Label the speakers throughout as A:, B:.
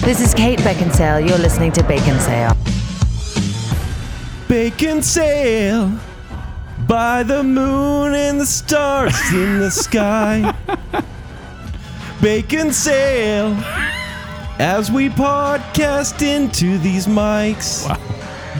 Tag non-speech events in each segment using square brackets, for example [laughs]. A: This is Kate Beckinsale. You're listening to Bacon Sale.
B: Bacon sail by the moon and the stars in the sky. Bacon sail as we podcast into these mics.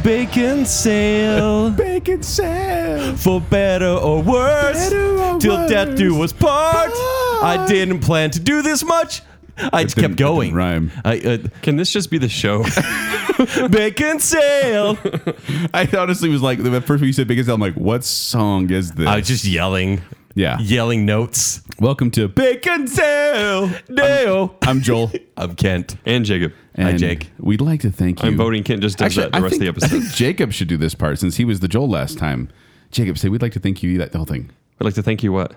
B: Bacon sail
C: Bacon sail.
B: for better or worse.
C: Better or
B: till death do
C: worse.
B: us part. I
C: Part.
B: didn't plan to do this much. I just
C: didn't-
B: kept
C: it didn't
B: going.
C: rhyme.
B: I,
D: Can this just be the show?
B: uh, [laughs] bacon sail.
C: [laughs] I honestly was like, the first when you said Bacon sail, I'm like, what song is this?
B: I was just yelling,
C: yeah.
B: yelling notes.
C: Welcome to Bacon Sail.
B: Dale.
C: I'm
D: [laughs]
C: Joel.
B: I'm Kent.
D: and Jacob.
B: Hi, Jake.
C: We'd like to thank you.
D: I'm voting Kent just does that the
C: I
D: rest of the
C: think- I
D: episode.
C: think Jacob should do this part since he was the Joel last time. Jacob, say, we'd like to thank you. That whole thing.
D: I'd like to thank you what?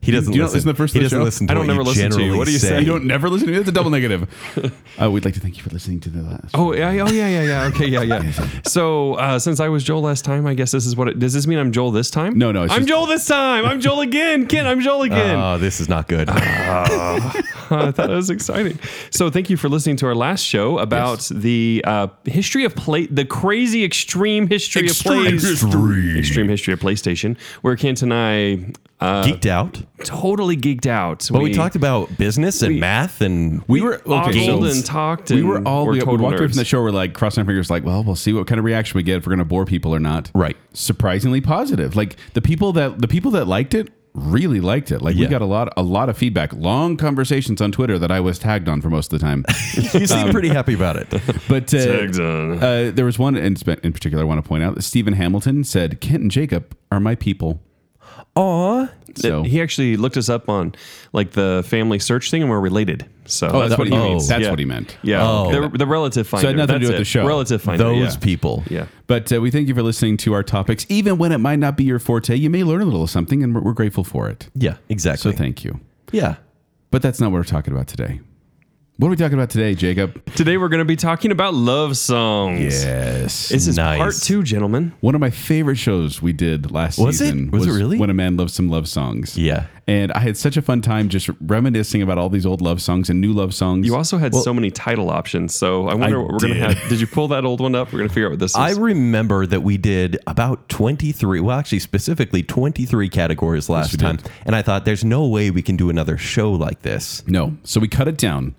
B: He doesn't
C: Do you not
B: listen.
C: listen to the first
B: he
C: of the
B: doesn't
C: show?
B: listen to
D: I don't
B: what
D: never
B: you
D: listen to you.
B: generally
D: What do you say?
C: You don't never listen to me? That's a
D: [laughs]
C: double negative. uh, we'd like to thank you for listening to the last.
D: Oh yeah, oh yeah, yeah, yeah. Okay, yeah, yeah. So uh, since I was Joel last time, I guess this is what it does this mean I'm Joel this time?
C: No, no, it's
D: I'm
C: just- Uh.
D: Joel this time. I'm Joel again. Kent, Uh, I'm Joel again.
B: Oh, this is not good.
D: I thought it was exciting. So thank you for listening to our last show about the uh, history of play, the crazy extreme history
C: Extreme
D: of plays,
C: history.
D: extreme history of PlayStation, where Kent and I uh,
B: Geeked out.
D: totally geeked out.
B: But we, talked about business and math and
C: We were okay,
D: ogled
C: so
D: and talked.
C: We
D: and
C: were all we, we
D: total
C: walked away from
D: nerds.
C: the show. We're like crossing our fingers, like, well, we'll see what kind of reaction we get if we're going to bore people or not.
B: Right.
C: Surprisingly positive. Like the people that the people that liked it really liked it. Like
B: Yeah.
C: we got a lot a lot of feedback. Long conversations on Twitter that I was tagged on for most of the
D: [laughs]
C: time.
B: you seem pretty happy about it.
C: But uh,
D: Tagged on.
C: uh, there was one in, spe- in particular I want to point out. Stephen Hamilton said, "Kent and Jacob are my people."
B: Aw.
D: That
C: So
D: he actually looked us up on like the family search thing, and we're related. So
C: oh, that's, what he
B: oh,
C: means. That's
D: yeah.
C: what he meant.
D: Yeah,
B: Oh.
D: the, the relative finder.
C: nothing to
D: That's
C: do with
D: it.
C: the show.
D: Relative finder.
B: Those
D: yeah.
B: people.
D: Yeah.
C: But uh, we thank you for listening to our topics, even when it might not be your forte. You may learn a little something, and we're, we're grateful for it.
B: Yeah,
C: So
B: exactly.
C: thank you.
B: yeah.
C: But that's not what we're talking about today. What are we talking about today, Jacob?
D: Today we're going to be talking about love songs.
C: Yes.
D: This is
B: Nice.
D: part two, gentlemen.
C: one of my favorite shows we did last
B: Was it?
C: season.
B: Was it really?
C: When a Man Loves Some Love Songs.
B: Yeah.
C: And I had such a fun time just reminiscing about all these old love songs and new love songs.
D: You also had so many title options, so I wonder
B: I
D: what we're going to
B: did.
D: have. Did you pull that old one up? We're going to figure out what this is.
B: I remember that we did about 23, well, actually, specifically 23 categories last
C: we
B: time.
C: did.
B: And I thought, there's no way we can do another show like this. [laughs]
C: No. So we cut it down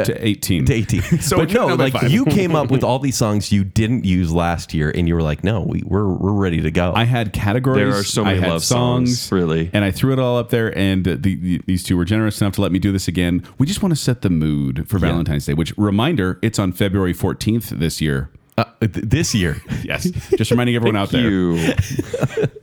D: Uh,
C: to 18.
B: To 18.
C: [laughs] So
B: but
C: we cut it
B: no,
C: down by
B: like
C: five.
B: you came up
C: [laughs]
B: with all these songs you didn't use last year, and you were like, no, we, we're, we're ready to go.
C: I had categories.
D: There are so many
C: I had
D: love songs, really.
C: And I threw it all up there. And the, the, these two were generous enough to let me do this again. We just want to set the mood for Valentine's Day, which reminder, it's on February 14th this year.
B: uh, th- this
C: [laughs]
B: year.
C: Yes. Just reminding everyone out there.
D: you.
C: [laughs]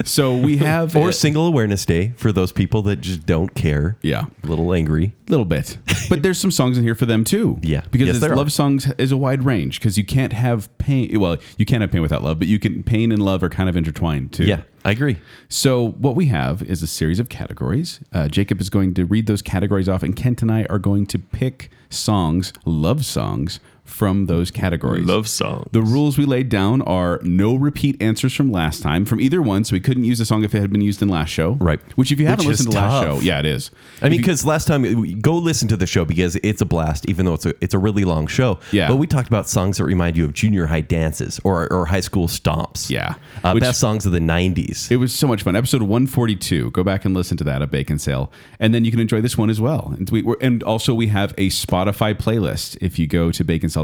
C: So we have
B: or Single Awareness Day for those people that just don't care.
C: yeah,
B: A little angry.
C: a little bit. But there's some songs in here for them too.
B: Yeah.
C: because
B: Yes,
C: it's
B: there are.
C: love songs is a wide range because you can't have pain. Well, you can't have pain without love, but you can pain and love are kind of intertwined too.
B: Yeah, I agree.
C: So what we have is a series of categories. Uh, Jacob is going to read those categories off, and Kent and I are going to pick songs, love songs from those categories.
D: love song.
C: The rules we laid down are no repeat answers from last time from either one, so we couldn't use the song if it had been used in last show.
B: Right.
C: Which, if you
B: Which
C: haven't
B: is
C: listened to last
B: tough.
C: show, yeah, it is.
B: I mean, because last time, go listen to the show because it's a blast, even though it's a, it's a really long show.
C: Yeah.
B: But we talked about songs that remind you of junior high dances or, or high school stomps.
C: Yeah.
B: Uh,
C: Which-
B: best songs of the 90s.
C: It was so much fun. Episode 142. Go back and listen to that at Bacon Sale. And then you can enjoy this one as well. And, we, we're, and also, we have a Spotify playlist. If you go to baconsale.com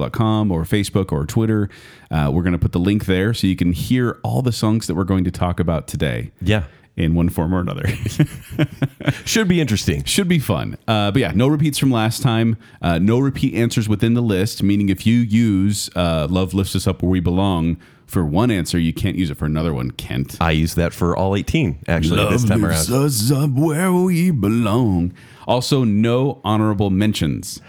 C: or Facebook or Twitter, uh, we're going to put the link there so you can hear all the songs that we're going to talk about today.
B: yeah.
C: In one form or another. [laughs]
B: Should be interesting.
C: Should be fun. Uh, but yeah, no repeats from last time. Uh, no repeat answers within the list, meaning if you use uh, Love Lifts Us Up Where We Belong for one answer, you can't use it for another one, Kent.
B: I used that for all 18, actually, this time around.
C: us up where we belong. Also, no honorable mentions.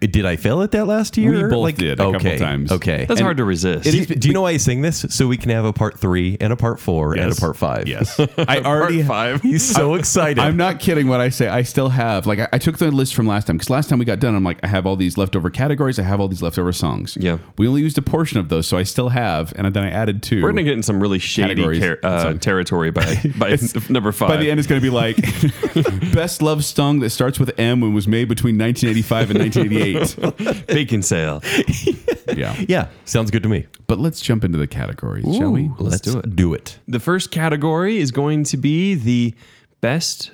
B: Did I fail at that last year?
C: We both did a couple times.
B: Okay.
D: That's
C: And
D: hard to resist.
B: do, you- do you know why I sing this? So we can have a part three and a part four and a part five.
C: Yes. I already
B: [laughs]
D: five.
B: He's so excited.
C: [laughs] I'm not kidding when I say I still have like I, I took the list from last time because last time we got done I'm like I have all these leftover categories I have all these leftover songs
D: Yeah.
C: we only used a portion of those so I still have and then I added two
D: We're gonna get in some really shady
C: Categories.
D: ter- uh,
C: Sorry.
D: territory by
C: [laughs]
D: by number five.
C: by the end
B: [laughs]
C: it's gonna be like best love song that starts with M and was made between 1985 and date.
D: [laughs] Bacon sale.
C: Yeah.
B: [laughs] Yeah, sounds good to me.
C: But let's jump into the categories, shall we?
B: Let's, do it. Do it.
D: The first category is going to be the best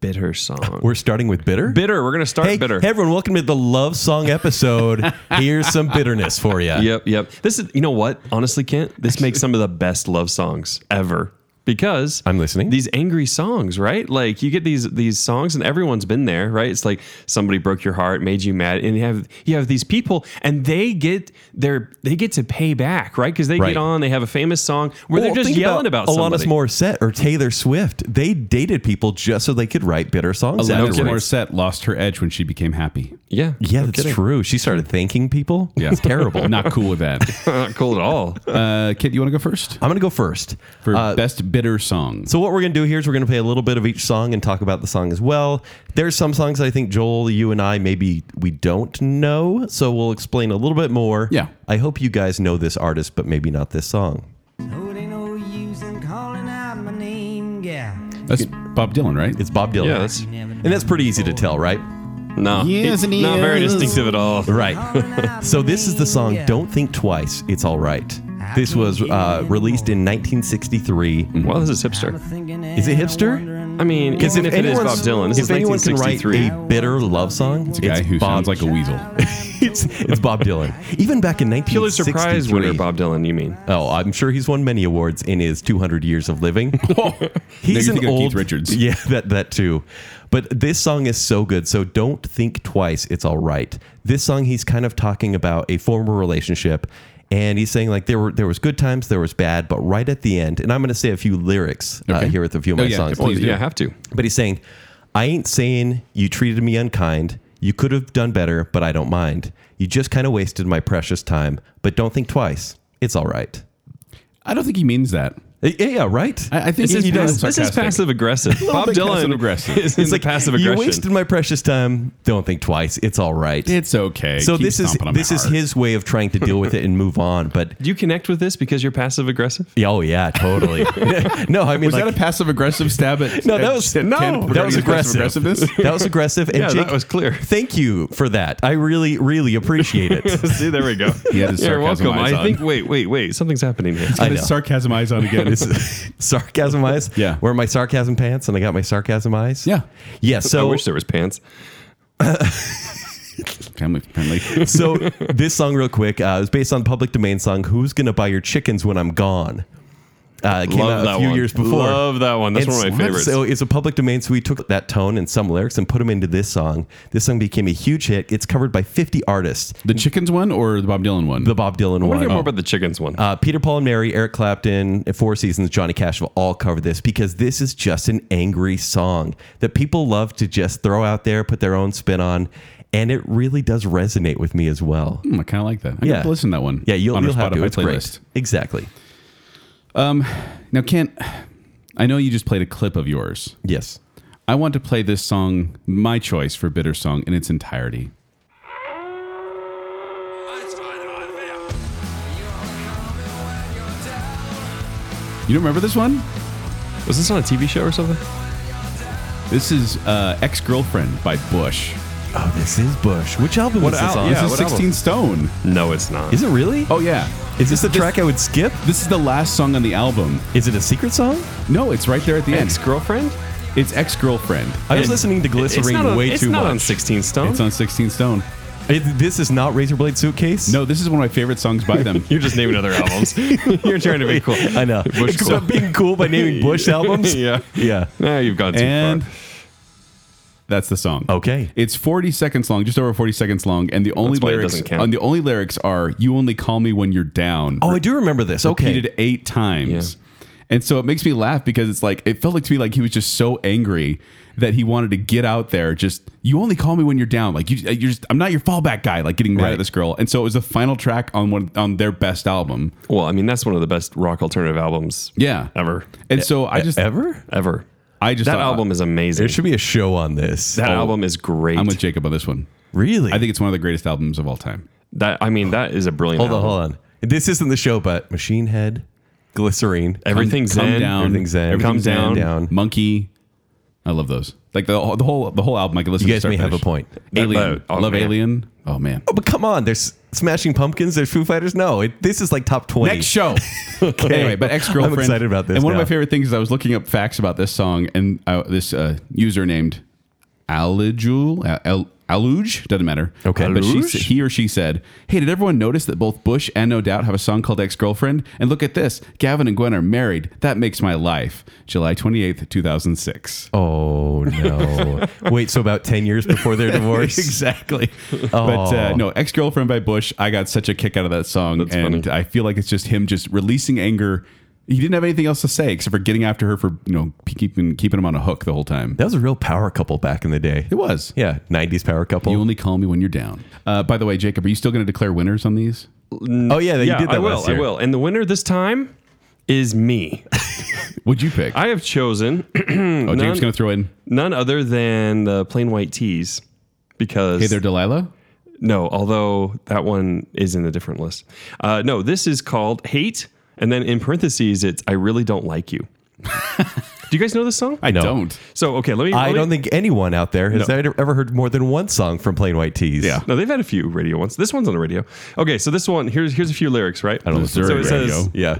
D: bitter song.
B: [laughs] We're starting with bitter.
D: bitter. We're going to start
B: Hey,
D: bitter.
B: hey, everyone, welcome to the love song [laughs] episode. Here's some bitterness for you.
D: Yep, yep. This is you know what? Honestly, Kent, this makes some of the best love songs ever. Because
B: I'm listening.
D: These angry songs, right? Like you get these these songs and everyone's been there, right? It's like somebody broke your heart, made you mad, and you have you have these people and they get their they get to pay back, right? Because they
B: Right.
D: get on, they have a famous song where
B: Well,
D: they're just
B: think
D: yelling about,
B: Alanis
D: somebody.
B: Morissette or Taylor Swift. They dated people just so they could write bitter songs.
C: Alanis
B: afterwards.
C: Morissette lost her edge when she became happy.
D: Yeah.
B: Yeah, that's true. She started thanking people.
C: Yeah.
B: It's terrible. [laughs] I'm
C: Not cool with that.
B: [laughs]
D: Not [laughs] cool at all.
C: Uh, Kit, you want to go first
B: going to go first.
C: for
B: Uh,
C: best bitter song?
B: so what we're going to do here is we're going to play a little bit of each song and talk about the song as well. There's some songs I think Joel, you and I maybe we don't know, so we'll explain a little bit more.
C: Yeah.
B: I hope you guys know this artist, but maybe not this song.
E: Oh, it ain't no use in calling out my name, yeah.
C: That's Bob Dylan, right?
B: It's Bob Dylan.
D: Yeah, that's-
B: and that's pretty easy to tell, right?
D: No.
C: Yes, it
D: Not very
C: is.
D: distinctive at all.
B: Right. [laughs]
E: Calling out
B: So
E: my
B: this is the song
E: name, yeah.
B: "Don't Think Twice, It's All Right." This was uh, released in 1963.
D: Well, this is hipster.
E: Thinking
B: Is it
E: and
B: hipster?
E: wondering
D: I mean,
B: Because
D: even if, it is Bob
B: anyone's-
D: Dylan, this
B: if
D: is
B: anyone can write
D: 1963.
B: a bitter love song, it's,
C: a guy who
B: Bob,
C: sounds like a weasel.
B: [laughs] it's, it's Bob Dylan. Even back in 1963.
D: Pulitzer Prize winner Bob Dylan, you mean?
B: Oh, I'm sure he's won many awards in his 200 years of living.
C: [laughs] Now
B: he's
C: you're
B: an
C: thinking of Keith
B: old
C: Richards.
B: [laughs] Yeah, that that too. But this song is so good. So don't think twice. It's all right. This song, he's kind of talking about a former relationship, and he's saying like there were there was good times, there was bad, but right at the end, and I'm going to say a few lyrics uh,
C: Okay.
B: here with a few of
C: Oh,
B: my
C: yeah,
B: songs.
C: please.
D: Well, yeah, I have to.
B: But he's saying, I ain't saying you treated me unkind. You could have done better, but I don't mind. You just kind of wasted my precious time. But don't think twice. It's all right.
C: I don't think he means that.
B: Eh, eh, Yeah, right.
C: I, I think
D: This
C: he's
D: is,
C: being
D: pass- this is
C: sarcastic.
D: passive aggressive. Bob
C: bit
D: Dylan
C: passive aggressive.
D: is in the passive aggression.
B: You wasted my precious time. Don't think twice. It's all right.
C: It's okay.
B: so
C: Keep
B: this is
C: stomping on my
B: this is
C: heart.
B: his way of trying to deal with it and move on. But
D: Do you connect with this because you're passive aggressive?
B: yeah, oh yeah, totally. no, I mean
C: Was
B: like,
C: that a passive aggressive stab
B: [laughs]
C: at?
B: no, that
C: at-
B: was
C: at Kent
B: no, that
C: regarding
B: was
C: his passive
B: aggressive.
C: Aggressiveness.
B: [laughs] That was aggressive. And
D: Yeah, that
B: Jake,
D: was clear.
B: Thank you for that. I really, really appreciate it.
D: [laughs] [laughs] See, there we go.
C: Yeah, this
D: you're
C: sarcasm
D: welcome.
C: eyes
D: I
C: on.
D: think. Wait, wait, wait. Something's happening here.
B: I
C: Got his
B: know.
C: sarcasm eyes
B: [laughs]
C: on again.
B: It's sarcasm eyes.
C: Yeah.
B: Wear my sarcasm pants, and I got my sarcasm eyes.
C: yeah,
B: Yeah.
D: I
B: So
D: wish there was pants.
C: family friendly.
B: so this song, real quick, uh, is based on public domain song "Who's Gonna Buy Your Chickens When I'm Gone." Uh, it came
D: Love
B: out
D: that
B: a few
D: one.
B: years before.
D: Love that one. That's
B: And
D: one of my
B: so-
D: favorites.
B: So it's a public domain, so we took that tone and some lyrics and put them into this song. This song became a huge hit. It's covered by 50 artists.
C: The chickens one or the Bob Dylan one?
B: The Bob Dylan
D: I want to
B: one.
D: hear more about the chickens one.
B: Uh, Peter Paul and Mary, Eric Clapton, and Four Seasons, Johnny Cash will all cover this because this is just an angry song that people love to just throw out there, put their own spin on, and it really does resonate with me as well.
C: Hmm, I kind of like that. I yeah, to listen to that one.
B: Yeah, you'll,
C: on our
B: you'll have
C: Spotify
B: to. It's
C: playlist.
B: great. Exactly.
C: Now, Kent, I know you just played a clip of yours.
B: Yes.
C: I want to play this song, my choice for bitter song, in its entirety. You don't remember this one?
D: was this on a TV show or something?
C: This is uh, "Ex Girlfriend" by Bush.
B: Oh, this is Bush. Which Oh, album was this
C: al-
B: on?
C: This is
B: is,
C: "16 Stone."
D: No, it's not.
B: it really?
C: Oh yeah,
B: is this the track I would skip?
C: this is the last song on the album.
B: Is it a secret song?
C: No, it's right there at the
D: Ex
C: end.
D: girlfriend?
C: It's "Ex Girlfriend."
B: I was listening to
D: It's
B: Glycerine
D: not on,
B: way
D: it's
B: too
D: not
B: much.
D: on 16 Stone.
C: It's on "16 Stone."
B: It- this is not Razorblade Suitcase?
C: No, this is one of my favorite songs by them.
D: You're just naming other albums.
B: [laughs]
D: You're trying to be cool.
B: I know.
D: Bush
B: Except
D: cool.
B: being cool by [laughs] naming Bush albums.
D: yeah.
B: Yeah.
D: Now you've gone too
C: and
D: far.
C: that's the song.
B: Okay.
C: It's 40 seconds long, just over 40 seconds long, and the only
D: That's why it
C: lyrics
D: doesn't count.
C: and the only lyrics are "You only call me when you're down."
B: Oh, I do remember this. Okay.
C: repeated eight times. And so it makes me laugh because it's like it felt like to me like he was just so angry that he wanted to get out there. Just you only call me when you're down. Like you, you're just I'm not your fallback guy. Like getting right
B: Right.
C: at this girl. And so it was the final track on one on their best album.
D: Well, I mean, that's one of the best rock alternative albums
C: Yeah,
D: ever.
C: And so I just
B: E-, Ever?
D: Ever.
C: I just
D: That
C: thought,
D: album is amazing.
B: There should be a show on this.
D: That album is great.
C: I'm with Jacob on this one.
B: really?
C: I think it's one of the greatest albums of all time.
D: that I mean, that is a brilliant.
B: Hold on,
D: album.
B: hold on. This isn't the show, but Machine Head, Glycerine.
D: Everything's
C: Come
D: in.
C: down,
B: Everything's Zen.
D: Everything's
B: Come
D: Zen.
B: down.
C: Monkey. I love those. Like the, whole- the whole the whole album. I could listen.
B: You
C: to
B: guys
C: start
B: may
C: to
B: have a
C: finish.
B: point.
C: Alien.
D: Oh,
C: love
D: man.
C: Alien. Oh man.
B: Oh, but come on, there's Smashing Pumpkins, there's Foo Fighters. No, it, this is like top twenty. [laughs]
C: Next show. okay. Anyway, but ex girlfriend.
B: I'm excited about this
C: And one
B: now.
C: of my favorite things is I was looking up facts about this song, and uh, this uh, user named Alijul Al- Al- Aluj doesn't matter.
B: Okay.
C: but she,
B: Aluj?
C: he or she said, "Hey, did everyone notice that both Bush and No Doubt have a song called Ex Girlfriend? And look at this, Gavin and Gwen are married. That makes my life." July twenty eighth, two thousand six.
B: Oh
C: [laughs]
B: no! Wait, so about ten years before their divorce?
C: exactly. But uh, no, ex girlfriend by Bush. I got such a kick out of that song, and
D: funny.
C: I feel like it's just him just releasing anger. He didn't have anything else to say except for getting after her for you know keeping keeping him on a hook the whole time.
B: That was a real power couple back in the day.
C: It was.
B: Yeah, '90s power couple.
C: You only call me when you're down. Uh, by the way, Jacob, are you still going to declare winners on these?
B: oh yeah, they
D: Yeah,
B: did that
D: I will.
B: last
D: I
B: year.
D: will. And the winner this time is me.
C: Would you pick?
D: I have chosen [clears throat]
C: oh, Jacob's
D: none-
C: going to throw in.
D: none other than the plain white tees because
C: Hey there, Delilah.
D: no, although that one is in a different list. Uh, no, this is called Hate, and then in parentheses, it's I really don't like you. [laughs] Do you guys know this song?
C: I don't.
D: so okay, let me.
B: I
D: let me-
B: don't think anyone out there has ever ever heard more than one song from Plain White Tees.
C: Yeah.
D: No, they've had a few radio ones. This one's on the radio. Okay, so this one here's here's a few lyrics, right? I
C: don't listen to radio.
B: Yeah.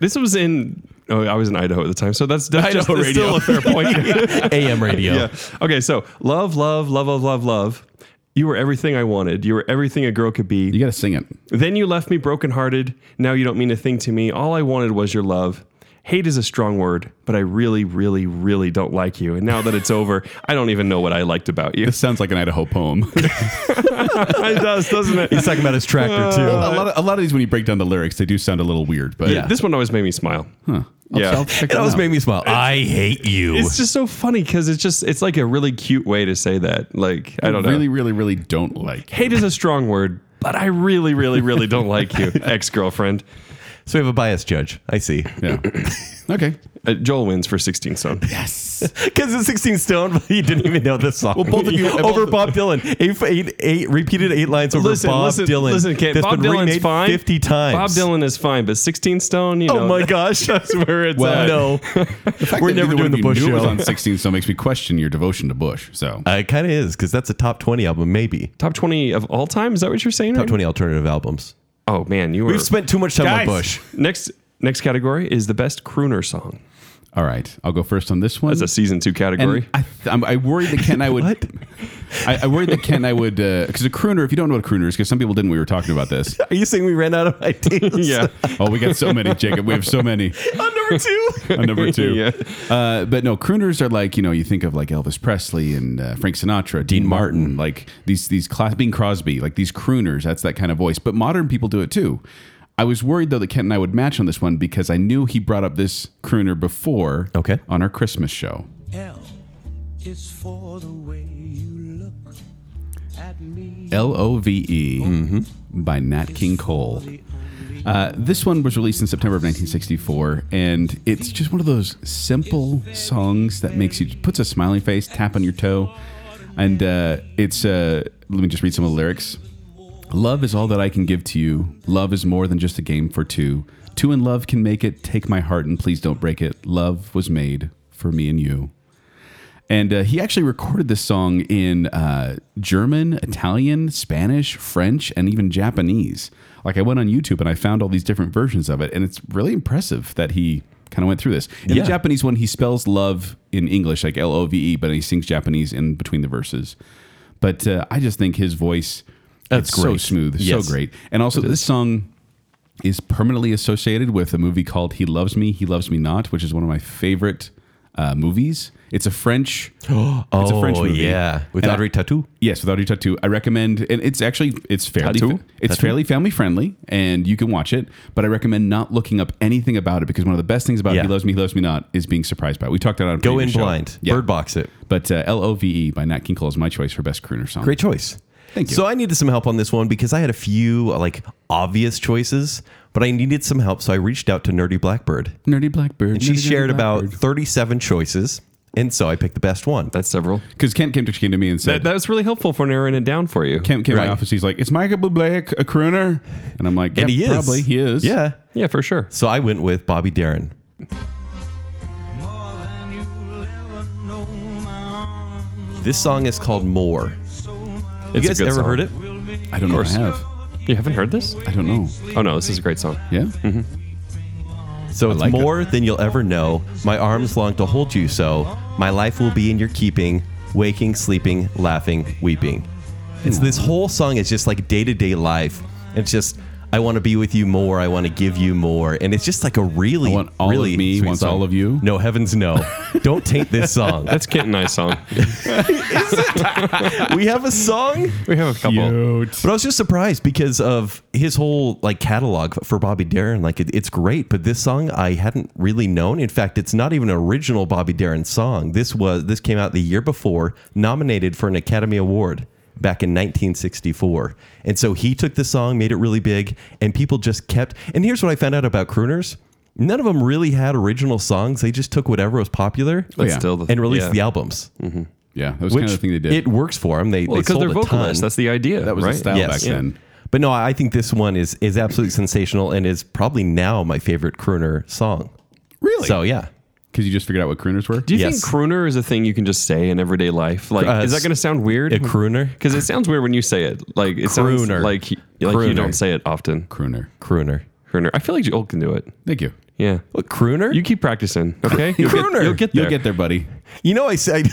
D: this was in. Oh, I was in Idaho at the time, so that's, that's just,
C: Idaho
D: that's still a fair
B: [laughs]
C: [laughs]
D: point.
B: AM radio.
D: yeah. Okay, so love, love, love, love, love, love. You were everything I wanted. You were everything a girl could be.
C: You got to sing it.
D: Then you left me brokenhearted. Now you don't mean a thing to me. All I wanted was your love. Hate is a strong word, but I really, really, really don't like you. And now that it's over, I don't even know what I liked about you.
C: This sounds like an Idaho poem.
D: it does, doesn't it?
B: He's talking about his tractor
C: [laughs]
B: too.
C: a lot of a lot of these, when you break down the lyrics, they do sound a little weird. But [laughs]
B: Yeah.
D: This one always made me smile. Huh. Yeah.
B: it always made me smile. I hate you.
D: It's just so funny because it's just, it's like a really cute way to say that. Like, I don't know.
C: really, really, really don't like.
D: Hate is a strong word, but I really, really, really don't like you, ex girlfriend.
B: so we have a bias judge. I see. [coughs]
C: Yeah. okay.
D: Uh, Joel wins for 16 Stone.
B: [laughs] Because it's 16 Stone, but he didn't even know this song. Well,
C: both of you-
B: over Bob Dylan, eight, eight, eight repeated eight lines over
D: Listen,
B: Bob
D: listen,
B: Dylan.
D: listen, Kate.
B: that's
D: Bob
B: been
D: Dylan's
B: remade
D: fine.
B: 50 times.
D: Bob Dylan is fine, but 16 Stone, you know.
B: Oh my gosh, that's
D: where it's
B: well,
D: at.
B: no.
C: fact
B: We're never
C: that neither
B: doing
C: one
B: the
C: of you
B: Bush
C: knew it was
B: show.
C: on 16 so it makes me question your devotion to bush so
B: Uh, it kind of is because that's a top 20 album, maybe
D: Top 20 of all time? Is that what you're saying?
B: top
D: right
B: 20 alternative albums.
D: now? Oh, man. You were.
B: We've spent too much time
C: Guys.
B: on Bush. [laughs]
D: next, next category is the best crooner song.
C: all right i'll go first on this one
D: That's a season two category.
C: and I, I'm, I worried that Ken and I would.
B: What?
C: I, I worried that Ken and I would because a crooner. If you don't know what a crooner is, because some people didn't, we were talking about this.
B: Are you saying we ran out of ideas?
D: [laughs] yeah.
C: Oh, we got so many, Jacob. We have so many.
B: [laughs] on number two.
C: on [laughs] number two.
D: Yeah.
C: Uh, but no, crooners are like you know you think of like Elvis Presley and uh, Frank Sinatra, Dean Martin, like these these class, Bing Crosby, like these crooners. That's that kind of voice. But modern people do it too. I was worried though that Kent and I would match on this one because I knew he brought up this crooner before.
B: Okay.
C: On our Christmas show.
E: L is for the way you look at me.
C: L O V E by Nat King Cole. Uh, this one was released in September of 1964, and it's just one of those simple songs that makes you puts a smiling face, tap on your toe, and uh, it's. Uh, let me just read some of the lyrics. Love is all that I can give to you. Love is more than just a game for two. Two in love can make it. Take my heart and please don't break it. Love was made for me and you. And uh, he actually recorded this song in uh, German, Italian, Spanish, French, and even Japanese. Like I went on YouTube and I found all these different versions of it, and it's really impressive that he kind of went through this. In
B: Yeah.
C: the Japanese one, he spells love in English like L O V E, but he sings Japanese in between the verses. But uh, I just think his voice
B: That's
C: it's so
B: great.
C: smooth,
B: Yes.
C: so great. And also, this song is permanently associated with a movie called "He Loves Me, He Loves Me Not," which is one of my favorite uh, movies. It's
B: [gasps]
C: a French. oh, it's a French
B: Oh,
C: movie.
B: yeah. With
C: And I-
B: Audrey Tautou.
C: Yes, without your tattoo. I recommend, and it's actually it's fairly
D: Tattoo?
C: it's fairly family friendly, and you can watch it. But I recommend not looking up anything about it because one of the best things about
B: Yeah.
C: "He Loves Me, He Loves Me Not" is being surprised by it. We talked about it on a
B: Go in
C: previous show.
B: blind.
C: Yeah.
B: Bird box it.
C: But uh, "L O V E" by Nat King Cole is my choice for best crooner song.
B: Great choice.
C: Thank you.
B: So I needed some help on this one because I had a few uh, like obvious choices, but I needed some help. So I reached out to Nerdy Blackbird.
C: Nerdy Blackbird.
B: And she
C: nerdy, nerdy
B: shared about
C: Blackbird.
B: 37 choices. And so I picked the best one.
D: That's several.
C: Because Kent came to, came to me and
D: That,
C: said,
D: that was really helpful for narrowing it down for you.
C: Kent came to
B: Right.
C: my office. He's like, "Is Michael Bublé a crooner?" And I'm like,
B: and
C: "Yeah,
B: he is.
C: probably he is."
B: Yeah.
D: yeah, for sure.
B: So I went with Bobby Darin.
E: More than you'll ever know, my
B: This song is called More. you
D: It's
B: guys
D: a good
B: ever
D: song.
B: heard it?
C: I don't know. If I have.
D: You haven't heard this?
C: I don't know.
D: Oh no, this is a great song.
C: Yeah.
B: So it's
C: like it.
B: more than you'll ever know. My arms long to hold you so. My life will be in your keeping, waking, sleeping, laughing, weeping. It's this whole song is just like day to day life. It's just I want to be with you more. I want to give you more, and it's just like a really,
C: I want all of
B: really
C: me,
B: sweet
C: wants
B: song.
C: all of you.
B: No heavens,
C: [laughs]
B: no! Don't taint this song.
D: That's Kent and I's song.
B: we have a song.
D: We have a couple.
B: But I was just surprised because of his whole like catalog for Bobby Darin. Like it, it's great, but this song I hadn't really known. In fact, it's not even an original Bobby Darin song. This was this came out the year before, nominated for an Academy Award back in 1964. And so he took the song, made it really big, and people just kept. And here's what I found out about crooners: none of them really had original songs. They just took whatever was popular
D: That's
C: yeah.
D: still the
B: and released
D: Oh, yeah.
B: the albums,
C: Yeah. That was
B: which
C: kind of the thing they did.
B: it works for them. They
D: Well,
B: they
D: because
B: sold
D: they're
B: a ton.
D: vocalists. That's the idea.
C: that was
D: right?
C: the style
B: Yes.
C: back
B: Yeah.
C: then.
B: But no, I think this one is is absolutely sensational and is probably now my favorite crooner song.
C: Really?
B: So yeah,
C: Because you just figured out what crooners were.
D: Do you
B: Yes.
D: think crooner is a thing you can just say in everyday life? Like,
B: Uh,
D: is that going to sound weird?
B: a crooner,
D: Because it sounds weird when you say it. Like, it sounds
B: Crooner.
D: like like you
B: Crooner.
D: don't say it often.
C: crooner.
B: crooner,
D: Crooner. I feel like Joel can do it.
C: Thank you.
D: Yeah.
B: what crooner?
D: You keep practicing, okay?
B: [laughs]
D: You'll
B: Crooner.
D: Get, you'll get there.
C: You'll get there, buddy.
B: you know I said.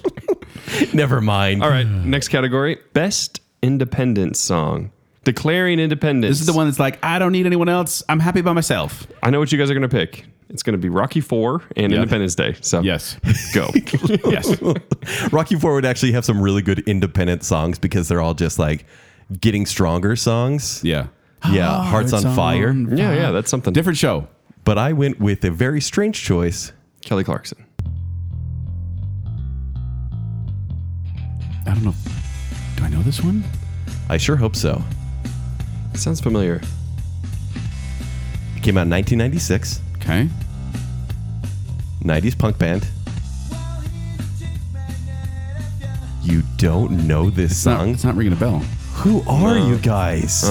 B: [laughs] Never mind.
D: All right. Next category: best independent song. Declaring independence.
C: This is the one that's like, I don't need anyone else. I'm happy by myself.
D: I know what you guys are going to pick. It's going to be Rocky Four and
C: Yeah.
D: Independence Day.
C: [laughs]
D: So
C: Yes.
D: [laughs] go.
C: yes.
B: Rocky Four would actually have some really good independent songs because they're all just like getting stronger songs.
C: [gasps] Yeah.
B: Yeah, hearts on fire.
D: yeah, yeah, that's something.
C: Different show.
B: But I went with a very strange choice.
D: Kelly Clarkson.
C: I don't know. Do I know this one?
B: I sure hope so.
D: Sounds familiar.
B: It came out in 1996,
C: Okay.
B: 90s punk band. You don't know this
C: It's not,
B: song? Uh-uh.
C: it's not ringing a bell.
B: Who are you guys?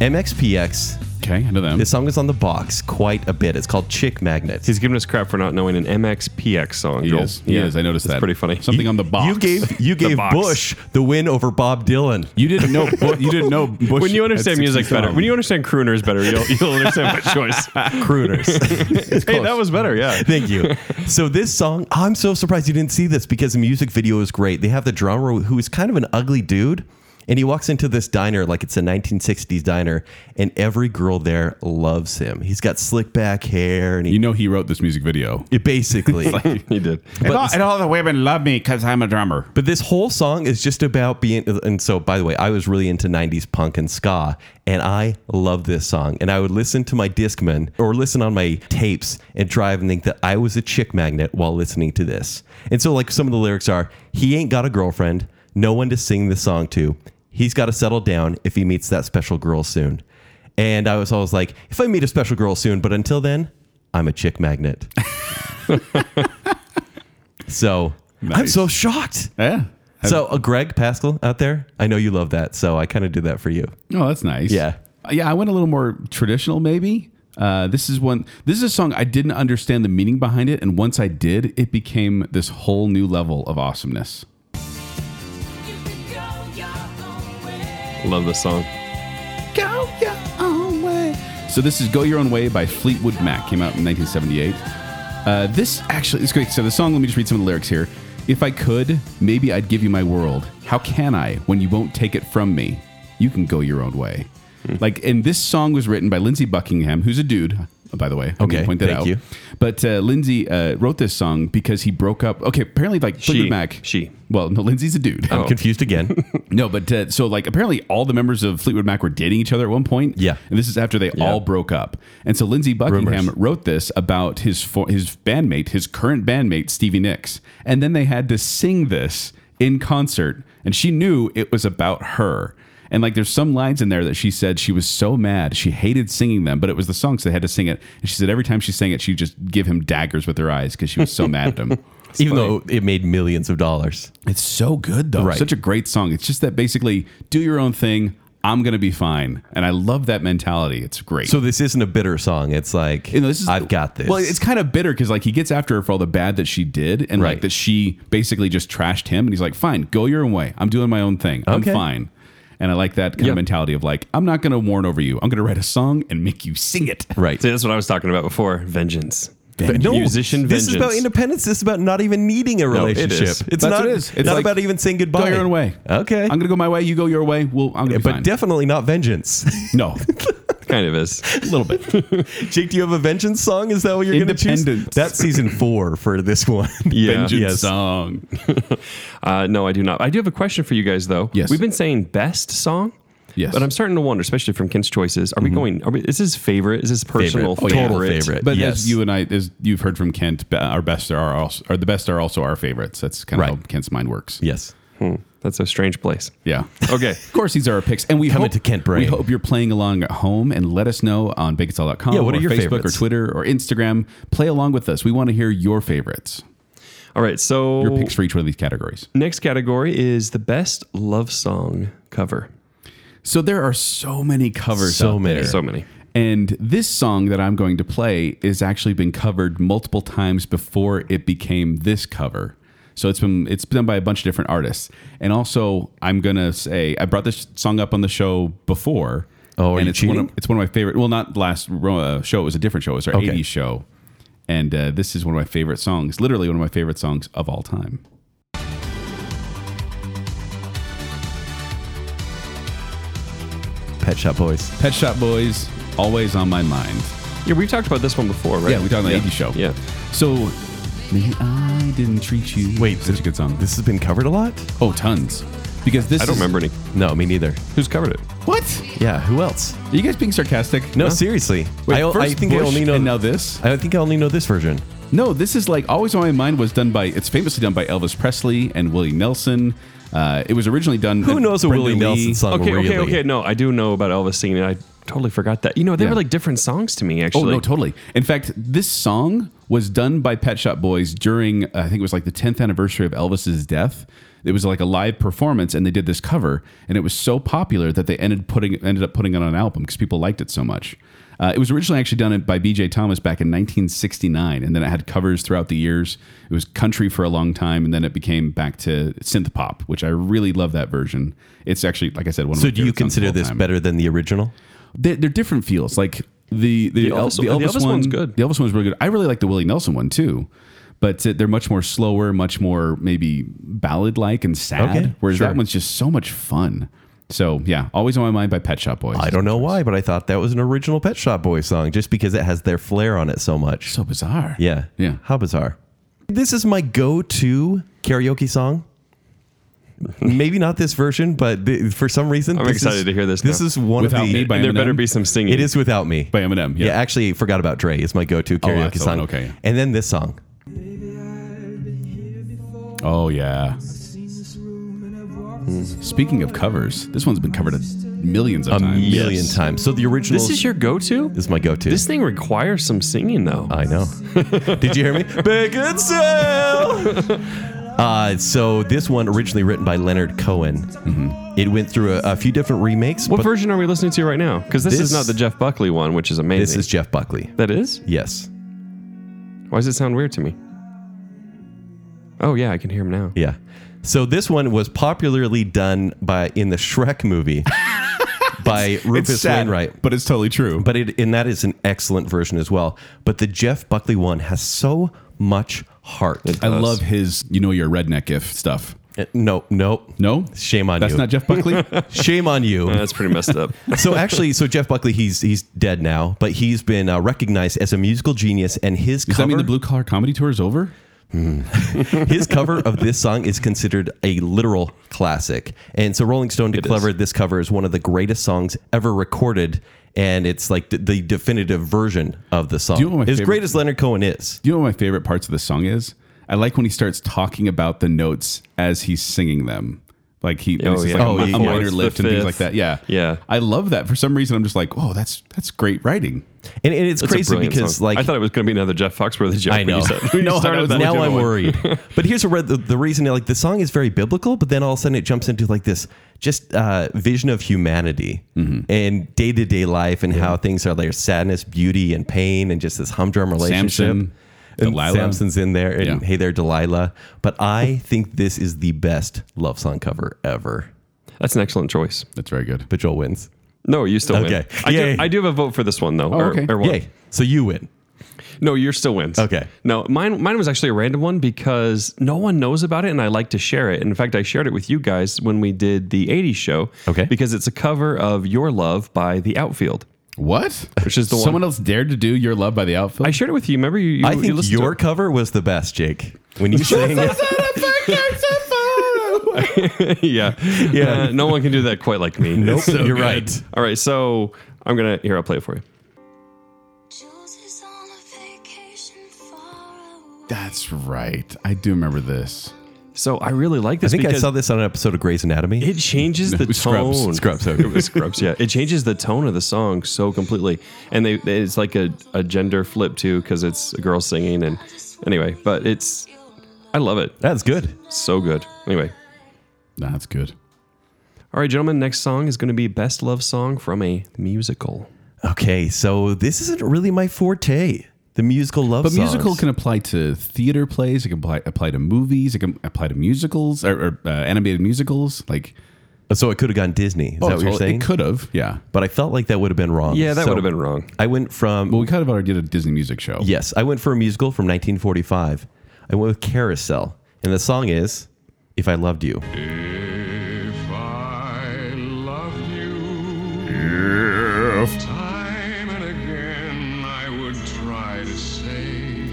B: MXPX.
C: Okay. I know them.
B: This song is on the box quite a bit. It's called Chick Magnet.
D: He's giving us crap for not knowing an MXPX song.
C: He
D: Joel.
C: is. He is. I noticed
D: That's
C: that.
D: pretty funny.
C: Something on the box.
B: you gave you gave
D: box.
B: Bush the win over Bob Dylan.
C: [laughs] You didn't know. Bu- you didn't know. Bush
D: [laughs] when you
C: had
D: understand music
C: 67.
D: better, when you understand crooners better, you'll, you'll understand
C: [laughs]
D: what choice.
B: Crooners. [laughs]
D: hey, that was better. Yeah.
B: Thank you. So this song, I'm so surprised you didn't see this because the music video is great. They have the drummer who is kind of an ugly dude, and he walks into this diner like it's a 1960s diner, and every girl there loves him. He's got slick back hair, and he
C: you know, he wrote this music video.
B: it basically.
D: He did.
C: and, all, and all the women love me because I'm a drummer.
B: But this whole song is just about being. And so, by the way, I was really into 90s punk and ska, and I love this song. And I would listen to my Discman or listen on my tapes and drive and think that I was a chick magnet while listening to this. And so, like, some of the lyrics are He ain't got a girlfriend, no one to sing the song to. He's got to settle down if he meets that special girl soon. And I was always like, If I meet a special girl soon, but until then, I'm a chick magnet. [laughs] so. I'm
C: Nice.
B: so shocked.
C: Yeah.
B: So, uh, Greg Pascal out there, I know you love that. So, I kind of did that for you.
C: Oh, that's nice.
B: Yeah.
C: Uh, Yeah, I went a little more traditional, maybe. Uh, this is one. This is a song I didn't understand the meaning behind it, and once I did, it became this whole new level of awesomeness.
D: Love this song.
C: Go your own way. So this is "Go Your Own Way" by Fleetwood Mac. Came out in 1978. Uh, this actually is great. So the song. Let me just read some of the lyrics here. If I could, maybe I'd give you my world. How can I when you won't take it from me? You can go your own way.
B: Hmm.
C: Like, and this song was written by Lindsey Buckingham, who's a dude, uh, by the way. I need to
B: Okay,
C: point that
B: thank
C: out.
B: you.
C: But uh, Lindsey uh, wrote this song because he broke up. Okay, apparently, like Fleetwood Mac.
D: She.
C: Well, no, Lindsey's a dude.
B: I'm confused
C: [laughs]
B: again.
C: No, but uh, so like apparently all the members of Fleetwood Mac were dating each other at one point.
B: Yeah.
C: and this is after they all broke up. And so Lindsey Buckingham
B: Rumors.
C: wrote this about his for, his bandmate, his current bandmate Stevie Nicks, and then they had to sing this in concert, and she knew it was about her. And like, there's some lines in there that she said she was so mad she hated singing them, but it was the song, so they had to sing it. And she said every time she sang it, she'd just give him daggers with her eyes because she was so mad at him.
B: [laughs] Even though it made millions of dollars.
C: It's so good though.
B: Right.
C: Such a great song. It's just that basically do your own thing. I'm gonna be fine. And I love that mentality. It's great.
B: So this isn't a bitter song. It's like
C: You know, this is-
B: I've got this.
C: Well, it's kind of bitter because like he gets after her for all the bad that she did, and like
B: Right.
C: that she basically just trashed him, and he's like, "Fine, go your own way. I'm doing my own thing. I'm
B: Okay.
C: fine." And I like that kind
D: Yeah.
C: of mentality of like, "I'm not going to warn over you. I'm going to write a song and make you sing it."
B: right.
D: See, that's what I was talking about before. Vengeance.
B: But
D: Musician
B: This is
D: vengeance.
B: about independence. This is about not even needing a
D: it is.
B: relationship. It's
C: That's
B: not.
C: what it is. It's
B: not
C: like,
B: about even saying
C: Go
B: goodbye.
C: your own way.
B: Okay.
C: I'm going to go my way. You go your way. Well, I'm going to be
B: but
C: fine.
B: definitely not
C: [laughs]
B: vengeance. [laughs]
C: no,
D: Kind of is.
C: a little bit. [laughs]
B: Jake, do you have a vengeance song? Is that what you're going to choose?
C: Independence.
B: That's season four for this
C: [laughs]
B: one.
D: Yeah.
B: [laughs]
C: Vengeance
B: Yes.
C: song.
D: Uh, no, I do not. I do have a question for you guys, though.
C: Yes.
D: We've been saying best song.
C: Yes.
D: But I'm starting to wonder, especially from Kent's choices,
C: Mm-hmm.
D: are we going? Are we, is his favorite? Is his personal
C: Oh,
B: Favorite.
D: favorite?
B: Total favorite.
C: But
B: Yes.
C: as you and I, as you've heard from Kent, ba- our best are also, are the best are also our favorites. That's kind of
B: Right.
C: how Kent's mind works.
B: yes.
D: That's a strange place.
B: [laughs]
C: Yeah.
D: Okay.
C: Of course, these are our picks, and we
B: Coming
C: hope,
B: to Kent Brain.
C: We hope you're playing along at home, and let us know on baconcell.com
B: Yeah, what
C: or
B: are your
C: Facebook
B: favorites?
C: or Twitter or Instagram. Play along with us. We want to hear your favorites,
D: All right. So
B: Oh.
C: your picks for each one of these categories.
D: next category is the best love song cover.
C: So there are so many covers.
B: So
C: out
B: many.
C: there.
D: So many.
C: And this song that I'm going to play is actually been covered multiple times before it became this cover. So it's been it's done by a bunch of different artists. And also, I'm gonna say I brought this song up on the show before.
B: Oh, are
C: and
B: you
C: it's one, of,
B: cheating?
C: it's one of my favorite. Well, not last ro- uh, show. It was a different show. It was our
B: Okay.
C: '80s show, and uh, this is one of my favorite songs. Literally one of my favorite songs of all time.
B: Pet Shop Boys.
C: Pet Shop Boys, always on my mind.
D: Yeah, we've talked about this one before, right?
C: Yeah, we talked about the '80s show.
D: Yeah.
C: So, maybe I didn't treat you.
B: Wait,
C: such a good song.
B: This has been covered a lot.
C: Oh, tons. Because this
D: I don't
C: is-
D: remember any.
B: No, me neither.
D: Who's covered it?
C: What?
B: Yeah. Who else?
C: Are you guys being sarcastic?
B: No, seriously.
C: Wait,
B: I,
C: first
B: I think I
C: Bush
B: only know.
C: and now this.
B: I think I only know this version.
C: No, this is like always on my mind was done by. It's famously done by Elvis Presley and Willie Nelson. Uh, it was originally done.
B: Who knows a
C: Brenda
B: Willie
C: Lee.
B: Nelson song?
D: Okay,
B: really.
D: okay, okay. No, I do know about Elvis singing. it. I totally forgot that. You know, they
C: Yeah.
D: were like different songs to me,
C: Oh
D: actually.
C: no, totally. In fact, this song was done by Pet Shop Boys during I think it was like the 10th anniversary of Elvis's death. It was like a live performance, and they did this cover, and it was so popular that they ended putting ended up putting it on an album because people liked it so much. Uh, it was originally actually done by B.J. Thomas back in 1969, and then it had covers throughout the years. It was country for a long time, and then it became back to synth pop, which I really love that version. It's actually, like I said, one. of
B: So
C: my
B: do you
C: favorite songs of
B: consider
C: all
B: this
C: time
B: better than the original?
C: they're, they're different feels. Like the the,
D: The
C: El-
D: Elvis- the Elvis one's good.
C: The Elvis one's really good. I really like the Willie Nelson one too, but uh, they're much more slower, much more maybe ballad like and sad.
B: Okay,
C: whereas
B: sure.
C: that one's just so much fun. So yeah, always on my mind by Pet Shop Boys.
B: I don't know why, but I thought that was an original Pet Shop Boys song just because it has their flair on it so much.
C: So bizarre.
B: yeah.
C: Yeah.
B: How bizarre. This is my go to karaoke song. Maybe not this version, but th- for some reason,
D: I'm
B: this
D: excited
B: is-
D: to hear this
B: This
D: now.
B: is one
C: Without
B: of the.
C: Me by
D: And there
C: Eminem?
D: better be some singing.
B: It is without me.
C: By Eminem.
B: yeah.
C: Yeah. Oh,
B: actually, forgot about Dre. It's my go to karaoke
C: that's the one,
B: song.
C: okay.
B: And then this song.
C: Oh yeah. Speaking of covers, this one's been covered a millions of
B: A
C: times.
B: million
C: Yes.
B: times. So the original
D: This is your go-to.
B: is my go to.
D: This thing requires some singing, though.
C: Uh,
B: I know. [laughs] Did you hear me? Bacon sale. Uh, so this one originally written by Leonard Cohen. It went through a, a few different remakes.
D: What
B: but
D: version are we listening to right now? Because this,
B: This-
D: is not the Jeff Buckley one, which is amazing.
B: This is Jeff Buckley.
D: that is.
B: Yes.
D: Why does it sound weird to me? Oh yeah, I can hear him now.
B: Yeah. So this one was popularly done by in the Shrek movie by
C: It's
B: Rufus
C: sad,
B: Wainwright.
C: but it's totally true.
B: But it and that is an excellent version as well. But the Jeff Buckley one has so much heart.
C: I love his, you know, your redneck if stuff.
B: Uh, No, no.
C: No,
B: Shame on
C: That's
B: you.
C: not Jeff
B: [laughs]
C: Buckley.
B: Shame on you.
D: That's pretty messed [laughs] up.
B: so actually, so Jeff Buckley, he's he's dead now, but he's been uh, recognized as a musical genius, and his
C: Does
B: cover,
C: that mean the blue collar comedy tour is over?
B: his cover of this song is considered a literal classic. And so Rolling Stone declared this cover as one of the greatest songs ever recorded, and it's like the, the definitive version of the song.
C: you know what my
B: as
C: favorite-
B: great as Leonard Cohen is,
C: Do you know what my favorite parts of the song is? I like when he starts talking about the notes as he's singing them. Like he,
D: Oh,
C: oh,
D: yeah.
C: like
B: Oh,
C: a,
B: yeah,
C: a
B: yeah.
C: minor
D: It's the
C: lift and things
D: fifth.
C: like that. Yeah,
D: Yeah.
C: I love that. For some reason, I'm just like, oh, that's that's great writing.
B: and, and it's
D: That's a
B: crazy
D: brilliant
B: because
D: song.
B: like
D: I thought it was going to be another Jeff Foxworthy joke.
B: I know.
D: When you
B: [laughs]
D: said, when you
B: No,
D: started that
B: now
D: legitimate
B: I'm
D: [laughs] one.
B: worried. but here's where the, the reason like the song is very biblical, but then all of a sudden it jumps into like this just uh, vision of humanity
D: Mm-hmm.
B: and day to day life and how things are there sadness, beauty, and pain, and just this humdrum relationship.
C: Samson,
B: and
C: Delilah.
B: Samson's in there, and
C: Yeah.
B: hey there, Delilah. But I think this is the best love song cover ever.
D: That's an excellent choice.
C: That's very good.
B: But Joel wins.
D: No, you still win.
B: Okay.
D: I do,
B: Yay. Oh,
D: I do have a vote for this one though. or,
C: okay.
D: or one.
B: Yay! So you win.
D: No, yours still wins.
B: Okay.
D: No, mine mine was actually a random one because no one knows about it and I like to share it. In fact, I shared it with you guys when we did the 80s show.
B: Okay.
D: Because it's a cover of Your Love by The Outfield.
C: What?
D: Which is the one-
C: Someone else dared to do Your Love by the Outfield?
D: I shared it with you. Remember you, you
B: I
D: you
B: think
D: listened to
B: your
D: it?
B: cover was the best, Jake. When
D: [laughs]
B: you sang it,
D: [laughs] yeah. Yeah. no one can do that quite like
B: [laughs]
D: me.
B: nope,
C: so
B: you're
C: good.
B: right.
D: All right, so I'm gonna here, I'll play it for you.
F: Jules is on a vacation far away.
C: That's right. I do remember this.
D: So I really like
B: I
D: this
B: think I
D: because
B: saw this on an episode of Grey's Anatomy.
D: it changes the
C: it was [laughs] Scrubs.
B: [laughs]
D: tone.
B: Scrubs, okay.
D: [laughs] It was Scrubs, yeah. It changes the tone of the song so completely. And they it's like a, a gender flip too, because it's a girl singing and anyway, but it's I love it.
B: That's good.
D: So good. Anyway.
C: Nah, that's good.
D: All right, gentlemen, next song is gonna be Best Love Song from a musical.
B: Okay, so this isn't really my forte. The musical love
C: But
B: songs.
C: musical can apply to theater plays. It can apply, apply to movies. It can apply to musicals or, or uh, animated musicals. Like
B: so it could have gone Disney. Is that what you're
C: Oh, totally-
B: saying?
C: It could have. Yeah.
B: But I felt like that would have been wrong.
D: Yeah, that
B: So
D: would have been wrong.
B: I went from
C: Well, we kind of already did a Disney music show.
B: yes, I went for a musical from 1945. I went with Carousel, and the song is "If I Loved You."
E: If I loved you, time and again I would try to say.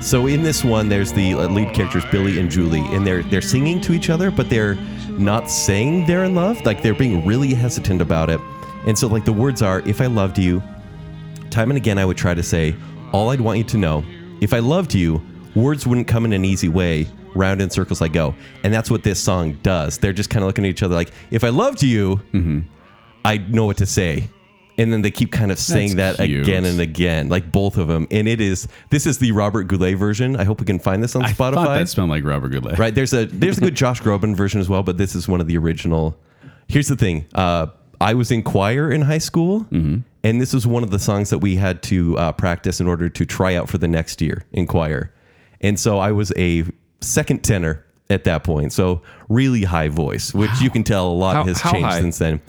B: So in this one, there's the uh, lead characters Billy and Julie, and they're they're singing to each other, but they're not saying they're in love. Like they're being really hesitant about it. And so like the words are, "If I loved you," time and again I would try to say, "All I'd want you to know, if I loved you." Words wouldn't come in an easy way. Round in circles I go, and that's what this song does. They're just kind of looking at each other like, "If I loved you, I know what to say." And then they keep kind of saying
C: That's
B: that
C: cute.
B: again and again, like both of them. And it is this is the Robert Goulet version. I hope we can find this on
C: I thought
B: Spotify.
C: that smelled like Robert Goulet.
B: right? There's a there's a good Josh Groban version as well, but this is one of the original. Here's the thing. Uh, I was in choir in high school,
D: Mm-hmm.
B: and this was one of the songs that we had to uh, practice in order to try out for the next year in choir. And so I was a second tenor at that point, so really high voice, which you can tell a lot
D: How-
B: has
D: how
B: changed
D: high?
B: since then.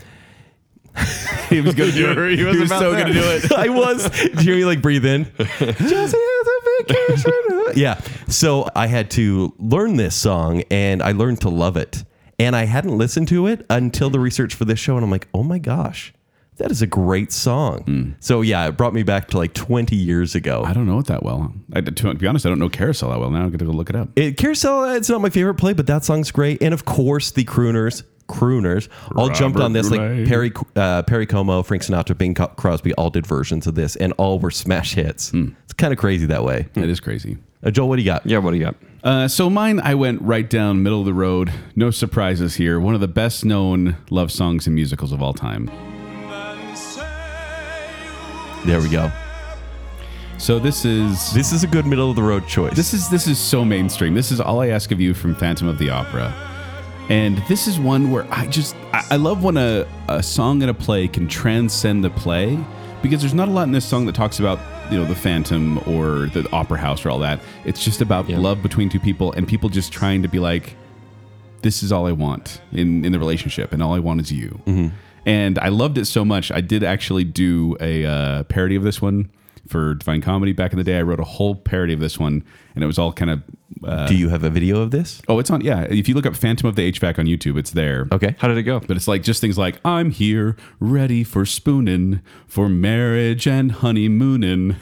C: He was [laughs] going to do it. He was, so going to do
B: [laughs]
C: it.
B: I was. Do you hear me like breathe in?
C: [laughs]
B: Just as a vacation. yeah. So I had to learn this song and I learned to love it. And I hadn't listened to it until the research for this show. And I'm like, oh my gosh, that is a great song.
C: Hmm.
B: So yeah, it brought me back to like 20 years ago.
C: I don't know it that well. I, to be honest, I don't know Carousel that well. Now I got to go look it up.
B: It, Carousel, uh, it's not my favorite play, but that song's great. And of course, the crooners, crooners, all jumped on this.
C: Goulet.
B: Like Perry, uh, Perry Como, Frank Sinatra, Bing Co- Crosby, all did versions of this, and all were smash hits.
C: Hmm.
B: It's kind of crazy that way.
C: That is crazy.
B: Uh, Joel, what do you got?
D: Yeah, what do you got?
C: Uh, so mine, I went right down middle of the road. No surprises here. One of the best known love songs and musicals of all time.
B: There we go.
C: So this is
B: This is a good middle of the road choice.
C: This is this is so mainstream. This is all I ask of you from Phantom of the Opera. And this is one where I just I, I love when a, a song and a play can transcend the play because there's not a lot in this song that talks about you know the Phantom or the opera house or all that. It's just about love between two people and people just trying to be like, this is all I want in in the relationship, and all I want is you.
B: Mm-hmm.
C: And I loved it so much. I did actually do a uh, parody of this one for Divine Comedy back in the day. I wrote a whole parody of this one, and it was all kind of. Uh,
B: do you have a video of this?
C: oh, it's on. Yeah, if you look up Phantom of the HVAC on YouTube, it's there.
B: Okay.
D: How did it go?
C: But it's like just things like I'm here, ready for spooning, for marriage
B: [laughs]
C: and honeymooning,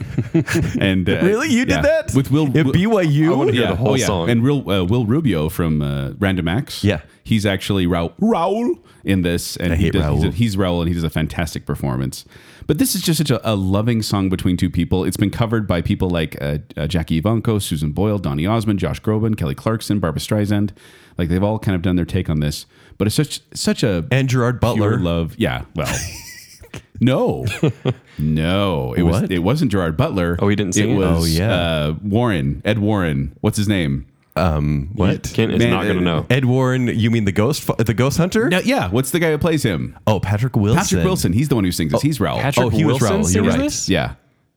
C: and uh,
B: Really? You did that?
C: with Will
B: At BYU?
C: I wanna hear
B: Yeah.
C: the whole
B: Oh,
D: yeah.
C: song. And Will uh, Will Rubio from uh, Random Acts.
B: Yeah.
C: he's actually Raul, Raul in this, and
B: I
C: he
B: hate
C: does, He's, a,
B: Raul.
C: he's Raul, and he does a fantastic performance. But this is just such a, a loving song between two people. It's been covered by people like uh, uh, Jackie Ivanko, Susan Boyle, Donny Osmond, Josh Groban, Kelly Clarkson, Barbara Streisand. Like they've all kind of done their take on this. But it's such such a
B: And Gerard
C: pure
B: Butler.
C: love. Yeah. Well. [laughs] No, no, it was
B: What?
C: it wasn't Gerard Butler.
D: Oh, he didn't sing
C: It
D: it?
C: was
B: Oh, yeah.
C: uh, Warren, Ed Warren. What's his name?
B: um, what?
D: Kent is
C: Man,
D: not going
C: uh,
D: to know.
B: Ed Warren? You mean the ghost? fu- The ghost hunter?
C: Now, Uh, yeah, what's the guy who plays him?
B: Oh, Patrick Wilson.
C: Patrick Wilson. He's the one who sings this. He's Raoul.
D: Patrick
B: oh, he was
D: Wilson
B: Raoul, you're
D: sings
B: right.
D: this?
C: Yeah.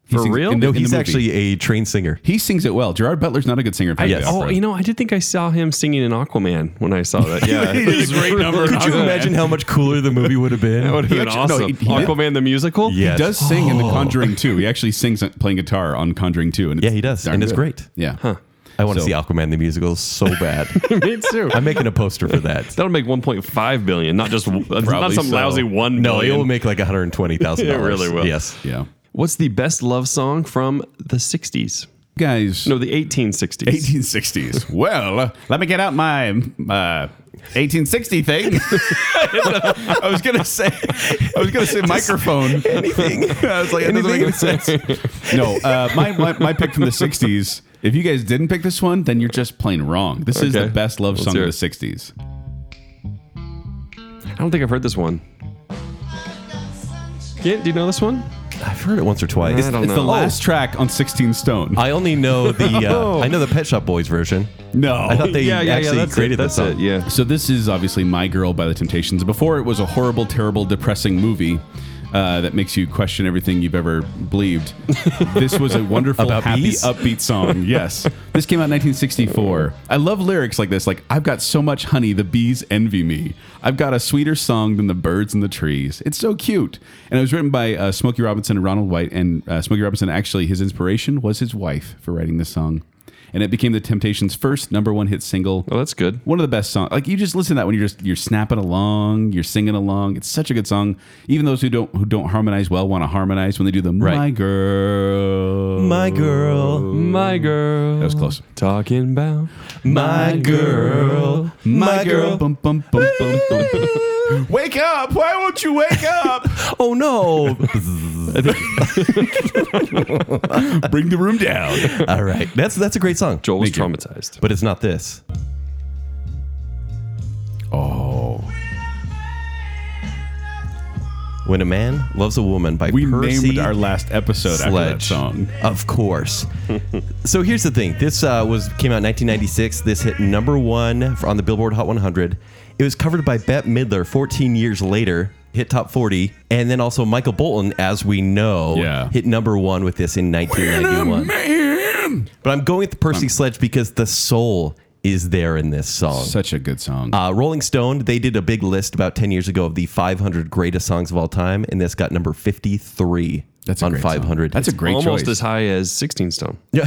C: He
D: For
C: sings-
D: real?
C: in the-
B: No,
C: in the
B: he's
C: movie.
B: actually a trained singer.
C: He sings it well. Gerard Butler's not a good singer. For
D: I,
C: the
D: Oh,
C: opera.
D: you know, I did think I saw him singing in Aquaman when I saw
C: [laughs]
D: that. Yeah,
C: He did a
D: [laughs]
C: great number.
B: Could you
C: Aquaman.
B: imagine how much cooler the movie would have been?
D: That would
C: [laughs]
D: have
C: He
D: been
C: actu- no,
D: awesome.
C: he- he-
D: Aquaman the musical.
B: Yeah.
C: He
B: Yes.
C: does sing in The Conjuring 2. He actually sings playing guitar on Conjuring 2. And
B: [gasps]
C: it's
B: Yeah, he does,
C: darn
B: and it's
C: good.
B: great.
C: Yeah.
B: I want to
C: So-
B: see Aquaman the musical so
C: [laughs]
B: bad.
D: [laughs] me too.
B: I'm making a poster for that.
D: That'll make 1.5 billion, not just [laughs] not some
C: so.
D: lousy one.
B: No, it
D: million.
B: will
C: [laughs]
B: make like 120,000.
D: It really will.
B: Yes.
C: Yeah.
D: What's the best love song from the 60s?
C: Guys,
D: No, the 1860s.
C: 1860s. well, uh, let me get out my uh, 1860 thing. [laughs] I was going to say, I was going to say microphone. Anything. [laughs] I was like, that doesn't make any sense. No, uh, my, my, my pick from the 60s, if you guys didn't pick this one, then you're just plain wrong. This is
D: Okay.
C: the best love
D: Let's
C: song
D: hear
C: of the
D: it.
C: 60s.
D: I don't think I've heard this one. Yeah, do you know this one?
B: I've heard it once or twice.
D: I don't
C: It's
D: know.
C: the last track on 16 Stone.
B: I only know
D: [laughs]
B: the uh,
D: Oh.
B: I know the Pet Shop Boys version.
C: no.
B: I thought they
D: yeah, yeah,
B: actually
D: yeah, that's
B: created
D: it, that's
B: that song.
D: it. Yeah.
C: So this is obviously My Girl by The Temptations. Before it was a horrible, terrible, depressing movie uh, that makes you question everything you've ever
D: [laughs]
C: believed. this was a wonderful,
B: About
C: happy,
B: bees?
C: upbeat song. Yes, this came out in 1964. I love lyrics like this. Like I've got so much honey, the bees envy me. I've got a sweeter song than the birds in the trees. It's so cute. And it was written by uh, Smokey Robinson and Ronald White. And uh, Smokey Robinson actually, his inspiration was his wife for writing this song. And it became the Temptations' first number one hit single
D: Oh, that's good.
C: one of the best songs. Like you just listen to that when you're just you're snapping along, you're singing along. It's such a good song. Even those who don't who don't harmonize well want to harmonize when they do the
B: Right.
C: my girl.
B: My girl,
D: My girl.
C: that was close.
D: Talking about
B: my girl, my [laughs] girl.
C: Bum, bum, bum, bum, bum,
B: [laughs]
C: bum. Wake up! Why won't you wake [laughs] up?
B: Oh no!
C: Bring the room down.
B: [laughs] All right, that's that's a great song,
D: Joel was
C: Thank you.
D: traumatized.
B: but it's not this.
C: Oh,
B: When a man loves a woman by
C: we
B: Percy
C: named our last episode after that
B: Sledge.
C: song.
B: Of course. so here's the thing. This uh, was came out in 1996. This hit number one for- on the Billboard Hot 100. It was covered by Bette Midler 14 years later, hit top 40, and then also Michael Bolton, as we know,
C: Yeah.
B: hit number one with this in 1991. But I'm going with the
C: Um,
B: Percy Sledge because the soul is there in this song.
C: Such a good song.
B: Uh, Rolling Stone, they did a big list about 10 years ago of the 500 greatest songs of all time, and this got number 53
C: That's a
B: on
C: great song.
B: 500.
C: That's a great
D: Almost
C: choice.
D: as high as 16 Stone.
B: Yeah.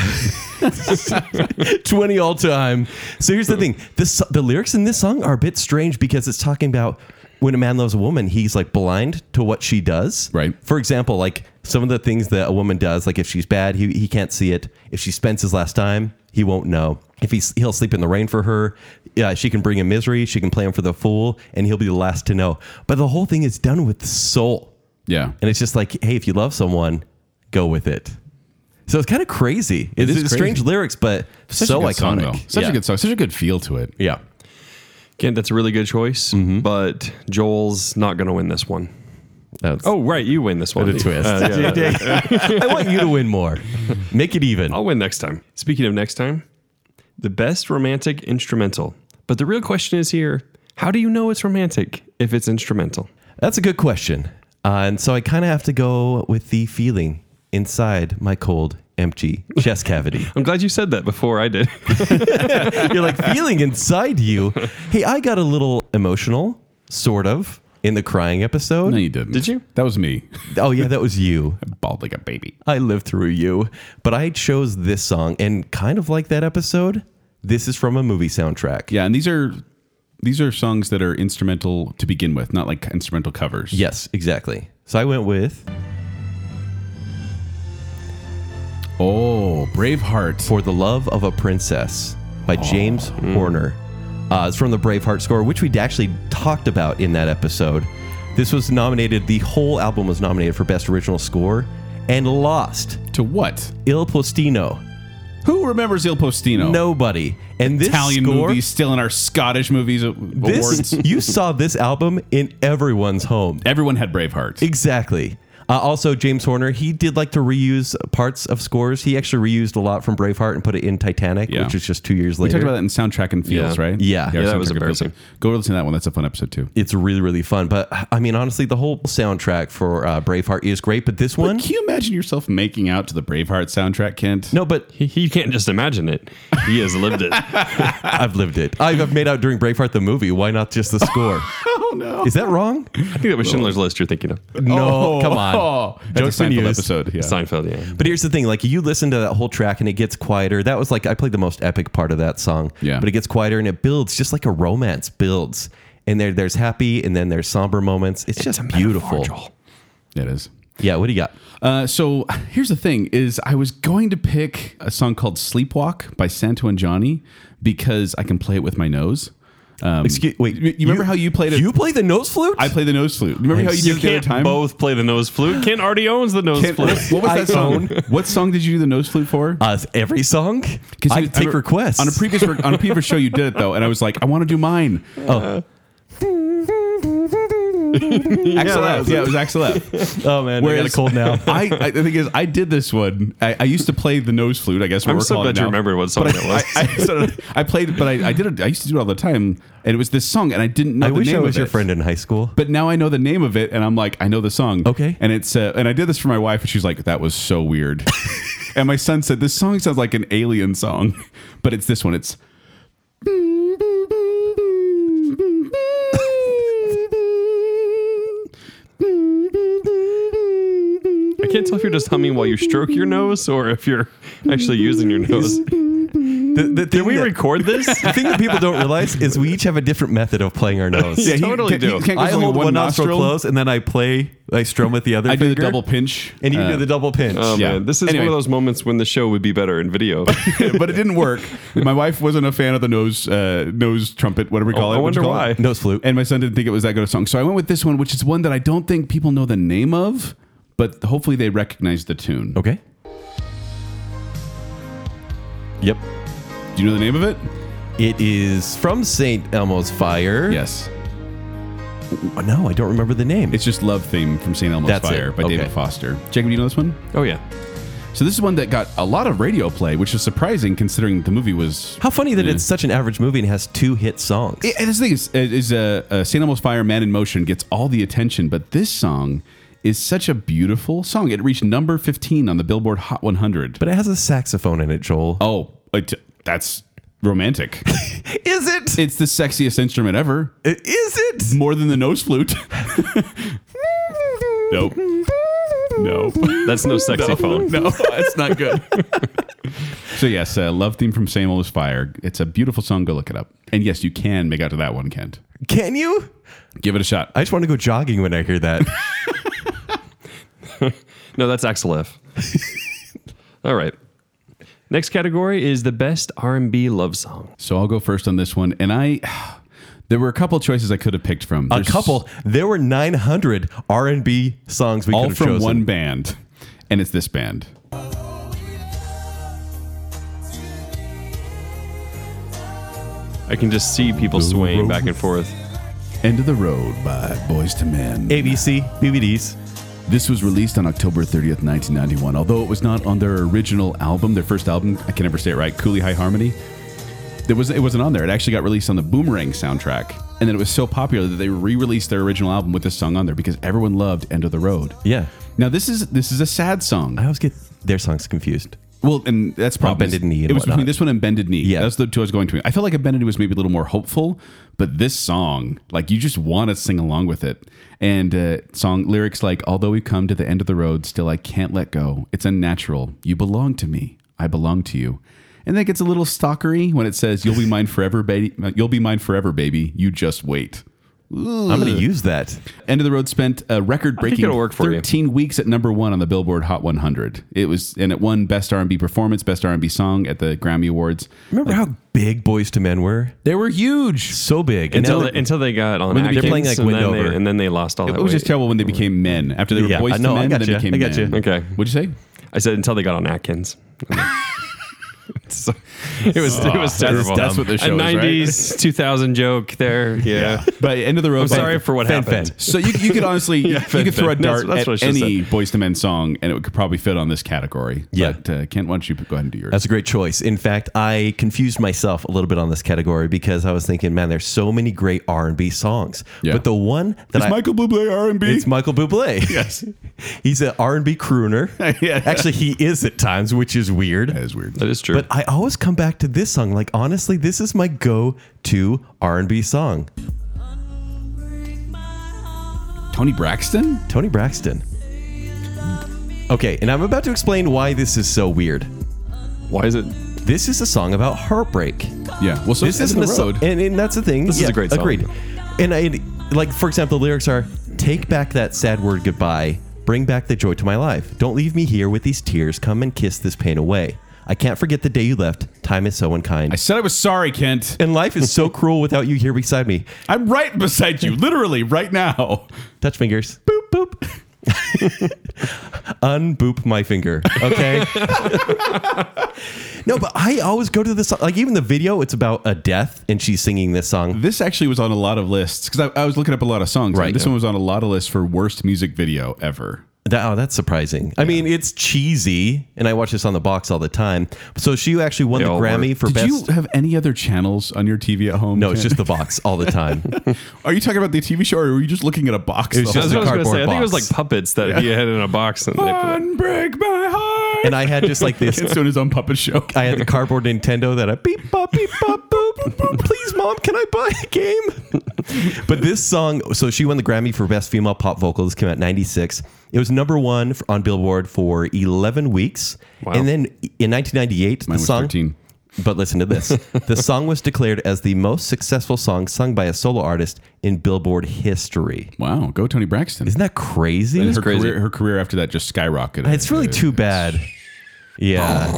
B: [laughs] 20 all time. So here's the thing. This the lyrics in this song are a bit strange because it's talking about when a man loves a woman, he's like blind to what she does.
C: Right.
B: For example, like some of the things that a woman does, like if she's bad, he, he can't see it. If she spends his last dime, he won't know. If he's, he'll sleep in the rain for her, yeah, she can bring him misery. She can play him for the fool, and he'll be the last to know. But the whole thing is done with the soul.
C: yeah,
B: And it's just like, hey, if you love someone, go with it. So it's kind of crazy. It's,
C: is
B: it's
C: crazy.
B: strange lyrics, but
C: Such
B: so
C: a
B: iconic.
C: good Song, though. Such
B: yeah.
C: a good song. Such a good feel to it.
B: Yeah.
D: Kent, that's a really good choice, but Joel's not going to win this one.
B: That's
D: Oh, right. You win this one.
B: what a twist.
C: [laughs]
D: Uh, yeah.
B: I want you to win more. Make it even.
D: I'll win next time. Speaking of next time, the best romantic instrumental. But the real question is here how do you know it's romantic if it's instrumental?
B: That's a good question. Uh, and so I kind of have to go with the feeling inside my cold, empty chest
C: [laughs]
B: cavity.
D: I'm glad you said that before I [laughs] did.
B: You're like feeling inside you. Hey, I got a little emotional, sort of, in the crying episode.
C: No, you didn't.
D: Did you?
C: That was me.
B: Oh, yeah, that was you.
C: Bald like a baby.
B: I live through you. But I chose this song, and kind of like that episode, this is from a movie soundtrack.
C: Yeah, and these are these are songs that are instrumental to begin with, not like instrumental covers.
B: Yes, exactly. So I went with
C: Oh, Braveheart.
B: For the Love of a Princess by James
C: Mm.
B: Horner. Uh, it's from the Braveheart score, which we actually talked about in that episode. This was nominated, the whole album was nominated for Best Original Score and lost.
C: To what?
B: Il Postino.
C: Who remembers Il Postino?
B: Nobody. And this
C: Oh. Italian
B: score,
C: movies still in our Scottish movies a-
B: this,
C: awards.
B: you saw this album in everyone's home.
C: Everyone had Braveheart.
B: Exactly. Uh, also, James Horner, he did like to reuse parts of scores. He actually reused a lot from Braveheart and put it in Titanic,
C: Yeah.
B: which was just two years
C: We
B: later.
C: talked about that in soundtrack and feels,
D: Yeah.
C: right?
B: Yeah.
C: our
B: Yeah,
D: that was
C: Soundtrack and Feels.
D: embarrassing.
C: Go listen to that one. That's a fun episode too.
B: it's really, really fun. But I mean, honestly, the whole soundtrack for uh, Braveheart is great, but this one.
C: But can you imagine yourself making out to the Braveheart soundtrack, Kent?
B: no, but
D: He, he can't just imagine it. He has lived [laughs] it.
B: I've lived it. I've I've made out during Braveheart the movie. Why not just the
C: [laughs]
B: score?
C: oh no.
B: Is that wrong?
D: I think that was Schindler's List you're thinking of.
B: No,
C: Oh,
B: come on.
C: oh. that's
B: Jokes
C: a
B: on
C: Seinfeld
B: you.
C: episode. Yeah.
D: Seinfeld, yeah.
B: But here's the thing: like you listen to that whole track and it gets quieter. That was like I played the most epic part of that song.
C: Yeah.
B: But it gets quieter and it builds, just like a romance builds. And there, there's happy and then there's somber moments. It's, just beautiful.
C: It is.
B: Yeah. What do you got?
C: Uh, so here's the thing: is I was going to pick a song called "Sleepwalk" by Santo and Johnny because I can play it with my nose. Um,
B: Excuse. Wait.
C: you, you remember how you played it?
B: You play the nose flute?
C: I play the nose flute. Remember how you
D: You
C: did it the other
D: can't
C: time?
D: both play the nose flute. Ken already owns the
C: [laughs]
D: nose
C: Kent,
D: flute.
C: what, what was that
B: I
C: song? what song did you do the nose flute for?
B: Uh, every song.
C: 'Cause
B: I
C: you-
B: can take
C: on a-
B: requests
C: on a previous on a previous show. You did it though, and I was like, I want to do mine.
B: Oh.
C: [laughs] Axel F. Yeah, it was Axel F.
B: oh man, I got a
C: Whereas-
B: cold [laughs] now.
C: [laughs] I, I the thing is, I did this one. I, I used to play the nose flute. I guess what
D: I'm
C: we're
D: so
C: calling
D: glad
C: it
D: you
C: now.
D: remembered what song
C: But
D: that
C: I-
D: was.
C: [laughs] I, I, sort of- I played, but I, I did it. I used to do it all the time, and it was this song, and I didn't know
B: I
C: the
B: wish
C: name
B: I was
C: of
B: your
C: it.
B: friend in high school.
C: But now I know the name of it, and I'm like, I know the song.
B: Okay.
C: And it's uh, and I did this for my wife, and she's like, that was so
D: [laughs]
C: weird. and my son said, this song sounds like an alien song, [laughs] but it's this one. It's
D: I can't tell if you're just humming while you stroke your nose or if you're actually using your nose.
B: The, the thing
D: Did we
B: that- [laughs]
D: record this?
B: The thing that people don't realize is we each have a different method of playing our nose.
C: he
D: totally
C: can't- he
D: do.
C: can't go
B: I
C: only
B: hold one, nostril, close, and then I play, I strum with the other.
C: [laughs] I do
B: finger,
C: the double pinch,
B: and you
C: Uh,
B: do the double pinch.
D: Oh
C: Yeah.
D: man, this is
C: Anyway.
D: one of those moments when the show would be better in video.
C: but it didn't work. My wife wasn't a fan of the nose uh, nose trumpet, whatever we call
D: Oh,
C: it.
D: I
C: What do you
D: wonder
C: call
D: why.
C: it?
B: Nose flute.
C: And my son didn't think it was that good a song, so I went with this one, which is one that I don't think people know the name of, but hopefully they recognize the tune.
B: okay. Yep.
C: Do you know the name of it?
B: It is from St. Elmo's Fire.
C: Yes,
B: No, I don't remember the name.
C: it's just "Love Theme" from St. Elmo's
B: That's it.
C: Fire by
B: Okay.
C: David Foster. Jacob, do you know this one?
D: [laughs] oh yeah,
C: So this is one that got a lot of radio play, which is surprising considering the movie was.
B: How funny that it's such an average movie and has two hit songs.
C: It- and this thing is, is uh, uh, St. Elmo's Fire, Man in Motion gets all the attention, but this song is such a beautiful song. It reached number 15 on the Billboard Hot 100.
B: but it has a saxophone in it, Joel.
C: Oh, it, that's romantic.
B: [laughs] Is it?
C: it's the sexiest instrument ever,
B: Is it?
C: more than the nose flute. [laughs] nope. No.
D: that's [laughs] no sexy phone.
C: No, it's not good. so yes, uh, love theme from Samuel is fire. It's a beautiful song. Go look it up. And yes, you can make out to that one, Kent.
B: Can you?
C: Give it a shot.
B: I just want to go jogging when I hear [laughs] that.
D: [laughs] No, that's Axel [laughs] F. All right. Next category is the best R&B love song.
C: So I'll go first on this one. And I, [sighs] there were a couple choices I could have picked from.
B: a
C: There's
B: couple. There were 900 R&B songs we
C: all
B: could have
C: from
B: chosen.
C: one band, and it's this band.
D: I can just see people swaying back and forth.
C: End of the Road by Boys to
B: [sighs]
C: Men.
B: ABC, BBDs.
C: This was released on October 30th, 1991. Although it was not on their original album, their first album, I can never say it right, Cooley High Harmony. There was it wasn't on there. It actually got released on the Boomerang soundtrack, and then it was so popular that they re-released their original album with this song on there because everyone loved End of the Road.
B: Yeah.
C: Now this is this is a sad song.
B: I always get their songs confused.
C: Well, and that's probably
B: Bended Knee and
C: It was
B: whatnot.
C: between this one and Bended Knee.
B: Yeah.
C: that's the two I was going to. I felt like a Bended Knee was maybe a little more hopeful, but this song, like you just want to sing along with it. And uh, song lyrics like, "Although we come to the end of the road, still I can't let go. It's unnatural. You belong to me. I belong to you." And then it gets a little stalkery when it says, "You'll be mine forever, baby. You'll be mine forever, baby. You just wait."
B: I'm going to use that.
C: End of the Road spent a record
D: think
C: breaking
D: it'll work for you.
C: 13 weeks at number 1 on the Billboard Hot 100. It was and it won best R&B performance, best R&B song at the Grammy Awards.
B: Remember how big Boys to Men were?
C: They were huge.
B: So big. And
D: Until
B: now
D: they, until they got on
B: When they
D: Atkins,
B: became, like,
D: and, then
B: Wendover.
D: they, and then they lost all
C: It
D: that
C: was just
D: weight.
C: terrible when they became men. After they were
B: Yeah,
C: boys
B: I
C: to
B: know, I
C: men,
B: gotcha,
C: they became
B: I gotcha.
C: men.
D: Okay.
C: What'd you say?
D: [laughs] I said until they got on Atkins. So- it was [laughs] it
C: that's-
D: was terrible.
C: that's what the show
D: a
C: is, right?
D: [laughs] 90s 2000 joke there. Yeah.
C: But end of the road.
D: I'm sorry for what happened.
C: So you, you could
D: [laughs]
C: honestly you, you could throw a
D: That's-
C: dart
D: that's what I
C: at
D: should've
C: any Boys to Men song, and it could probably fit on this category.
B: Yeah.
C: But, uh, Kent, why don't you go ahead and do yours?
B: That's a great choice. In fact, I confused myself a little bit on this category because I was thinking, man, there's so many great R and B songs.
C: Yeah.
B: But the one that
C: it's
B: I
C: Michael Bublé R and B.
B: It's Michael [laughs] Bublé. Yes, he's an R and B crooner.
C: [laughs] Yeah.
B: Actually, he is at times, which is weird.
C: That is weird.
D: That is true.
B: But I always come back to this song. Like honestly, this is my go-to R and B song.
C: Tony Braxton.
B: Tony Braxton. Okay, and I'm about to explain why this is so weird.
D: why is it
B: This is a song about heartbreak.
C: Yeah. Well, so
B: this
C: it's
B: isn't
C: End
B: a
C: of the
B: song,
C: road.
B: and, and that's the thing.
D: This is a great song.
B: Agreed. And I, like, for example, the lyrics are: "Take back that sad word goodbye, bring back the joy to my life. Don't leave me here with these tears. Come and kiss this pain away. I can't forget the day you left. Time is so unkind,
C: I said I was sorry, Kent.
B: [laughs] and life is so cruel without you here beside me.
C: I'm right beside [laughs] you, literally right now.
B: Touch fingers. Boop boop. [laughs] Unboop my finger. Okay. [laughs] no, but I always go to this. Like even the video, it's about a death, and she's singing this song.
C: This actually was on a lot of lists because I, I was looking up a lot of songs.
B: Right.
C: and This one was on a lot of lists for worst music video ever.
B: That, oh, that's surprising. I mean, it's cheesy, and I watch this on the box all the time. So she actually won
D: They
B: the
D: all
B: Grammy
D: work.
B: for
C: Did
B: best.
C: you have any other channels on your TV at
B: [laughs]
C: home?
B: no, it's
C: Kent?
B: just the box all the time.
C: Are you talking about the TV show, or were you just looking at a box?
B: It was
C: the
B: just a
C: whole
D: That's what I was gonna say. I
B: cardboard
D: think it was
B: box.
D: like puppets that he had in a box. And they put-
C: time? Unbreak my heart.
B: and I had just like this.
C: Kent's doing his own puppet show.
B: [laughs] I had the cardboard Nintendo that I beep bop beep bop boop boop. Please, mom, can I buy a game? [laughs] but this song, so she won the Grammy for best female pop vocal. This came out in '96. It was number one f- on Billboard for 11 weeks,
D: Wow.
B: and then in 1998,
C: [laughs] Mine
B: the
C: was
B: song.
C: 13.
B: But listen to this. the
C: [laughs]
B: song was declared as the most successful song sung by a solo artist in Billboard history.
C: Wow, go Tony Braxton.
B: Isn't that crazy?
C: her career, her career after that just skyrocketed.
B: It's really too bad.
C: Oh.
B: Yeah.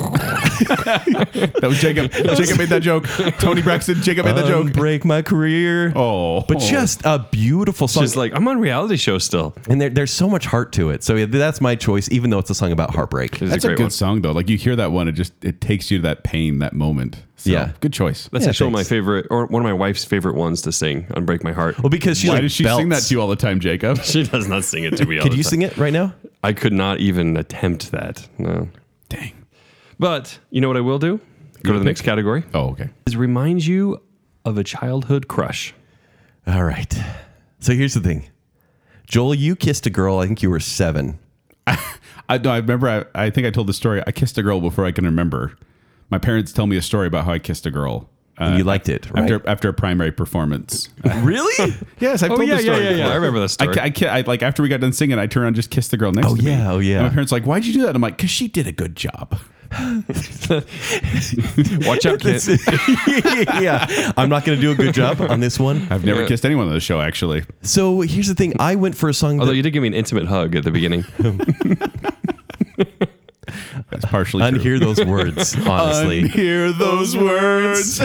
C: That was Jacob.
D: [laughs]
C: Jacob made that joke. Tony Braxton. Jacob made that joke.
B: Break my career.
C: Oh,
B: But just a beautiful song.
D: She's like, I'm on reality show still.
B: and there, there's so much heart to it. So yeah, that's my choice, even though it's a song about heartbreak.
D: This is
C: that's
D: a
C: a,
D: great
C: good
D: one.
C: song though. Like you hear that one, it just it takes you to that pain, that moment. So,
B: Yeah.
C: good choice.
D: That's
B: Yeah,
D: actually one of
B: thanks.
D: my favorite, or one of my wife's favorite ones to sing. Unbreak my heart.
B: Well, because she
C: Why
B: like
C: does she sing that
B: belts.
C: to you all the time, Jacob?
D: She does not sing it to [laughs] me. all
B: Could
D: the
B: you
D: time.
B: sing it right now?
D: I could not even attempt that. No.
C: Dang.
D: But you know what I will do? Go to the next category.
C: Oh, okay.
D: Is remind you of a childhood crush.
B: All right. So here's the thing, Joel, you kissed a girl. I think you were seven.
C: I no, I remember. I, I think I told the story. I kissed a girl before I can remember. My parents tell me a story about how I kissed a girl. Uh,
B: and you liked it, right?
C: after after a primary performance.
D: [laughs]
B: really?
C: [laughs] yes, I've
D: Oh,
C: told
D: yeah,
C: the
D: yeah,
C: story.
D: yeah, yeah.
C: before.
D: I remember the story.
C: I, I, I, like after we got done singing, I turned around and just kissed the girl next
B: Oh,
C: to me.
B: yeah, oh, yeah.
C: And my parents like, why'd you do that? I'm like, because she did a good job.
B: [laughs]
D: Watch out, Kent.
B: yeah, I'm not going to do a good job on this one.
C: I've never
D: Yeah.
C: kissed anyone on the show actually.
B: So here's the thing. I went for a song.
D: Although
B: that-
D: you did give me an intimate hug at the [laughs] beginning.
C: That's partially true.
B: unhear those words, honestly.
C: Unhear those words.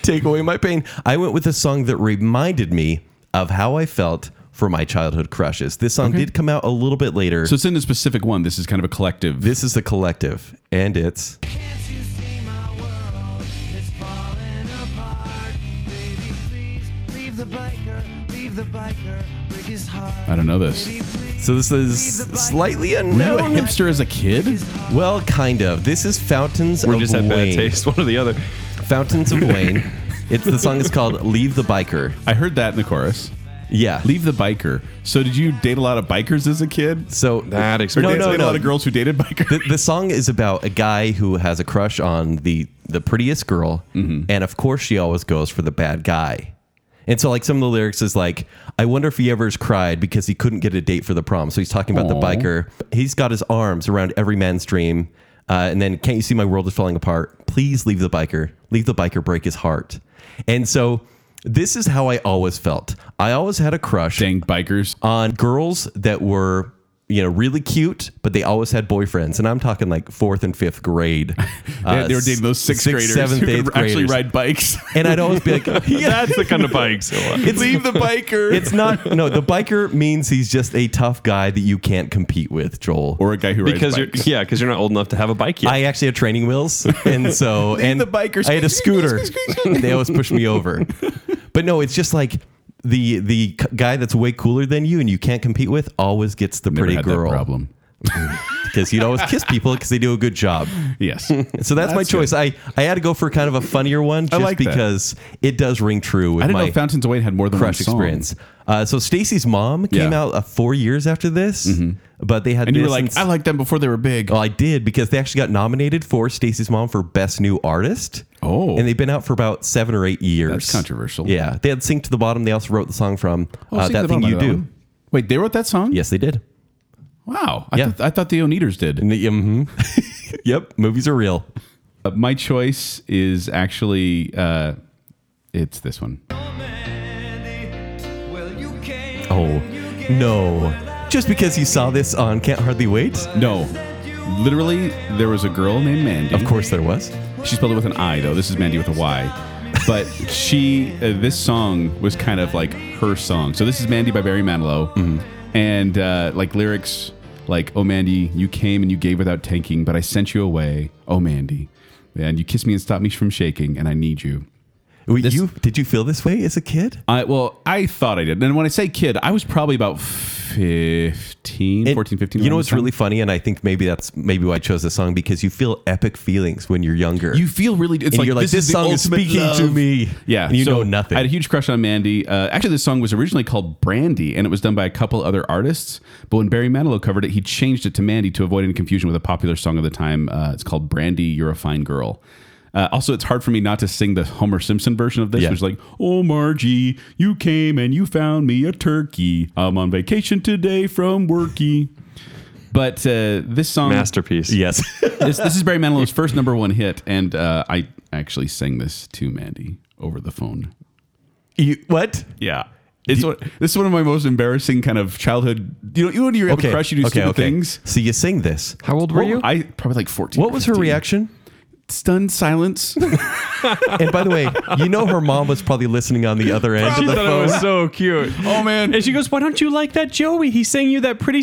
B: Take away my pain. I went with a song that reminded me of how I felt for my childhood crushes. This song did come out a little bit later.
C: So
B: So
C: it's in a specific one. This is kind of a collective.
B: this is the collective, and it's
D: Uh,
C: I don't know this.
B: so this is slightly
C: Were you a
B: unknown.
C: hipster as a kid?
B: Well, kind of. This is Fountains
D: We
B: of
D: just had bad
B: Wayne.
D: taste, [laughs] one or the other.
B: Fountains of Wayne. It's the song is called "Leave the Biker."
C: I heard that in the chorus.
B: Yeah.
C: Leave the biker. So did you date a lot of bikers as a kid?
B: So
D: That
C: Or
D: explains
B: no,
C: date,
B: no,
C: date a
B: no.
C: lot of girls who dated bikers? [laughs]
B: the, the song is about a guy who has a crush on the the prettiest girl, and of course she always goes for the bad guy. And so, like some of the lyrics is like, "I wonder if he ever's cried because he couldn't get a date for the prom." So he's talking about
C: Aw.
B: the biker. He's got his arms around every man's dream, uh, and then, "Can't you see my world is falling apart? Please leave the biker. Leave the biker. Break his heart." And so, this is how I always felt. I always had a crush
D: Uh,
C: Dang bikers.
B: on girls that were you know, really cute, but they always had boyfriends. And I'm talking like fourth and fifth grade.
C: [laughs] They- they were dating those sixth
B: sixth,
C: graders
B: seventh,
C: who
B: eighth
C: could actually
B: graders.
C: ride
D: [laughs]
C: bikes.
B: And I'd always
C: [laughs]
B: be like,
D: That's the kind of [laughs] bikes. I
B: [laughs]
D: want.
B: It's-
C: Leave the biker.
B: [laughs] It's not no. The biker means he's just a tough guy that you can't compete with, Joel.
C: or a guy who rides
D: because you're
C: bikes.
D: yeah, because you're not old enough to have a bike
B: [laughs]
D: yet.
B: I actually had training wheels, and
C: [laughs]
B: so and
C: the bikers.
B: I had a scooter.
C: [laughs]
B: [laughs] they always pushed me over. But no, it's just like the the c- guy that's way cooler than you and you can't compete with always gets the
C: Never
B: pretty
C: had that
B: girl
C: problem.
B: because he'd always kiss people because they do a good job.
D: [laughs]
C: Yes. I
B: So that's, my
C: That's
B: choice. I I had to go for kind of a funnier one just
C: like that.
B: because it does ring true with
C: didn't
B: my
C: know Fountains of Wayne had more than
B: crush
C: one song.
B: experience. Uh, so Stacy's mom came
C: Yeah. Mm-hmm.
B: out uh, four years after this, but they had
C: And you were
B: this
C: like,
B: and s-
C: I liked them before they were big.
D: Oh,
B: well, I did because they actually got nominated for Stacy's Mom for Best New Artist.
C: Oh.
B: And they've been out for about seven or eight years.
C: That's controversial.
B: Yeah. They had Sink to the Bottom. They also wrote the song from
C: Oh,
B: uh,
C: Sing
B: That
C: to the
B: Thing
C: Bottom,
B: You
C: I know
B: Do.
C: that one. Wait, they wrote that song?
B: Yes, they did.
C: Wow. I,
B: Yeah.
C: thought, I thought the Oneaters did.
B: hmm yep. Movies are real.
C: Uh, my choice is actually uh, it's this one.
B: Oh, no. Just because you saw this on Can't Hardly Wait?
C: No, literally, there was a girl named Mandy.
B: Of course there was.
C: she spelled it with an I though. This is Mandy with a Y. But she, uh, this song was kind of like her song. So this is Mandy by Barry Manilow,
B: Mm-hmm.
C: and uh, like lyrics like "Oh Mandy, you came and you gave without tanking, but I sent you away. Oh Mandy, and you kissed me and stopped me from shaking, and I need you."
B: Wait, you, did you feel this way as a kid?
C: I well, I thought I did. And when I say kid, I was probably about 15,
B: And
C: 14, 15.
B: You
C: around
B: know
C: this
B: what's
C: time.
B: really funny? And I think maybe that's maybe why I chose this song because you feel epic feelings when you're younger.
C: You feel really. It's
B: And
C: like
B: you're like,
C: this,
B: this
C: is the
B: song is
C: ultimate
B: speaking
C: love.
B: to me.
C: Yeah,
B: And you
C: so
B: know nothing.
C: I had a huge crush on Mandy. Uh, actually, this song was originally called Brandy, and it was done by a couple other artists. But when Barry Manilow covered it, he changed it to Mandy to avoid any confusion with a popular song of the time. Uh, it's called Brandy, You're a Fine Girl. Uh, also, it's hard for me not to sing the Homer Simpson version of this,
B: Yeah.
C: which is like, "Oh Margie, you came and you found me a turkey. I'm on vacation today from worky." But uh, this song,
D: Masterpiece.
B: Yes.
C: [laughs] this, this is
B: [laughs]
C: Barry Manilow's first number one hit, and uh, I actually sang this to Mandy over the phone.
B: you, what?
C: Yeah. It's one, this is one of my most embarrassing kind of childhood. You know, you when you're having a crush, you do stupid things.
B: So you sing this.
D: How old were
C: What-
D: you?
C: I probably like 14.
B: What was her
C: 15.
B: reaction? [laughs]
C: Stunned silence.
B: And by the way, you know her mom was probably listening on the
C: [laughs]
B: other end.
D: she
B: of the
D: thought it
B: phone.
D: was so cute.
C: oh man,
D: And she goes, "Why don't you like that Joey? He sang you that [laughs] pretty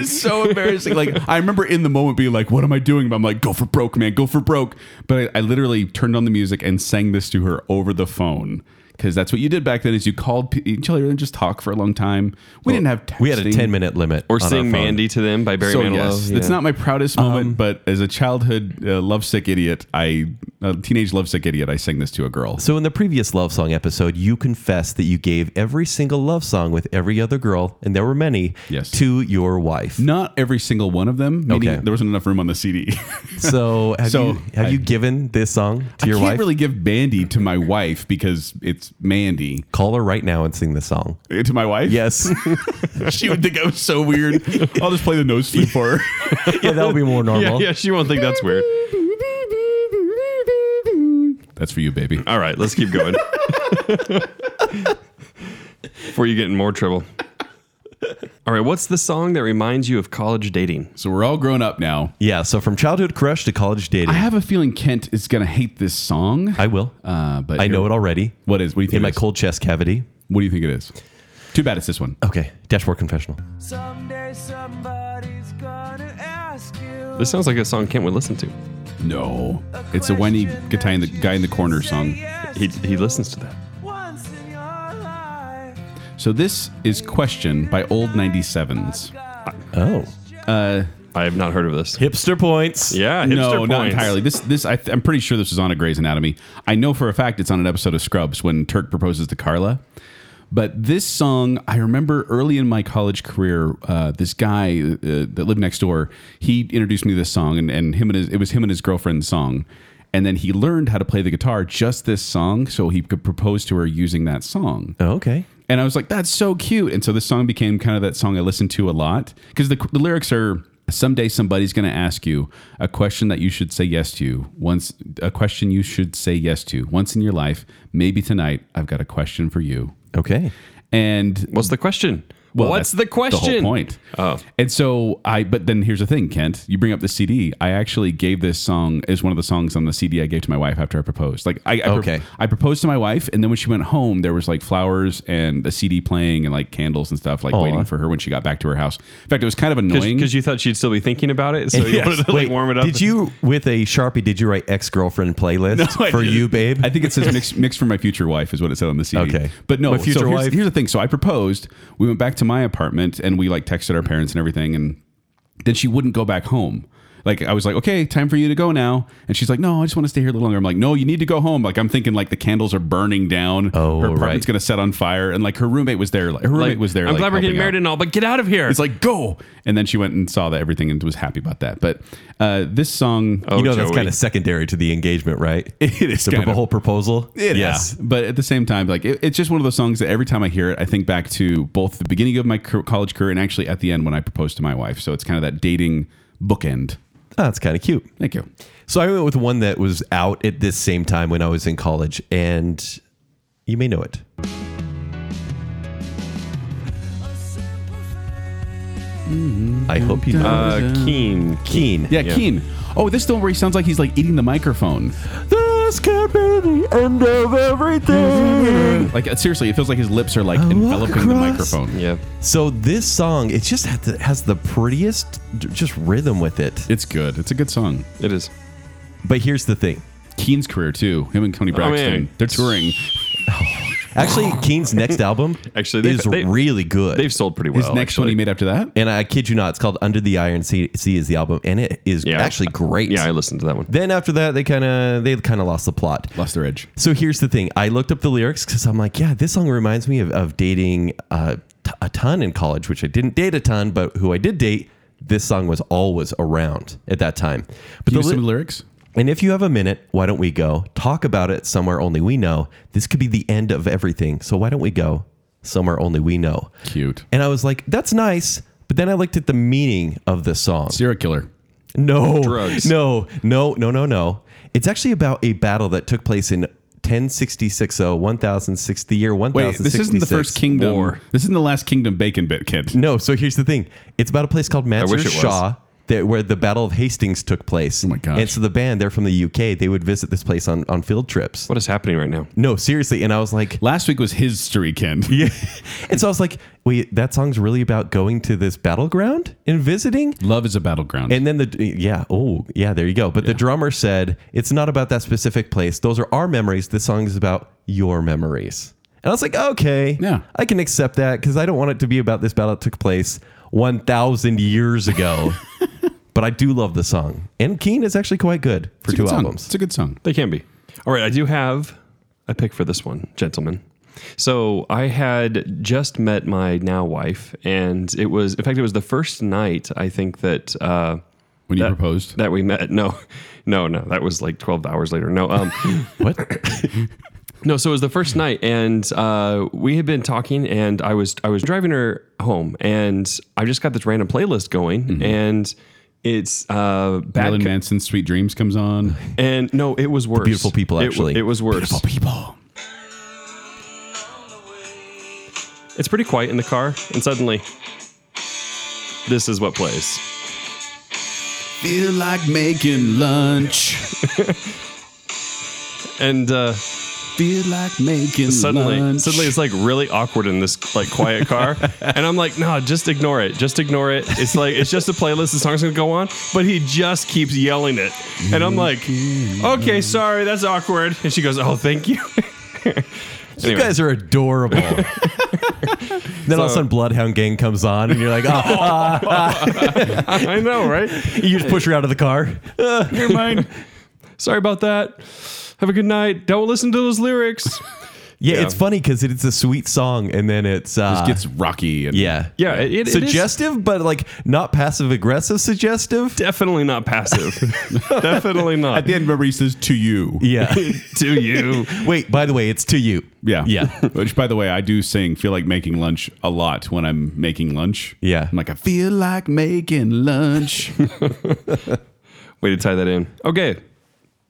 C: [laughs] it's
B: [laughs]
C: so embarrassing. Like I remember in the moment being like, "What am I doing?" But I'm like, "Go for broke, man. Go for broke." But I, I literally turned on the music and sang this to her over the phone because that's what you did back then. Is you called pe- each other and just talk for a long time. We didn't have texting.
B: we had a 10 minute limit.
D: or
B: on our
D: sing
B: phone.
D: Mandy to them by Barry
C: so
D: Manilow.
C: yes,
D: Yeah.
C: it's not my proudest moment, but as a childhood uh, lovesick idiot, I a teenage lovesick idiot, I sang this to a girl.
B: So in the previous love song episode, you confessed that you gave every single love song with every other girl, and there were many,
C: Yes.
B: to your wife.
C: Not every single one of them. Meaning
B: Okay.
C: there wasn't enough room on the CD. [laughs]
B: So have
C: So
B: you have
C: I-
B: you given this song to
C: [laughs] I
B: your
C: can't
B: wife?
C: really give Mandy to my wife because it's Mandy
B: Call her right now and sing this song.
C: Uh, to my wife.
B: Yes.
C: [laughs]
B: [laughs]
C: she would think I was so weird. [laughs] I'll just play the nose flute for her. [laughs]
B: yeah, that'll be more normal.
D: [laughs] Yeah, yeah, she won't think that's weird.
C: That's for you, baby.
D: All right, let's keep [laughs] going. Before you get in more trouble. All right, what's the song that reminds you of college dating?
C: So we're all grown up now.
B: Yeah, so from childhood crush to college dating.
C: I have a feeling Kent is gonna hate this song.
B: I will.
C: uh, but
B: I know
C: here-
B: it already.
C: What is? What do you think?
B: In
C: it
B: my
C: is?
B: cold chest cavity.
C: What do you think it is? Too bad it's this one.
B: Okay, dashboard confessional.
E: Someday somebody's gonna ask you.
D: This sounds like a song Kent would listen to.
C: No, it's a whiny guy in the guy in the corner song.
D: He, he listens to that.
E: Once in your life.
C: So this is "Question" by Old 97s.
B: Oh.
C: Uh,
D: I have not heard of this.
B: Hipster points.
D: Yeah, hipster
C: no, not
D: points.
C: entirely. This this I, I'm pretty sure this was on a Grey's Anatomy. I know for a fact it's on an episode of Scrubs when Turk proposes to Carla. But this song, I remember early in my college career, uh, this guy uh, that lived next door, he introduced me to this song, and, and him and his, it was him and his girlfriend's song. And then he learned how to play the guitar just this song, so he could propose to her using that song.
B: Oh, okay.
C: And I was like, that's so cute. And so this song became kind of that song I listened to a lot because the, the lyrics are someday somebody's going to ask you a question that you should say yes to once, a question you should say yes to once in your life. Maybe tonight I've got a question for you.
B: Okay.
C: And
D: What's the question?
C: Well,
D: What's
C: that's
D: the question?
C: whole point. Oh, and so I. But then here's the thing, Kent. You bring up the CD. I actually gave this song as one of the songs on the CD I gave to my wife after I proposed. Like I, I pro-
B: Okay.
C: I proposed to my wife, and then when she went home, there was like flowers and the CD playing and like candles and stuff, like waiting for her when she got back to her house. In fact, it was kind of annoying.
D: because you thought she'd still be thinking about it, so
B: [laughs]
D: you
B: Yes.
D: wanted to like
B: Wait,
D: warm it up.
B: Did you, with a Sharpie, did you write ex girlfriend playlist
C: No, I
B: for
C: didn't.
B: you, babe?
C: I think it says mix, mix for my future wife is what it said on the CD.
B: Okay.
C: but no,
B: My
C: so
B: future
C: here's,
B: wife.
C: Here's the thing. So I proposed. We went back to my apartment and we like texted our parents and everything, and then she wouldn't go back home. Like I was like, okay, time for you to go now, and she's like, no, I just want to stay here a little longer. I'm like, no, you need to go home. Like I'm thinking like the candles are burning down.
B: Oh,
C: her apartment's
B: right.
C: gonna set on fire, and like her roommate was there. Like her roommate
D: Like,
C: was there.
D: I'm
C: like,
D: glad we're getting
C: helping out.
D: married and all, but get out of here.
C: It's like go, and then she went and saw that everything and was happy about that. But uh, this song,
B: [laughs]
C: [laughs]
B: you know, that's
D: Joey.
B: kind of secondary to the engagement, right? It
C: is
B: Oh. The,
C: kind of.
B: whole proposal?
C: It is. But at the same time, like it, it's just one of those songs that every time I hear it, I think back to both the beginning of my cur- college career and actually at the end when I proposed to my wife. So it's kind of that dating bookend.
B: Oh, that's kind of cute.
C: Thank you.
B: So I went with one that was out at this same time when I was in college, and you may know it. I hope you know.
D: uh, Keen.
B: Keen.
C: Yeah,
D: Uh,
C: Keen. Oh, this is the one where he sounds like he's like eating the microphone.
B: This could be the end of everything.
C: Like uh, seriously, it feels like his lips are like enveloping the
B: across-
C: microphone.
D: Yeah.
B: So this song, it just has the, has the prettiest, d- just rhythm with it.
C: It's good. It's a good song.
D: It is.
B: But here's the thing.
C: Keen's career too. Him and Tony Braxton.
D: man.
C: They're touring. [laughs]
B: Actually, Keen's next album
D: Actually, they've-
B: is
D: they-
B: really good.
D: They've sold pretty well.
C: His next one he
D: actually.
C: made after that.
B: and I kid you not, it's called Under the Iron Sea, sea is the album, and it is
D: Yeah.
B: actually great.
D: Yeah, I listened to that one.
B: Then after that, they kind of they kind of lost the plot.
C: Lost their edge.
B: So here's the thing: I looked up the lyrics because I'm like, yeah, this song reminds me of, of dating uh, t- a ton in college, which I didn't date a ton, but who I did date, this song was always around at that time. But the
C: Do you know some of the
B: ly-
C: lyrics?
B: and if you have a minute, why don't we go talk about it somewhere only we know? This could be the end of everything, so why don't we go somewhere only we know?
C: Cute.
B: And I was like, that's nice. But then I looked at the meaning of the song.
C: Serial killer.
B: No.
D: Drugs.
B: No, no, no, no, no. It's actually about a battle that took place in oh, 1066, 1006, the year 1066.
C: Wait, this isn't the first kingdom.
D: war.
C: This isn't the last kingdom bacon bit, Kent.
B: No, so here's the thing. It's about a place called Mansur
D: wish it was.
B: Shaw that, where the Battle of Hastings took place. Oh
C: my gosh.
B: And so the band, they're from the UK, they would visit this place on, on field trips.
D: What is happening right now?
B: No, seriously. And I was like, [laughs]
C: Last week was his story, Kent.
B: yeah. And so I was like, wait, that song's really about going to this battleground and visiting?
C: Love is a battleground.
B: And then the yeah, oh yeah, there you go. But the drummer said it's not about that specific place. Those are our memories. This song is about your memories. And I was like, okay,
C: Yeah.
B: I can accept that because I don't want it to be about this battle that took place one thousand years
C: [laughs]
B: ago. but I do love the song, and Keen is actually quite good for
C: It's a
B: two
C: good song.
B: albums.
C: It's a good song.
D: They can be. All right, I do have a pick for this one, gentlemen. So I had just met my now wife, and it was, in fact, it was the first night I think that uh,
C: When you
D: that-
C: proposed,
D: that we met. No, [laughs] no, no, that was like twelve hours later. No, um, [laughs]
B: What?
D: No, so it was the first night, and uh, we had been talking, and I was I was driving her home, and I just got this random playlist going,
B: Mm-hmm.
D: and it's uh, bad.
C: Marilyn
D: Co-
C: Manson's "Sweet Dreams" comes
B: [laughs]
C: on.
D: and no, it was worse.
B: Beautiful People,
D: It-
B: actually.
D: it, was worse.
C: people.
D: It's pretty quiet in the car, and suddenly, this is what plays.
C: Feel like making lunch.
D: And uh,
C: Feel like making
D: suddenly, suddenly, it's like really awkward in this like quiet car, and I'm like, no, just ignore it, just ignore it. It's like it's just a playlist. The song's gonna go on, but he just keeps yelling it, and I'm like, okay, sorry, that's awkward. And she goes, oh, thank you. [laughs]
B: You guys are adorable. then all of a sudden, Bloodhound Gang comes on, and you're like, oh, [laughs]
D: [laughs] I know, right?
B: you just push her out of the car. [laughs]
D: You're mine. sorry about that. Have a good night. Don't listen to those lyrics.
B: Yeah,
D: Yeah.
B: it's funny because it's a sweet song, and then it's uh,
C: Just gets rocky. And
B: Yeah.
D: Yeah, it, it, it is
B: suggestive, but like not passive aggressive
D: [laughs]
B: suggestive.
D: definitely not passive. definitely
C: At
D: not.
C: the end, remember he says to you.
B: Yeah.
D: Do [laughs] you?
B: Wait, by the way, it's to you.
C: Yeah.
B: Yeah.
C: [laughs] Which, by the way, I do sing "Feel Like Making Lunch" a lot when I'm making lunch.
B: Yeah.
C: I'm like, I feel like making lunch.
D: Way to tie that in. Okay.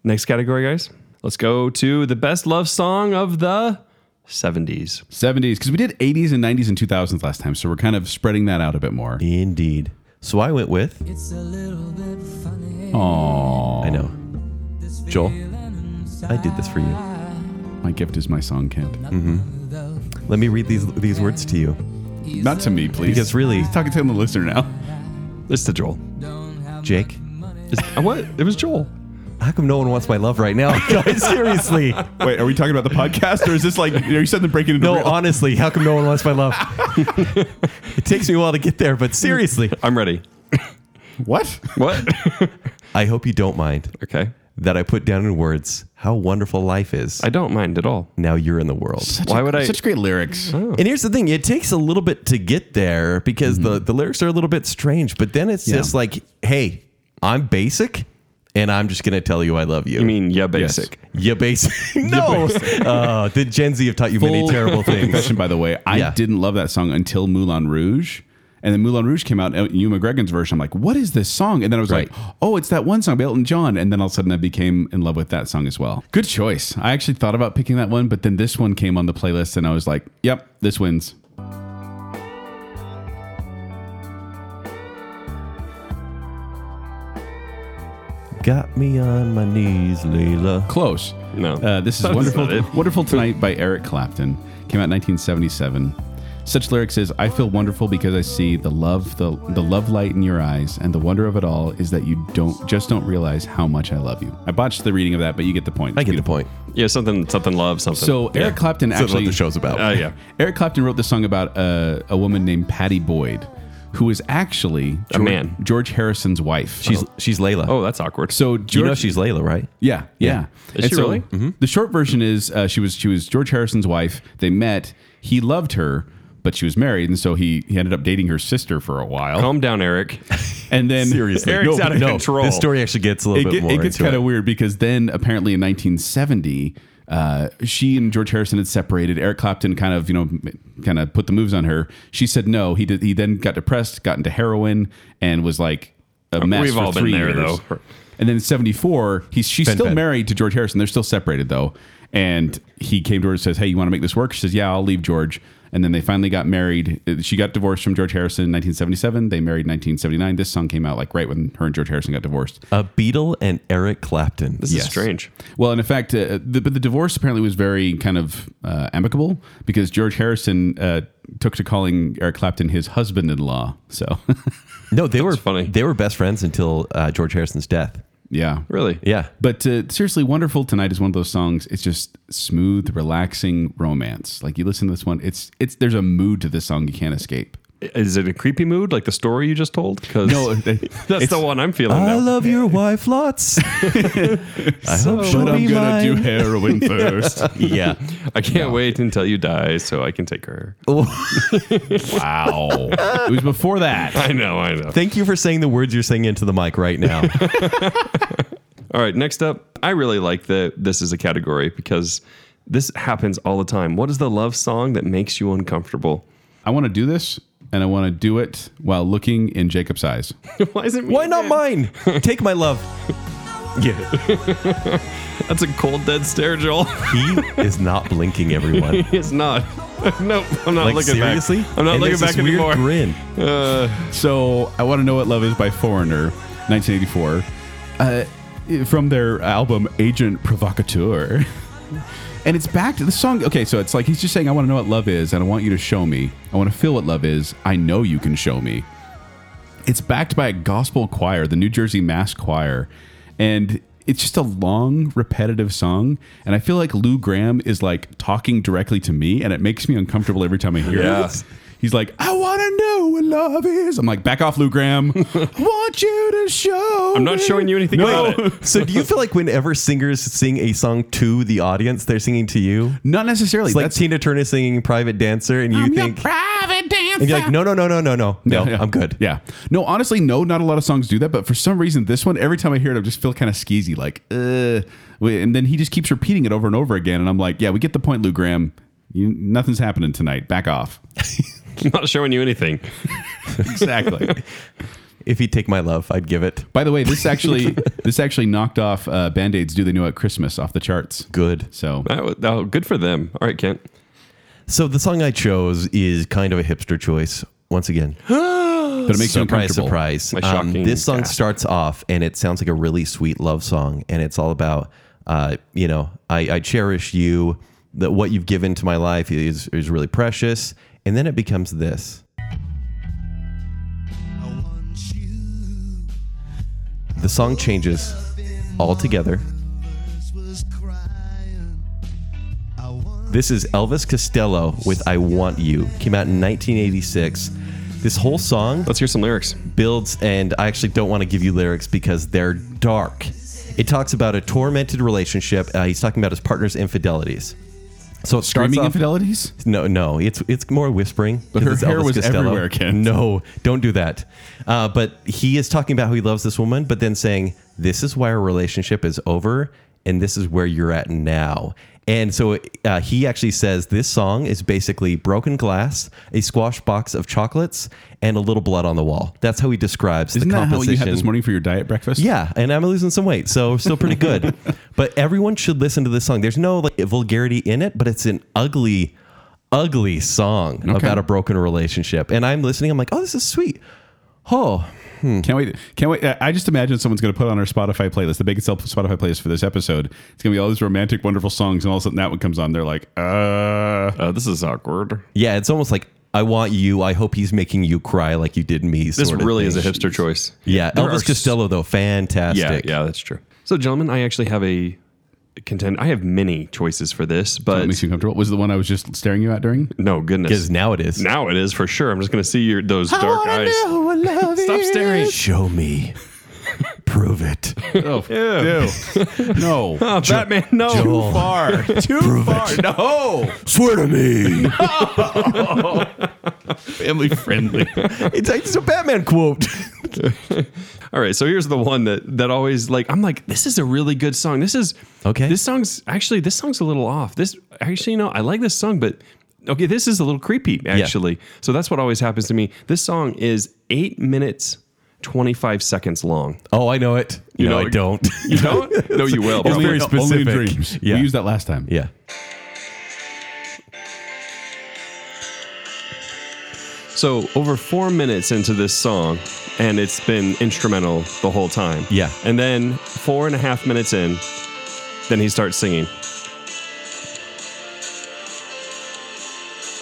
D: Next category, guys. Let's go to the best love song of the 70s.
C: 70s, because we did 80s and 90s and 2000s last time, so we're kind of spreading that out a bit more.
B: Indeed. So I went with,
C: Oh,
B: I know, Joel, I did this for you.
C: my gift is my song, Kent.
B: Let me read these these words to you.
C: Not to me, please.
B: Because really-
C: He's talking to the listener now. [laughs]
D: It's to Joel.
B: Jake,
D: It's- I want, it was Joel.
B: how come no one wants my love right now? [laughs] Guys, seriously.
C: Wait, are we talking about the podcast, or is this like are you suddenly breaking into
B: No,
C: real-
B: honestly, how come no one wants my [laughs] love? it takes me a while to get there, but seriously.
D: I'm ready.
C: what?
D: What? [laughs]
B: I hope you don't mind
D: okay.
B: that I put down in words how wonderful life is.
D: I don't mind at all.
B: now you're in the world.
D: Why would I?
C: Such great lyrics.
B: And here's the thing, it takes a little bit to get there because the, the lyrics are a little bit strange, but then it's
C: Yeah.
B: just like, hey, I'm basic and I'm just gonna tell you I love you.
D: you mean, yeah, basic.
B: you basic [laughs] No. Uh, the Gen Z have taught you many [laughs]
C: Full-
B: terrible
C: full
B: things.
C: Confession, by the way, I
B: Yeah.
C: didn't love that song until Moulin Rouge. And then Moulin Rouge came out in Hugh McGregor's version. I'm like, what is this song? And then I was like,
B: Right.
C: oh, it's that one song by Elton John. And then all of a sudden I became in love with that song as well. Good choice. I actually thought about picking that one, but then this one came on the playlist and I was like, yep, this wins.
B: Got me on my knees, Leela.
C: Close.
D: No.
C: Uh, this is
D: That's
C: Wonderful,
D: not
B: [laughs]
D: it.
C: Wonderful Tonight by Eric Clapton. Came out in 1977. Such lyrics as I feel wonderful because I see the love, the, the love light in your eyes, and the wonder of it all is that you don't just don't realize how much I love you. I botched the reading of that, but you get the point.
B: I get the point.
D: Yeah, something, something love, something.
C: So Eric Clapton
B: That's what
C: actually
B: the show's
C: [laughs]
B: about.
D: uh, yeah.
C: Eric Clapton wrote this song about uh, a, a woman named Patty Boyd, who is actually
D: A man.
C: George Harrison's wife.
B: She's she's Layla.
D: Oh, that's awkward.
C: so George,
B: you know she's Layla, [laughs] right?
C: Yeah, yeah.
D: Is she really?
C: The short version is uh, she was she was George Harrison's wife. They met. He loved her, but she was married, and so he he ended up dating her sister for a while.
D: calm down, Eric.
C: [laughs] and then
D: Eric's out of control.
B: This story actually gets a little
C: it,
B: bit
C: get-
B: more.
C: it gets
B: into
C: kind of weird because then apparently in 1970 uh, she and George Harrison had separated. Eric Clapton kind of, you know, kind of put the moves on her. She said no. He did. He then got depressed, got into heroin, and was like a mess.
D: We've
C: for
D: all been
C: three
D: there,
C: years.
D: though.
C: And then in '74, he's she's still
B: Ben.
C: married to George Harrison. They're still separated though. And he came to her and says, "Hey, you want to make this work?" She says, "Yeah, I'll leave George." And then they finally got married. Uh, She got divorced from George Harrison in 1977. They married in 1979. This song came out like right when her and George Harrison got divorced.
B: a Beatle Uh, and Eric Clapton.
D: This is strange.
C: Well, and in fact, uh, the, but the divorce apparently was very kind of uh, amicable because George Harrison uh, took to calling Eric Clapton his husband-in-law. So, [laughs]
B: no, they were
D: funny.
B: They were best friends until uh, George Harrison's death.
C: yeah,
D: Really?
B: Yeah,
C: But uh, seriously, "Wonderful Tonight" is one of those songs. It's just smooth, relaxing romance. Like you listen to this one, it's it's there's a mood to this song you can't escape.
D: Is it a creepy mood like the story you just told? Because [laughs]
C: No,
D: that's the one I'm feeling
B: I
D: now.
B: love your wife
D: [laughs]
B: lots. I hope she'll be mine.
C: heroin first.
B: [laughs] yeah,
D: I can't wait until you die so I can take her.
C: Oh. wow, it was before that.
D: I know, I know.
B: thank you for saying the words you're saying into the mic right
D: [laughs]
B: now.
D: All right, next up, I really like that this is a category because this happens all the time. What is the love song that makes you uncomfortable?
C: I want to do this, and I want to do it while looking in Jacob's eyes.
D: Why is it me
B: Why not
D: again?
B: mine? Take my love. Yeah,
D: That's a cold dead stare, Joel. [laughs]
B: he is not blinking, everyone.
D: it's not. [laughs] nope, I'm not
B: Like
D: looking
B: seriously,
D: back. I'm not
B: And
D: looking
B: there's this
D: back anymore.
B: Weird grin.
C: So I want to know what love is by Foreigner, 1984, uh, from their album Agent Provocateur. [laughs] And it's back to the song. Okay, so it's like he's just saying, I want to know what love is, and I want you to show me. I want to feel what love is. I know you can show me. It's backed by a gospel choir, the New Jersey Mass Choir. And it's just a long, repetitive song. And I feel like Lou Graham is like talking directly to me, and it makes me uncomfortable every time I hear
D: Yeah.
C: it. He's like, I want to know what love is. I'm like, back off, Lou Graham.
B: [laughs]
C: I want you to show.
D: I'm not
C: me."
D: showing you anything
C: No.
D: about it. [laughs]
B: So, do you feel like whenever singers sing a song to the audience, they're singing to you?
C: Not necessarily.
B: It's like
C: That's-
B: Tina Turner singing "Private Dancer," and you
C: I'm your
B: think,
C: private dancer.
B: and you're like, no, no, no, no, no, no, no,
C: Yeah.
B: I'm good.
C: Yeah. No, honestly, no, not a lot of songs do that. But for some reason, this one, every time I hear it, I just feel kind of skeezy, like, uh. wait, And then he just keeps repeating it over and over again. And I'm like, yeah, we get the point, Lou Graham. You, nothing's happening tonight. Back off. [laughs]
D: I'm not showing you anything.
C: Exactly.
B: If you take my love, I'd give it.
C: By the way, this actually this actually knocked off uh, Band-Aids Do They Know at Christmas off the charts.
B: Good.
C: So
D: That wa- oh, good for them. All right, Kent.
B: So the song I chose is kind of a hipster choice. Once again,
C: But it makes you
B: surprise,
C: uncomfortable.
B: surprise.
D: My
B: Um,
D: shocking
B: this song
D: gasp.
B: starts off and it sounds like a really sweet love song, and it's all about, uh, you know, I, I cherish you. That what you've given to my life is is really precious, and then it becomes this.
E: I want you.
B: The song changes altogether.
E: This was crying. I want
B: This is Elvis Costello with "I Want You." Came out in 1986. This whole song
D: Let's hear some lyrics.
B: builds, and I actually don't want to give you lyrics because they're dark. It talks about a tormented relationship. Uh, he's talking about his partner's infidelities. So it starts
C: Screaming
B: off,
C: infidelities?
B: No, no, it's it's more whispering.
C: But
B: 'cause
C: her
B: it's
C: hair was everywhere, Ken.
B: No, don't do that. Uh, but he is talking about how he loves this woman, but then saying this is why our relationship is over, and this is where you're at now. And so uh, he actually says this song is basically broken glass, a squash box of chocolates, and a little blood on the wall. That's how he describes
C: Isn't
B: the
C: that how
B: composition.
C: you had this morning for your diet breakfast?
B: Yeah, and I'm losing some weight, so we're still pretty
D: [laughs]
B: good. but everyone should listen to this song. There's no like vulgarity in it, but it's an ugly, ugly song about a broken relationship. And I'm listening. I'm like, oh, this is sweet. Oh,
C: Can't wait. Can't wait. I I just imagine someone's going to put on our Spotify playlist, the Bacon Cell Spotify playlist for this episode. It's going to be all these romantic, wonderful songs, and all of a sudden that one comes on. They're like, uh.
D: Uh, this is awkward.
B: yeah. It's almost like I want you. I hope he's making you cry like you did me.
D: This
B: sort of
D: really is a
B: thing.
D: hipster choice.
B: Yeah,
D: There are
B: Elvis
D: s-
B: Costello though,
D: Yeah,
B: fantastic.
D: yeah, that's true. So, gentlemen, I actually have a contend. I have many choices for this,
C: That
D: but
C: makes you uncomfortable. Was it the one I was just staring you at
D: [laughs]
C: during?
D: no
B: Because
D: goodness,
B: now it is.
D: now it is for sure. I'm just gonna see your those dark eyes. [laughs] Stop staring.
B: Show
D: [laughs]
B: me. Prove it. [laughs]
C: Oh,
D: [laughs]
C: ew. no.
D: Oh, Batman, no.
B: Joel. [laughs]
C: Far. Too far. No.
B: Oh. Swear to
D: [laughs]
B: me.
C: Family friendly.
B: it's, it's a Batman quote.
D: All right, so here's the one that that always like I'm like this is a really good song. This is
B: Okay.
D: This song's actually this song's a little off. This actually you know I like this song, but okay, this is a little creepy actually. So that's what always happens to me. This song is eight minutes. 25 seconds long.
B: Oh, I know it.
D: You
B: no,
D: know-
B: I don't.
D: You don't? no, you will.
B: It's
D: probably.
B: very
C: Only in
B: specific.
C: dreams.
B: Yeah.
C: We used that last time.
B: [laughs] yeah.
D: So over four minutes into this song, and it's been instrumental the whole time.
B: Yeah.
D: And then four and a half minutes in, then he starts singing.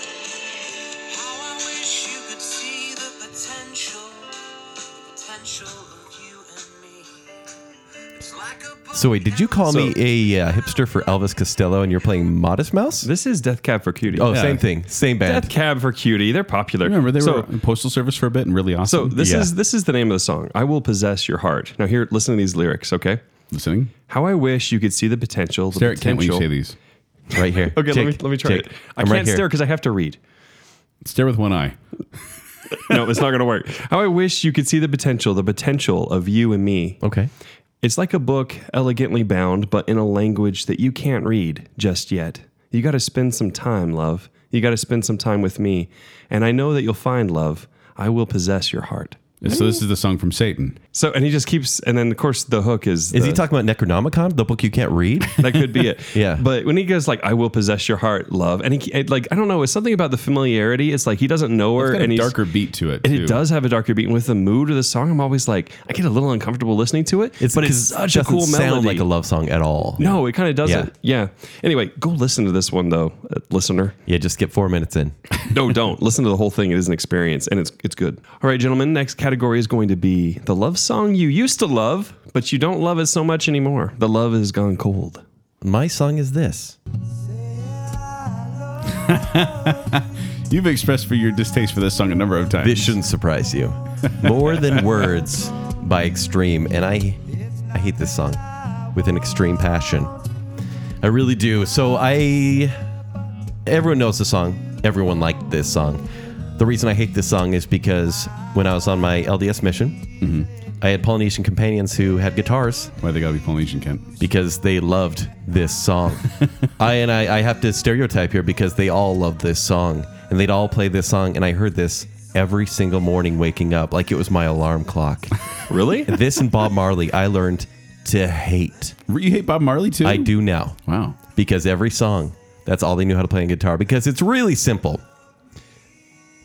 E: How I wish you could see the potential, potential of you and me. It's like a book
B: So wait, did you call
D: So-
B: me a uh, hipster for Elvis Costello and you're playing Modest Mouse?
D: This is Death Cab for Cutie.
B: oh,
C: Yeah.
B: same thing. Same band.
D: Death Cab for Cutie. They're popular.
C: Remember, they
D: so,
C: were in postal service for a bit and really
D: So
C: awesome.
D: this
B: Yeah.
D: is this is the name of the song. I will possess your heart. Now here, listen to these lyrics, okay?
C: listening.
D: How I wish you could see the potential. The
C: Derek, can't when you
D: potential.
C: say these.
B: Right here.
D: Okay, let me
B: Jake,
D: let me try
B: Jake,
D: it. I
B: I'm
D: can't
B: right here.
D: stare because I have to read.
C: Stare with one eye.
D: No, it's not gonna work. [laughs] How I wish you could see the potential, the potential of you and me.
B: Okay.
D: It's like a book elegantly bound, but in a language that you can't read just yet. You got to spend some time, love. You got to spend some time with me. And I know that you'll find love. I will possess your heart.
C: So this is the song from Satan.
D: So, and he just keeps, and then of course the hook is.
B: Is
D: the-
B: he talking about Necronomicon, the book you can't
D: [laughs]
B: read?
D: That could be it.
B: [laughs] Yeah.
D: But when he goes like, "I will possess your heart, love," and he it, like, I don't know, it's something about the familiarity. It's like he doesn't know her,
C: It's got
D: and
C: a
D: he's-
C: darker beat to it.
D: And
C: too.
D: it does have a darker beat. And with the mood of the song, I'm always like, I get a little uncomfortable listening to it. but it's
B: 'cause
D: such a
B: doesn't
D: cool
B: sound
D: melody.
B: like a love song at all.
D: No, it kind of doesn't. Yeah. Anyway, go listen to this one though, uh, listener.
B: Yeah, just get four minutes in.
D: No, don't listen to the whole thing. It is an experience, and it's it's good. All right, gentlemen. Next category is going to be the love song you used to love, but you don't love it so much anymore. The love has gone cold.
B: My song is this.
C: You've expressed for your distaste for this song a number of times.
B: This shouldn't surprise you. More than words by Extreme, and I, I hate this song with an extreme passion. I really do. So I, everyone knows the song. Everyone liked this song. The reason I hate this song is because when I was on my LDS mission, I had Polynesian companions who had guitars,
C: Why they gotta be Polynesian, Kent?
B: because they loved this
C: [laughs]
B: song. I and I, I have to stereotype here because they all loved this song and they'd all play this song. And I heard this every single morning waking up like it was my alarm
C: [laughs]
B: clock.
D: Really?
B: this and Bob Marley, I learned to hate.
C: You hate Bob Marley too?
B: I do now
C: Wow.
B: because every song That's all they knew how to play on guitar because it's really simple.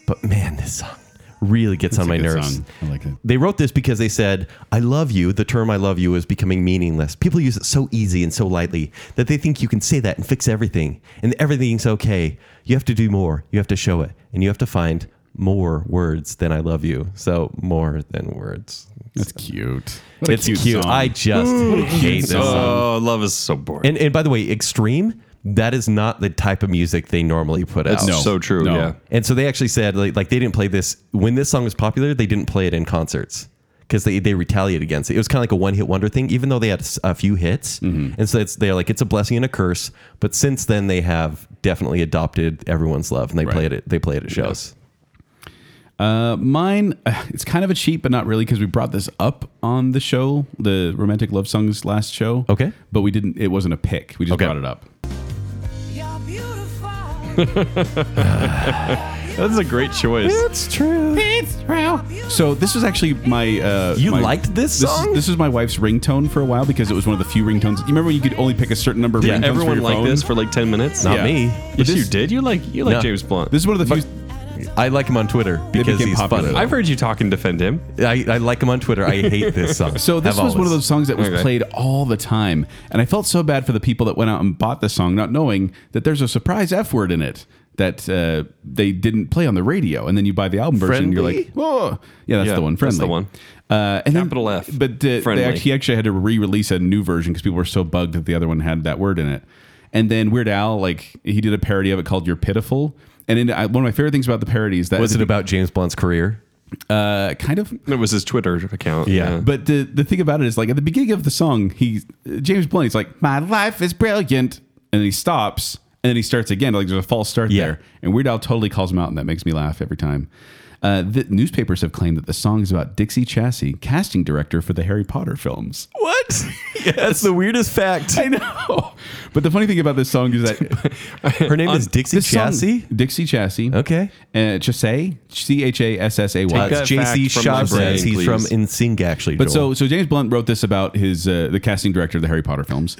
B: But man, this song really gets on
C: a
B: my
C: good
B: nerves.
C: song. I like it.
B: They wrote this because they said, I love you. The term I love you is becoming meaningless. People use it so easy and so lightly that they think you can say that and fix everything and everything's okay. You have to do more. You have to show it. And you have to find more words than I love you. So, more than words.
C: That's cute.
B: it's cute. I just hate this song.
D: Oh, love is so boring.
B: And, and by the way, extreme, that is not the type of music they normally put out.
C: no.
D: so true.
C: No.
D: Yeah.
B: And so they actually said like, like they didn't play this when this song was popular. They didn't play it in concerts because they, they retaliated against it. It was kind of like a one hit wonder thing, even though they had s- a few hits.
C: Mm-hmm.
B: And so it's, they're like it's a blessing and a curse. But since then, they have definitely adopted everyone's love, and they play it at, they play it at shows.
C: Uh, mine, [sighs] uh, it's kind of a cheat, but not really, because we brought this up on the show, the romantic love songs last show.
B: Okay.
C: but we didn't. It wasn't a pick. We just
B: Okay.
C: brought it up.
E: You're beautiful.
D: That's a great choice.
B: It's true.
C: So this was actually my. Uh,
B: You
C: my-
B: liked this
C: This,
B: song?
C: is, this was my wife's ringtone for a while because it was one of the few ringtones. You remember when you could only pick a certain number of
D: Yeah,
C: ringtones for
D: everyone
C: your
D: liked
C: phone?
D: this for like 10 minutes.
B: Not
C: Yeah.
B: me.
D: Yes,
C: This-
D: you did. You like you like
B: No.
D: James Blunt.
C: This is one of the few.
B: I like him on Twitter because
C: became
B: he's
C: popular.
B: funny.
D: I've heard you talk and defend him.
B: I, I like him on Twitter. I hate this song.
C: [laughs] So this
B: Have
C: was one of
B: always.
C: those songs that was
D: Okay.
C: played all the time, and I felt so bad for the people that went out and bought the song, not knowing that there's a surprise F word in it that uh, they didn't play on the radio, and then you buy the album version, and you're
B: Friendly?
C: like, oh, yeah, that's
D: Yeah,
C: the one, friendly
D: that's the one.
C: Uh, and
D: Capital
C: then,
D: F,
C: But uh, they
D: friendly.
C: actually, he actually had to re-release a new version because people were so bugged that the other one had that word in it. And then Weird Al, like he did a parody of it called "You're Pitiful," and in, I, one of my favorite things about the parody is that
B: Was it about James Blunt's
C: [laughs]
B: career?
C: uh, kind of
D: It was his Twitter account.
B: Yeah.
C: but the the thing about it is, like at the beginning of the song, he James Blunt, he's like, "My life is brilliant," and then he stops, and then he starts again. Like there's a false start
B: Yeah.
C: there, and Weird Al totally calls him out, and that makes me laugh every time. Uh, the newspapers have claimed that the song is about Dixie Chassie, casting director for the Harry Potter films.
B: What? That's the weirdest fact.
C: [laughs] I know, but the funny thing about this song is that
B: Her name is [laughs] Dixie
C: this song-
B: Chassie.
C: Dixie Chassie,
B: Okay.
C: uh, Chassay, C H A S S A Y.
D: that
B: That's JC
D: fact from my
B: Shaw
D: brain,
B: says he's
D: please.
B: from InSync, actually.
C: But
B: Joel.
C: so so James Blunt wrote this about his uh, the casting director of the Harry Potter films.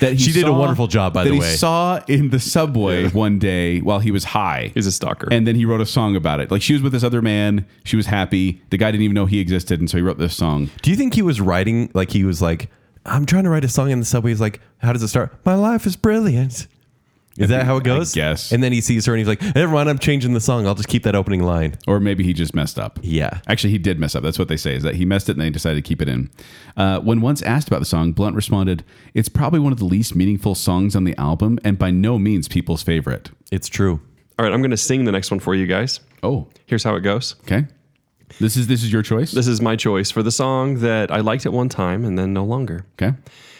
C: That he
B: She did a
C: saw-
B: wonderful job, by
C: that
B: the
C: he
B: way.
C: saw in the subway one day while he was high.
D: He's a stalker.
C: and then he wrote a song about it. Like she was with this other man, she was happy. The guy didn't even know he existed, and so he wrote this song.
B: do you think he was writing like he was like, I'm trying to write a song in the subway? He's like, How does it start? My life is brilliant. Is that how it goes?
C: guess.
B: And then he sees her and he's like, Never mind, I'm changing the song. I'll just keep that opening line.
C: Or maybe he just messed up.
B: Yeah.
C: Actually, he did mess up. That's what they say is that he messed it and they decided to keep it in. Uh, when once asked about the song, Blunt responded, "It's probably one of the least meaningful songs on the album, and by no means people's favorite."
B: It's true.
D: All right, I'm going to sing the next one for you guys.
C: Oh,
D: Here's how it goes.
C: okay. This is this is your choice.
D: This is my choice for the song that I liked at one time and then no longer.
C: okay.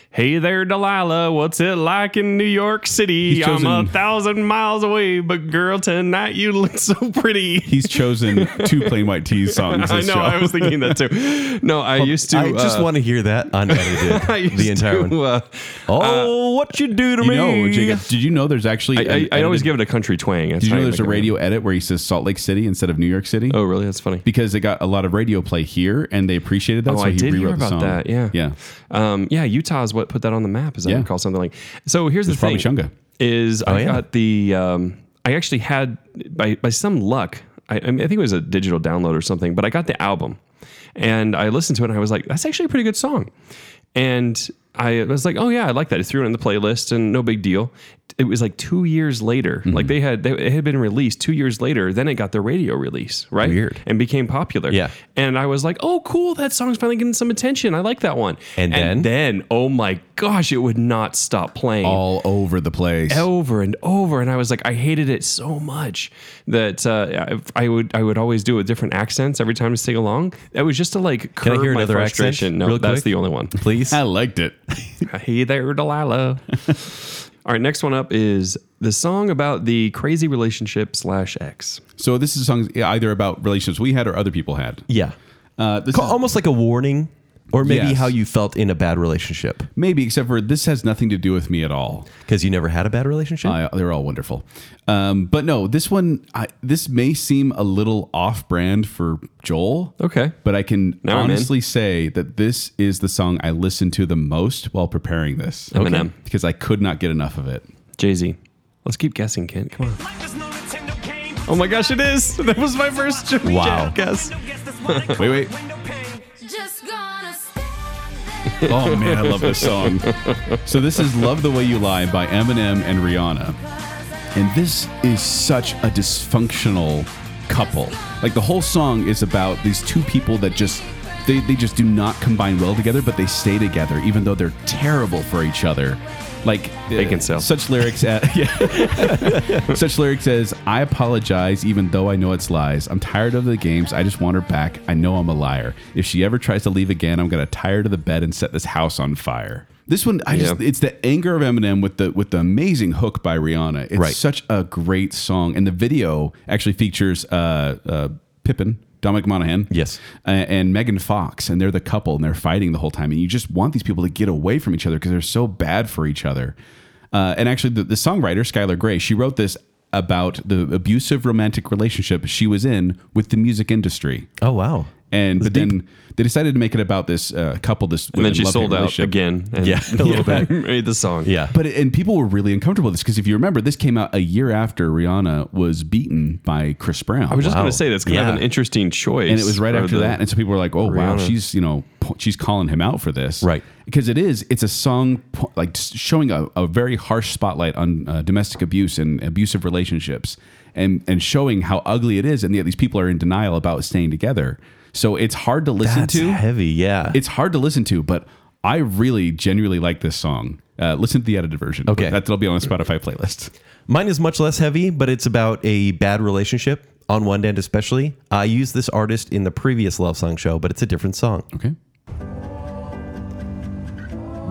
D: Hey there, Delilah. What's it like in New York City?
C: He's
D: I'm
C: chosen-
D: a thousand miles away, but girl, tonight you look so pretty.
C: He's chosen two plain white tees songs.
D: [laughs] I
C: This
D: know.
C: show.
D: I was thinking that too. No, I used to.
B: I just
D: uh,
B: want to hear that
D: [laughs] I
B: unedited.
D: used
B: the entire
D: to,
B: one.
D: [laughs] uh,
B: Oh, what you do to
C: You
B: me?
C: know, Jacob, did you know there's actually? an
D: I, I, I always
C: edited-
D: give it a country twang. That's
C: Did you
D: how
C: know there's a
D: make it.
C: radio edit where he says Salt Lake City instead of New York City?
D: Oh, really? That's funny.
C: Because they got a lot of radio play here, and they appreciated that.
D: Oh,
C: so
D: I
C: he
D: did
C: rewrote
D: hear
C: the
D: about
C: song.
D: that. Yeah.
C: yeah.
D: Um, yeah. Utah is what put that on the map, as I
C: Yeah.
D: recall something like. So here's the
C: probably Oh,
D: thing:
C: Chunga.
D: is I
B: yeah.
D: got the. Um, I actually had by by some luck. I, I, mean, I think it was a digital download or something, but I got the album, and I listened to it, and I was like, "That's actually a pretty good song," and I was like, "Oh yeah, I like that." I threw it in the playlist, and no big deal. It was like two years later,
C: Mm-hmm.
D: like they had they, it had been released two years later. Then it got the radio release, right?
B: Weird.
D: and became popular.
B: Yeah.
D: And I was like, oh, cool, that song's finally getting some attention. I like that one.
B: And
D: then, oh my gosh, it would not stop playing
C: All over the place.
D: over and over. And I was like, I hated it so much that uh, I, I would I would always do it with different accents every time I sing along. That was just to like
B: Can
D: curb
B: I hear
D: my
B: another
D: frustration.
B: accent?
D: No,
B: real
D: that's
B: quick?
D: the
B: [laughs]
D: only one.
B: Please.
C: I liked it.
D: hey
B: [laughs]
D: there, Delilah. All right, next one up is the song about the crazy relationship slash ex.
C: So this is a song either about relationships we had or other people had.
B: Yeah.
C: Uh, this
B: Ca-
C: is-
B: Almost like a warning or maybe
C: Yes.
B: how you felt in a bad relationship
C: maybe, except for this has nothing to do with me at all.
B: because you never had a bad
D: Hmm.
B: relationship.
C: I, they're all wonderful. Um, but no, this one, I, this may seem a little off brand for Joel.
D: Okay.
C: But I can
D: Now I'm in.
C: honestly say that this is the song I listened to the most while preparing this.
D: Eminem.
C: Because I could not get enough of it.
D: Jay Z. Let's keep guessing, Kent. Come on. Oh my gosh, it is. [laughs] That was my first Jimmy
B: Wow.
D: Jam guess.
C: Wait, wait.
F: Just gonna stand there.
C: Oh man, I love this
D: [laughs]
C: song. So this is "Love the Way You Lie" by Eminem and Rihanna, and this is such a dysfunctional couple. Like the whole song is about these two people that just they, they just do not combine well together, but they stay together even though they're terrible for each other. Like uh,
D: They can sell.
C: such lyrics
D: [laughs]
C: at Such lyrics as I apologize even though I know it's lies. I'm tired of the games. I just want her back. I know I'm a liar. If she ever tries to leave again, I'm gonna tire to the bed and set this house on fire. This one I just
D: Yeah.
C: it's the anger of Eminem with the with the amazing hook by Rihanna. It's
B: Right.
C: such a great song. And the video actually features uh uh Pippin. Dominic Monaghan,
B: Yes.
C: a- and Megan Fox, and they're the couple, and they're fighting the whole time, and you just want these people to get away from each other because they're so bad for each other. Uh, and actually, the, the songwriter Skylar Gray, she wrote this about the abusive romantic relationship she was in with the music industry,
B: Oh wow.
C: and but then they decided to make it about this uh, couple. This
D: And then she
C: love-hate
D: sold out
C: relationship.
D: again. And
B: Yeah.
D: [laughs] a little bit. Made the song.
B: Yeah.
C: But and people were really uncomfortable with this because if you remember, this came out a year after Rihanna was beaten by Chris Brown.
D: I was just
B: Wow.
D: going to say that's kind
B: Yeah.
D: of an interesting choice.
C: and it was right
D: for
C: after
D: the-
C: that and so people were like oh wow
D: Rihanna.
C: she's you know p- she's calling him out for this
B: Right.
C: because it is it's a song po- like just showing a, a very harsh spotlight on uh, domestic abuse and abusive relationships and and showing how ugly it is and yet these people are in denial about staying together so it's hard to listen
B: That's
C: to
B: heavy. Yeah.
C: it's hard to listen to but i really genuinely like this song uh, listen to the edited version
B: Okay.
C: that, that'll be on the spotify playlist
B: Mine is much less heavy, but it's about a bad relationship on one end, especially. I used this artist in the previous Love Song show, but it's a different song.
C: okay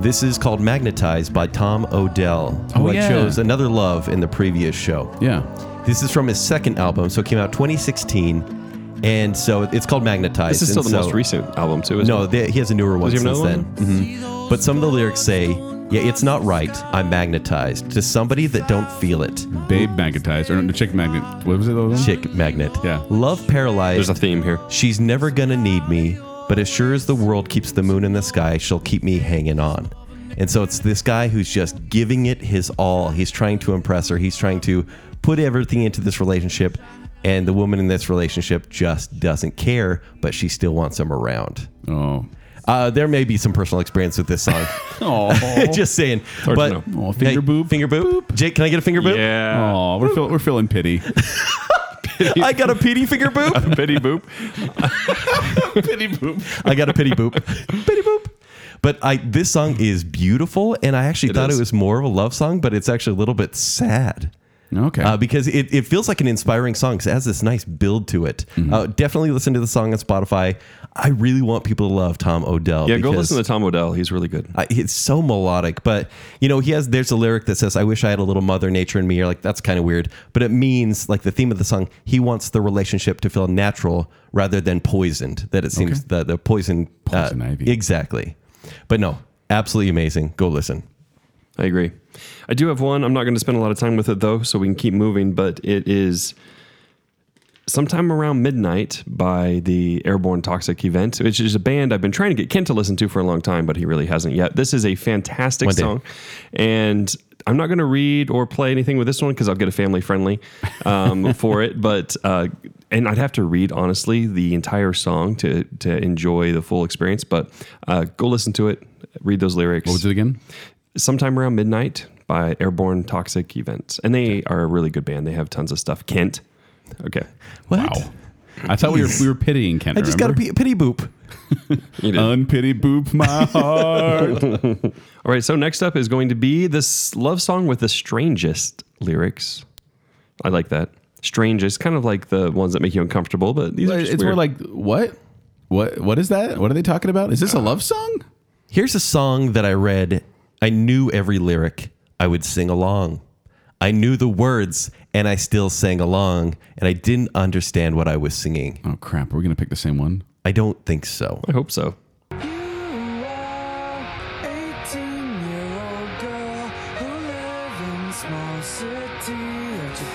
B: This is called Magnetize by Tom Odell, who
C: Oh, yeah.
B: I chose another love in the previous show.
C: yeah
B: This is from his second album, so it came out 2016. And so it's called Magnetize.
D: This is still
B: and
D: the most
B: so- uh,
D: recent album, too. Isn't
B: No,
D: it?
B: the, he has a newer one
D: Does he have
B: since
D: another
B: then. Mhm. But some of the lyrics say, Yeah, it's not right. I'm magnetized to somebody that don't feel it.
C: babe magnetized or no, chick magnet what was it the other one?
B: Chick magnet.
C: Yeah.
B: Love paralyzed.
D: there's a theme here.
B: She's never gonna need me, but as sure as the world keeps the moon in the sky, she'll keep me hanging on. And so it's this guy who's just giving it his all. He's trying to impress her, he's trying to put everything into this relationship. And the woman in this relationship just doesn't care, but she still wants him around.
C: oh
B: Uh, there may be some personal experience with this
D: [laughs]
B: song. [laughs]
C: oh
B: just saying.
D: hard to Oh,
B: But
C: know. Aw, finger boob?
B: Finger boop. Jake, can I get a finger boop?
D: Yeah.
C: Oh, we're, feel, we're feeling [laughs] pity.
B: [laughs] I got a pity finger
D: [laughs]
B: boop.
D: Pity boop.
B: I got a pity
D: [laughs]
B: boop. pity boop. But I this song is beautiful, and I actually thought
D: is.
B: it was more of a love song, but it's actually a little bit sad.
C: Okay.
B: Uh, because it, it feels like an inspiring song because it has this nice build to it.
D: Mm-hmm.
B: Uh, definitely listen to the song on Spotify. I really want people to love Tom Odell.
D: Yeah, go
B: because
D: listen to Tom Odell. He's really good.
B: I, it's so melodic, but you know, he has there's a lyric that says, I wish I had a little mother nature in me. You're like, that's kind of weird, but it means like the theme of the song, he wants the relationship to feel natural rather than poisoned. That it seems the, the poison, uh,
C: Poison ivy.
B: exactly. But no, absolutely amazing. Go listen.
D: I agree. I do have one. I'm not going to spend a lot of time with it though, so we can keep moving. But it is sometime around midnight by the Airborne Toxic Event, which is a band I've been trying to get Kent to listen to for a long time, but he really hasn't yet. This is a fantastic
B: One day.
D: song, and I'm not going to read or play anything with this one because I'll get a family friendly um, for it. But uh, and I'd have to read honestly the entire song to to enjoy the full experience. But uh, go listen to it. Read those lyrics.
C: what was it again?
D: Sometime Around Midnight by Airborne Toxic Events. And they are a really good band. They have tons of stuff. Kent. Okay.
B: What?
C: Wow. I thought we were, we were pitying Kent.
B: I just got a
C: remember?
B: p- pity boop.
D: You did.
C: Unpity boop [laughs] my heart.
D: All right. So next up is going to be this love song with the strangest lyrics. I like that. Strangest, kind of like the ones that make you uncomfortable, but these are just
C: it's more
D: weird.
C: like what? What? What is that? What are they talking about? Is this a love song?
B: Here's a song that I read. I knew every lyric. I would sing along. I knew the words and I still sang along and I didn't understand what I was singing.
C: Oh crap! Are we gonna pick the same one?
B: I don't think so.
D: I hope so.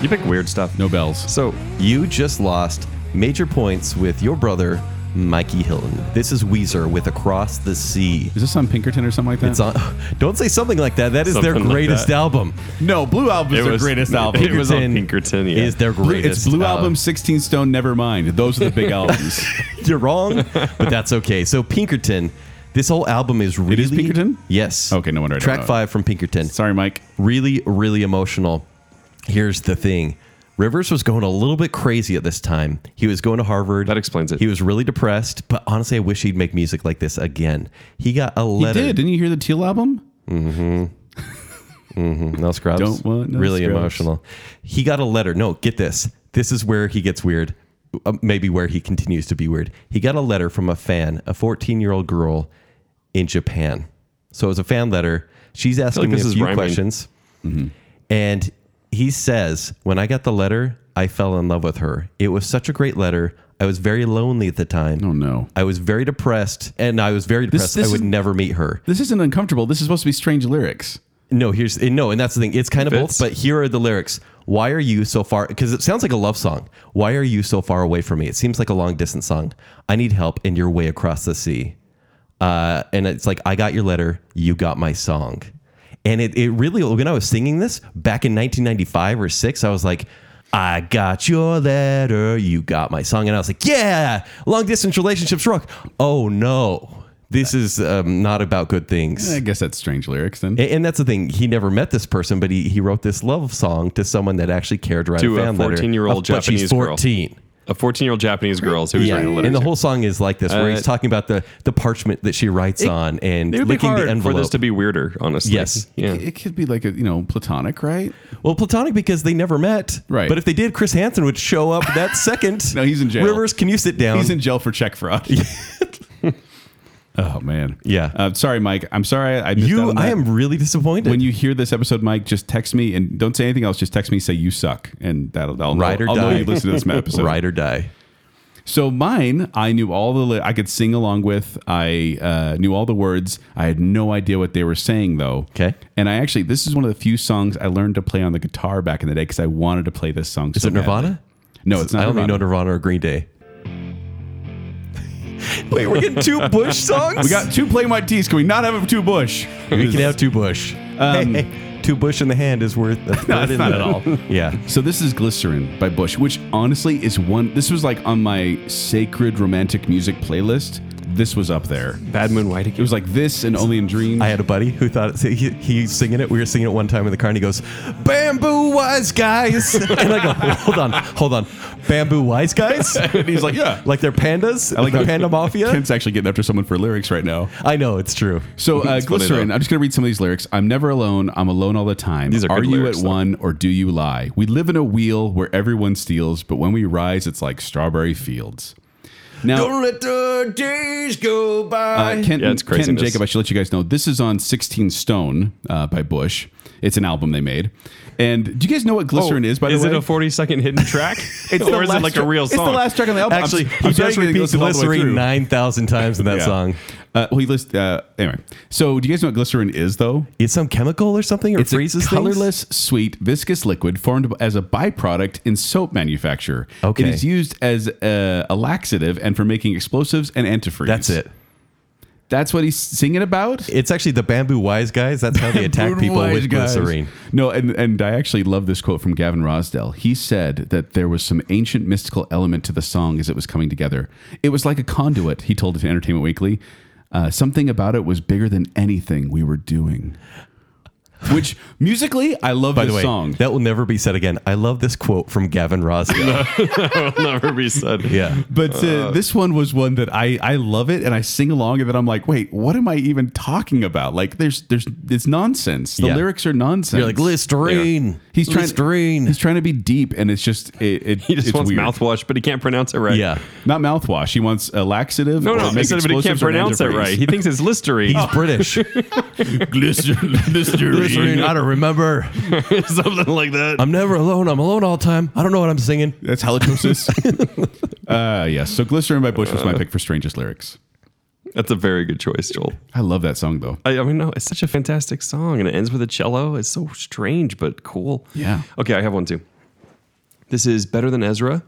D: You pick weird stuff.
C: No bells.
D: So
B: You just lost major points with your brother Mikey Hilton. This is Weezer with Across the Sea.
C: Is this on Pinkerton or something like that?
B: It's on. [laughs] Don't say something like that. That is their
D: Something like
B: greatest
D: that.
B: album.
C: no, Blue Album is
D: It
C: their
D: was-
C: greatest album.
D: It was on Pinkerton, yeah.
B: Is their
C: Blue-
B: greatest.
C: it's Blue
B: album.
C: Album, 16 Stone, Nevermind. Those are the [laughs] big albums.
B: You're wrong, but that's okay. So Pinkerton, this whole album is really
C: is Pinkerton?
B: Yes.
C: Okay, no wonder I don't
B: Track
C: know it.
B: five from Pinkerton.
C: Sorry, Mike.
B: Really, really emotional. Here's the thing. Rivers was going a little bit crazy at this time. He was going to Harvard.
D: That explains it.
B: He was really depressed, but honestly, I wish he'd make music like this again. He got a
C: He
B: letter.
C: did. Didn't you hear the Teal album?
B: No scrubs.
C: Don't want no
B: really
C: scrubs.
B: emotional. He got a letter. No, get this. This is where he gets weird. Uh, maybe where he continues to be weird. He got a letter from a fan, a 14 year old girl in Japan. So it was a fan letter. She's asking
D: like this
B: me a
D: is
B: few
D: rhyming.
B: questions.
C: Mm-hmm.
B: And he says, When I got the letter, I fell in love with her. It was such a great letter. I was very lonely at the time.
C: Oh, no.
B: I was very depressed, and I was very depressed.
C: this
B: I would
C: is-
B: never meet her.
C: This isn't uncomfortable. This is supposed to be strange lyrics.
B: No, here's eh, no, and that's the thing. It's kind of both,
D: Fits.
B: but here are the lyrics. Why are you so far? Because it sounds like a love song. Why are you so far away from me? It seems like a long distance song. I need help, and you're way across the sea. Uh, and it's like I got your letter, you got my song, and it it really when I was singing this back in 1995 or six, I was like. I got your letter, you got my song, and I was like, "Yeah, long distance relationships rock." Oh no, this is um, not about good things.
C: I guess that's strange lyrics then.
B: A- And, that's the thing. He never met this person, but he, he wrote this love song to someone that actually cared to write
D: To
B: a
D: a
B: fan letter.
D: 14-year-old
B: But she's
D: Japanese girl.
B: 14.
D: A 14 year old Japanese girl is who he's
B: Yeah.
D: writing the letter
B: And the
D: to.
B: whole song is like this, where
D: Uh,
B: he's talking about the, the parchment that she writes on and
D: It would be
B: licking the
D: hard for
B: envelope.
D: this to be weirder, honestly.
B: Yes.
D: Yeah.
C: It could be like a you know platonic, right?
B: well, platonic because they never met.
C: Right.
B: But if they did, Chris Hansen would show up
C: [laughs]
B: that second.
C: No, he's in jail.
B: Rivers, can you sit down?
C: He's in jail for check fraud. [laughs] oh man,
B: Yeah.
C: Uh, sorry, Mike. I'm sorry. I missed out
B: you,
C: on
B: I
C: that.
B: am really disappointed.
C: When you hear this episode, Mike, just text me and don't say anything else. Just text me, say you suck, and that'll, that'll
B: Ride or
C: I'll know
B: die.
C: you listen
B: [laughs]
C: to this episode.
B: ride or die.
C: So mine, I knew all the li- I could sing along with. I uh, knew all the words. I had no idea what they were saying though.
B: Okay.
C: And I actually, this is one of the few songs I learned to play on the guitar back in the day because I wanted to play this song.
B: Is
C: so
B: it Nirvana?
C: badly. No, it's not.
B: I only know
C: Nirvana.
B: Nirvana or Green Day. [laughs] Wait, we're getting two
C: [laughs]
B: Bush songs?
C: We got two play my tees. Can we not have a two bush?
B: We can have two bush.
C: Um,
B: hey, hey, two bush in the hand is worth. [laughs] That's
C: No, it's not at all.
B: Yeah.
C: [laughs] So this is Glycerin by Bush, which honestly is one. This was like on my sacred romantic music playlist. This was up there.
D: Bad Moon White
C: It was like this and Only in Dreams.
B: I had a buddy who thought so he, he's singing it. We were singing it one time in the car, and he goes, "Bamboo wise guys," [laughs] and I go, "Hold on, hold on, bamboo wise [laughs] guys."
C: and he's like, yeah.
B: Like they're pandas,
C: I like
B: the
C: how
B: panda mafia.
C: Kent's actually getting after someone for lyrics right now.
B: I know it's true.
C: So uh,
D: That's funny,
C: glycerin.
D: though.
C: I'm just gonna read some of these lyrics. I'm never alone. I'm alone all the time.
D: These are good
C: you
D: lyrics,
C: at
D: though.
C: one or do you lie? We live in a wheel where everyone steals, but when we rise, it's like strawberry fields. Now,
B: Don't let the days go by.
C: uh, Kent,
D: Yeah,
C: Kent
D: it's
C: and
D: craziness.
C: Jacob, I should let you guys know this is on 16 Stone uh, by Bush. It's an album they made. And do you guys know what Glycerin is, by the
D: Oh, is
C: way?
D: it a 40 second hidden track?
C: [laughs] It's the
D: or is it
C: last
D: like
C: tra-
D: a real
C: it's the
D: song?
C: last
D: [laughs]
C: track on the album. I'm-
B: Actually,
C: I'm
B: he
C: sorry
B: does
C: we didn't
B: repeat
C: listen all the way
B: glycerine
C: through.
B: nine thousand times in that
C: Yeah.
B: song.
C: Uh, well, he lists, uh, anyway. So do you guys know what Glycerin is, though?
B: It's some chemical or something, or freezes things?
C: a colorless, sweet, viscous liquid formed as a byproduct in soap manufacture.
B: Okay.
C: It is used as a, a laxative and for making explosives and antifreeze.
B: That's it.
C: That's what he's singing about.
B: It's actually the bamboo wise guys. That's
C: [laughs]
B: how they attack people
C: Brutalized
B: with
C: guys.
B: glycerine.
C: No, and and I actually love this quote from Gavin Rosdell. He said that there was some ancient mystical element to the song as it was coming together. It was like a conduit. He told it to Entertainment Weekly. Uh, something about it was bigger than anything we were doing. Which musically, I love
B: By
C: this
B: the way,
C: song.
B: that will never be said again. I love this quote from Gavin
C: [laughs]
B: Rosdale.
D: It'll never be said.
B: yeah.
C: but uh, this one was one that I, I love it and I sing along and then I'm like wait what am I even talking about like there's there's it's nonsense the
B: Yeah.
C: lyrics are nonsense
B: You're like Listerine.
C: He's trying.
B: Listerine.
C: He's trying to be deep, and it's just it. it
D: [laughs] He just
C: it's
D: wants
C: weird.
D: mouthwash, but he can't pronounce it right.
B: yeah.
C: Not mouthwash. He wants a laxative.
D: No,
C: or
D: no,
C: make
D: he said it, but he can't
C: explosives or
D: pronounce it
C: antifreeze.
D: right. He thinks it's Listerine.
B: He's
D: [laughs]
B: British.
C: Glycerin.
B: Listerine. I don't remember.
C: [laughs]
D: something like that.
B: I'm never alone. I'm alone all the time. I don't know what I'm singing.
C: [laughs]
D: [laughs]
C: That's halitosis. uh, yes. So glycerin by Bush was my pick for strangest lyrics.
D: That's a very good choice, Joel.
C: I love that song though.
D: I, I mean, no, it's such a fantastic song, and it ends with a cello. It's so strange, but cool.
C: Yeah.
D: Okay, I have one too. This is Better Than Ezra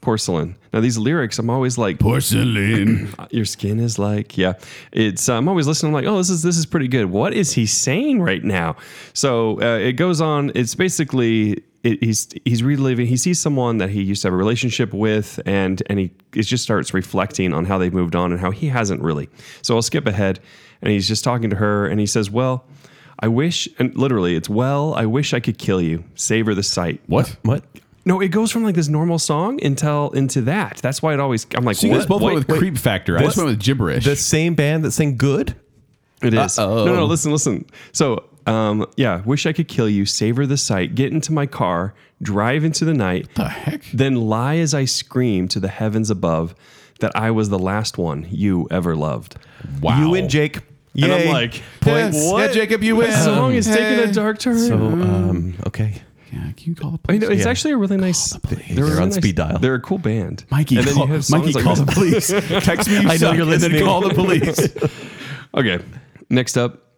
D: porcelain. Now these lyrics, I'm always like,
C: Porcelain.
D: Uh, your skin is like yeah it's i'm always listening I'm like oh this is this is pretty good what is he saying right now so uh, it goes on it's basically it, he's he's reliving he sees someone that he used to have a relationship with and and he it just starts reflecting on how they've moved on and how he hasn't really so i'll skip ahead and he's just talking to her and he says well i wish and literally it's well i wish i could kill you savor the sight
C: [clears throat] what?
B: What?
D: no it goes from like this normal song until into that that's why it always i'm like
C: So you
D: what?
C: guys both
D: Wait,
C: went with
D: wait.
C: creep factor. I just went with gibberish.
B: The same band that sang "Good."
D: It is.
C: Uh-oh.
D: No, no, listen, listen. So, um, yeah, wish I could kill you, savor the sight, get into my car, drive into the night,
C: the heck?
D: then lie as I scream to the heavens above that I was the last one you ever loved.
C: Wow.
B: You and Jake.
D: And I'm
B: Yay.
D: like,
B: points.
C: Yeah, yeah, Jacob, you win.
D: This song is taking a dark turn.
B: So, um, okay.
C: Yeah, can you call the
D: You
C: police?
D: know, it's
B: yeah.
D: actually a really nice.
B: They're
D: a
B: on
D: really nice-
B: speed dial.
D: They're a cool band.
C: Mikey,
D: and then
C: call,
D: you have songs
C: Mikey,
D: like
C: call
D: this.
C: the police.
D: [laughs]
C: Text me. You
B: I know
C: suck,
B: you're
C: and
B: listening.
C: Then call the police.
D: Okay, next up,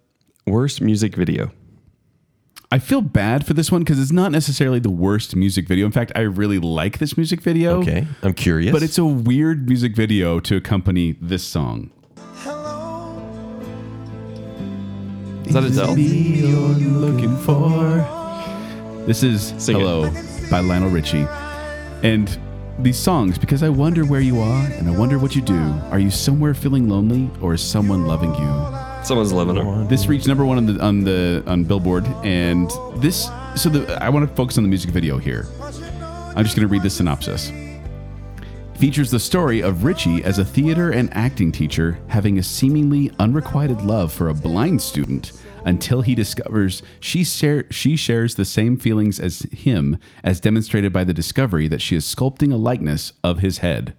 D: worst music video.
C: I feel bad for this one because it's not necessarily the worst music video. In fact, I really like this music video.
B: Okay. I'm curious.
C: But it's a weird music video to accompany this song.
D: Is that Adele?
C: looking for. This is
D: Sing it.
C: Hello by Lionel Richie. And these songs, because I wonder where you are and I wonder what you do. Are you somewhere feeling lonely or is someone loving you?
D: Someone's loving her.
C: This reached number one on the on the on Billboard, and this so the I want to focus on the music video here. I'm just gonna read the synopsis. Features the story of Richie as a theater and acting teacher having a seemingly unrequited love for a blind student until he discovers she, share, she shares the same feelings as him, as demonstrated by the discovery that she is sculpting a likeness of his head.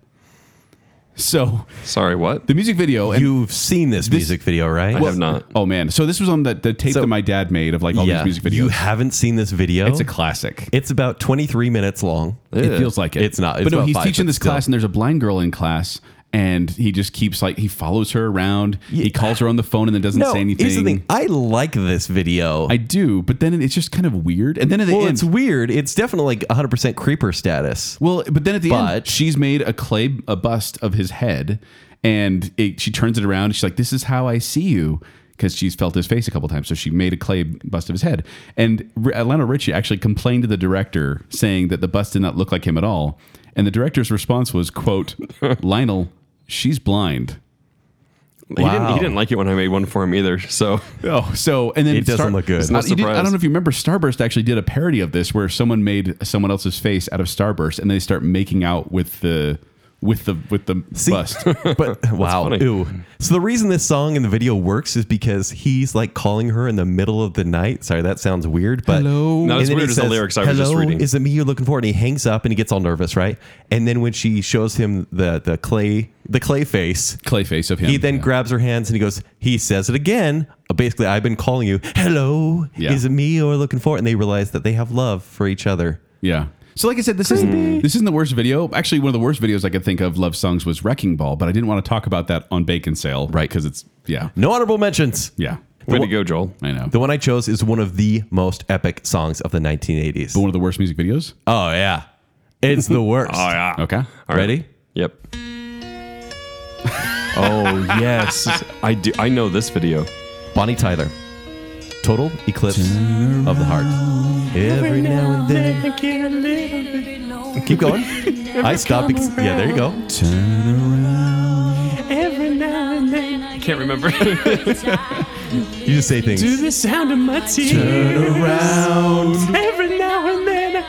C: So,
D: Sorry, what?
C: the music video. and-
B: You've seen this, music video, right?
D: I have not.
C: Oh man! So this was on the, the tape
B: So-
C: that my dad made of like all
B: yeah.
C: these music videos.
B: You haven't seen this video.
C: it's a classic.
B: It's about 23 minutes long.
C: It feels like it.
B: It's not. It's
C: but no,
B: about
C: he's
B: five,
C: teaching
B: but
C: this
B: still.
C: class, and there's a blind girl in class, and he just keeps like he follows her around. He calls her on the phone, and then doesn't
B: No,
C: say anything.
B: here's the thing. I like this video.
C: I do, but then it's just kind of weird. And then at the
B: well,
C: end,
B: it's weird. It's definitely like 100% creeper status.
C: Well, but then at the
B: But-
C: end, she's made a clay a bust of his head, and it, she turns it around. And she's like, "This is how I see you," because she's felt his face a couple times. So she made a clay bust of his head. And R- Lionel Richie actually complained to the director, saying that the bust did not look like him at all. And the director's response was, "Quote, Lionel, she's blind."
D: He, didn't,
B: Wow.
D: he didn't like it when I made one for him either. So [laughs]
C: Oh, so and then
B: It doesn't look good. It's
D: no
C: I, you did- I
D: surprise.
C: don't know if you remember, Starburst actually did a parody of this, where someone made someone else's face out of Starburst, and they start making out with the with the with the bust. [laughs]
B: [laughs] But wow,
D: funny.
B: ew. So the reason this song in the video works is because he's like calling her in the middle of the night. Sorry, that sounds weird, but
C: Hello?
D: No,
B: And
D: it's
B: then he
D: weird as the
B: says,
D: lyrics I was just
B: "Hello,
D: reading."
B: Is it me you're looking for? And he hangs up and he gets all nervous, right? And then when she shows him the the clay the clay face,
C: clay face of him.
B: he then
C: Yeah.
B: grabs her hands and he goes, he says it again. Uh, Basically, I've been calling you. Hello,
C: Yeah.
B: is it me you're looking for? And they realize that they have love for each other.
C: Yeah. So like I said, this isn't this isn't the worst video. Actually, one of the worst videos I could think of love songs was Wrecking Ball, but I didn't want to talk about that on Bacon Sale, right? Because it's yeah,
B: No honorable mentions.
C: yeah.
D: way to go, Joel.
C: I know.
B: The one I chose is one of the most epic songs of the 1980s.
C: one of the worst music videos.
B: Oh yeah, it's the
C: [laughs]
B: worst.
D: Oh yeah.
C: Okay.
D: All right.
B: Ready?
D: Yep. [laughs] oh yes, I do. I know this video.
B: Bonnie Tyler. Total eclipse of the heart. Every now and then. Keep going. I stopped because yeah, there you go.
D: Can't remember. [laughs]
B: You just say things.
D: the sound of my tears.
B: Around.
D: Every now and then.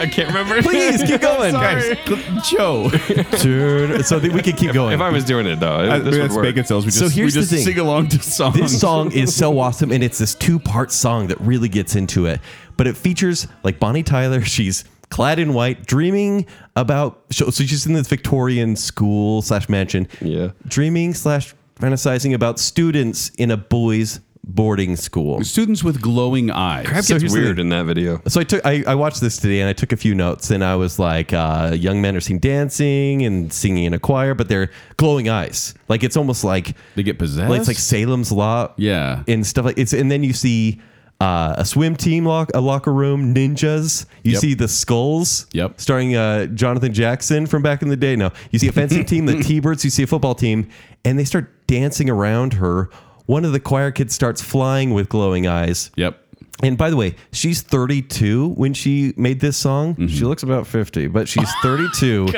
D: I can't remember.
B: Please
D: [laughs]
B: keep going,
D: Sorry.
C: [laughs] Joe.
B: Turn. So that we could keep going.
D: If I was doing it though, it- this would work.
C: sales. We
B: So here's the thing.
C: along to songs.
B: this song is so awesome, and it's this two-part song that really gets into it. But it features like Bonnie Tyler. [laughs] She's clad in white, dreaming about. So so she's in this Victorian school slash mansion.
D: Yeah.
B: dreaming slash fantasizing about students in a boys boarding school.
C: Students with glowing eyes.
D: Crap
B: So
D: gets
B: here's the
D: weird
B: thing.
D: in that video.
B: So I took I, I watched this today and I took a few notes and I was like, uh, young men are seen dancing and singing in a choir, but they're glowing eyes. Like it's almost like,
C: They get possessed.
B: like it's like Salem's Law
C: yeah.
B: and stuff like it's and then you see uh, a swim team, lock, a locker room, ninjas. You
C: Yep.
B: see the skulls.
C: Yep.
B: Starring uh, Jonathan Jackson from back in the day. No, you see a
C: [laughs]
B: fencing team, the T-Birds. You see a football team, and they start dancing around her. One of the choir kids starts flying with glowing eyes.
C: Yep.
B: And by the way, she's 32 when she made this song.
C: Mm-hmm.
B: She looks about 50, but
C: [laughs]
B: she's 32.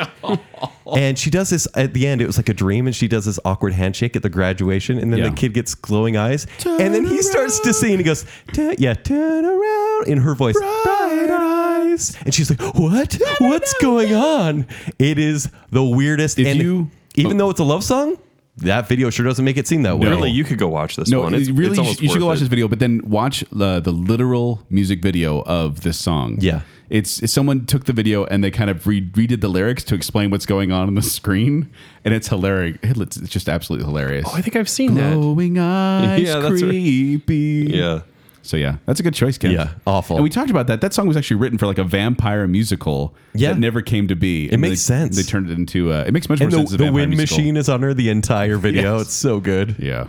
B: and she does this at the end. It was like a dream, and she does this awkward handshake at the graduation. And then
C: Yeah.
B: the kid gets glowing eyes. and then he starts to sing, and he goes, "Tu- Yeah, turn around in her voice. Bright eyes. And she's like, What? What's going on? It is the weirdest.
C: If
B: and
C: you-
B: even though it's a love song, that video sure doesn't make it seem that way.
D: Really, you could go watch this
C: No,
D: one. It's,
C: it really,
D: it's
C: you
D: almost
C: should- you should go
D: worth
C: watch this
D: it.
C: video, but then watch the, the literal music video of this song.
B: Yeah.
C: It's, it's someone took the video and they kind of re- redid the lyrics to explain what's going on on the screen, and it's hilarious. It's it's just absolutely hilarious.
D: Oh, I think I've seen
B: [laughs]
D: that.
C: Glowing eyes,
D: Yeah, that's right.
C: creepy.
D: Yeah.
C: So yeah, that's a good choice, Ken.
B: Yeah, awful.
C: And we talked about that. That song was actually written for like a vampire musical
B: Yeah.
C: that never came to be. It
B: makes sense.
C: They turned it into. A, it makes much more
B: And
C: sense.
B: the,
C: as a
B: the
C: vampire
B: wind
C: musical.
B: machine is on her the entire video.
C: [laughs] Yes.
B: It's so good.
C: Yeah.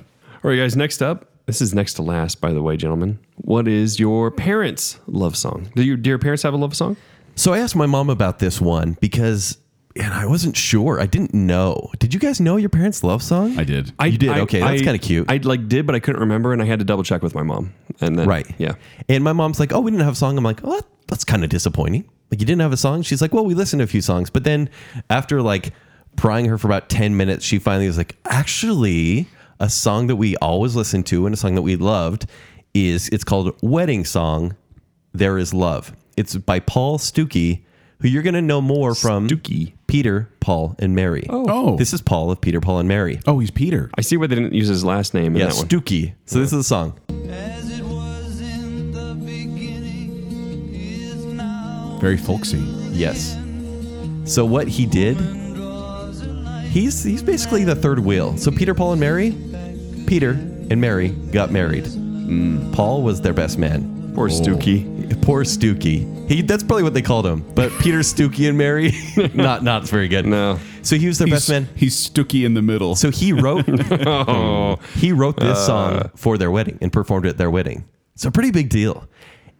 D: All right, guys. Next up, this is next to last, by the way, gentlemen. What is your parents' love song? Do your do your parents have a love song?
B: So I asked my mom about this one because, and I wasn't sure. I didn't know. Did you guys know your parents' love song?
C: I did.
B: You did? Okay, that's
D: I-
B: kinda cute.
D: I like did, but I couldn't remember, and I had to double check with my mom. And then,
B: Right.
D: yeah,
B: And my mom's like, oh, we didn't have a song. I'm like, oh, that's kind of disappointing. Like, you didn't have a song? She's like, well, we listened to a few songs. But then after like prying her for about 10 minutes, she finally was like, actually, a song that we always listened to and a song that we loved is it's called Wedding Song There Is Love. It's by Paul Stuckey, who you're going to know more from
D: Stuckey.
B: Peter, Paul, and Mary.
C: Oh.
B: This is Paul of Peter, Paul, and Mary.
C: oh, he's Peter.
D: I see why they didn't use his last name in
B: Yeah,
D: that one.
B: Stuckey. So this is the song.
E: As it was in the beginning, is now.
C: Very folksy.
B: Yes. So what he did? He's he's basically the third wheel. So Peter, Paul, and Mary, Peter and Mary got married.
D: Mm.
B: Paul was their best man.
D: Poor Stooky.
B: Poor Stooky. He that's probably what they called him. But
D: [laughs]
B: Peter, Stooky, and Mary, [laughs] not not very good.
D: No.
B: So he was their best man.
C: He's Stooky in the middle.
B: So he wrote [laughs] he wrote this song for their wedding and performed it at their wedding. It's a pretty big deal.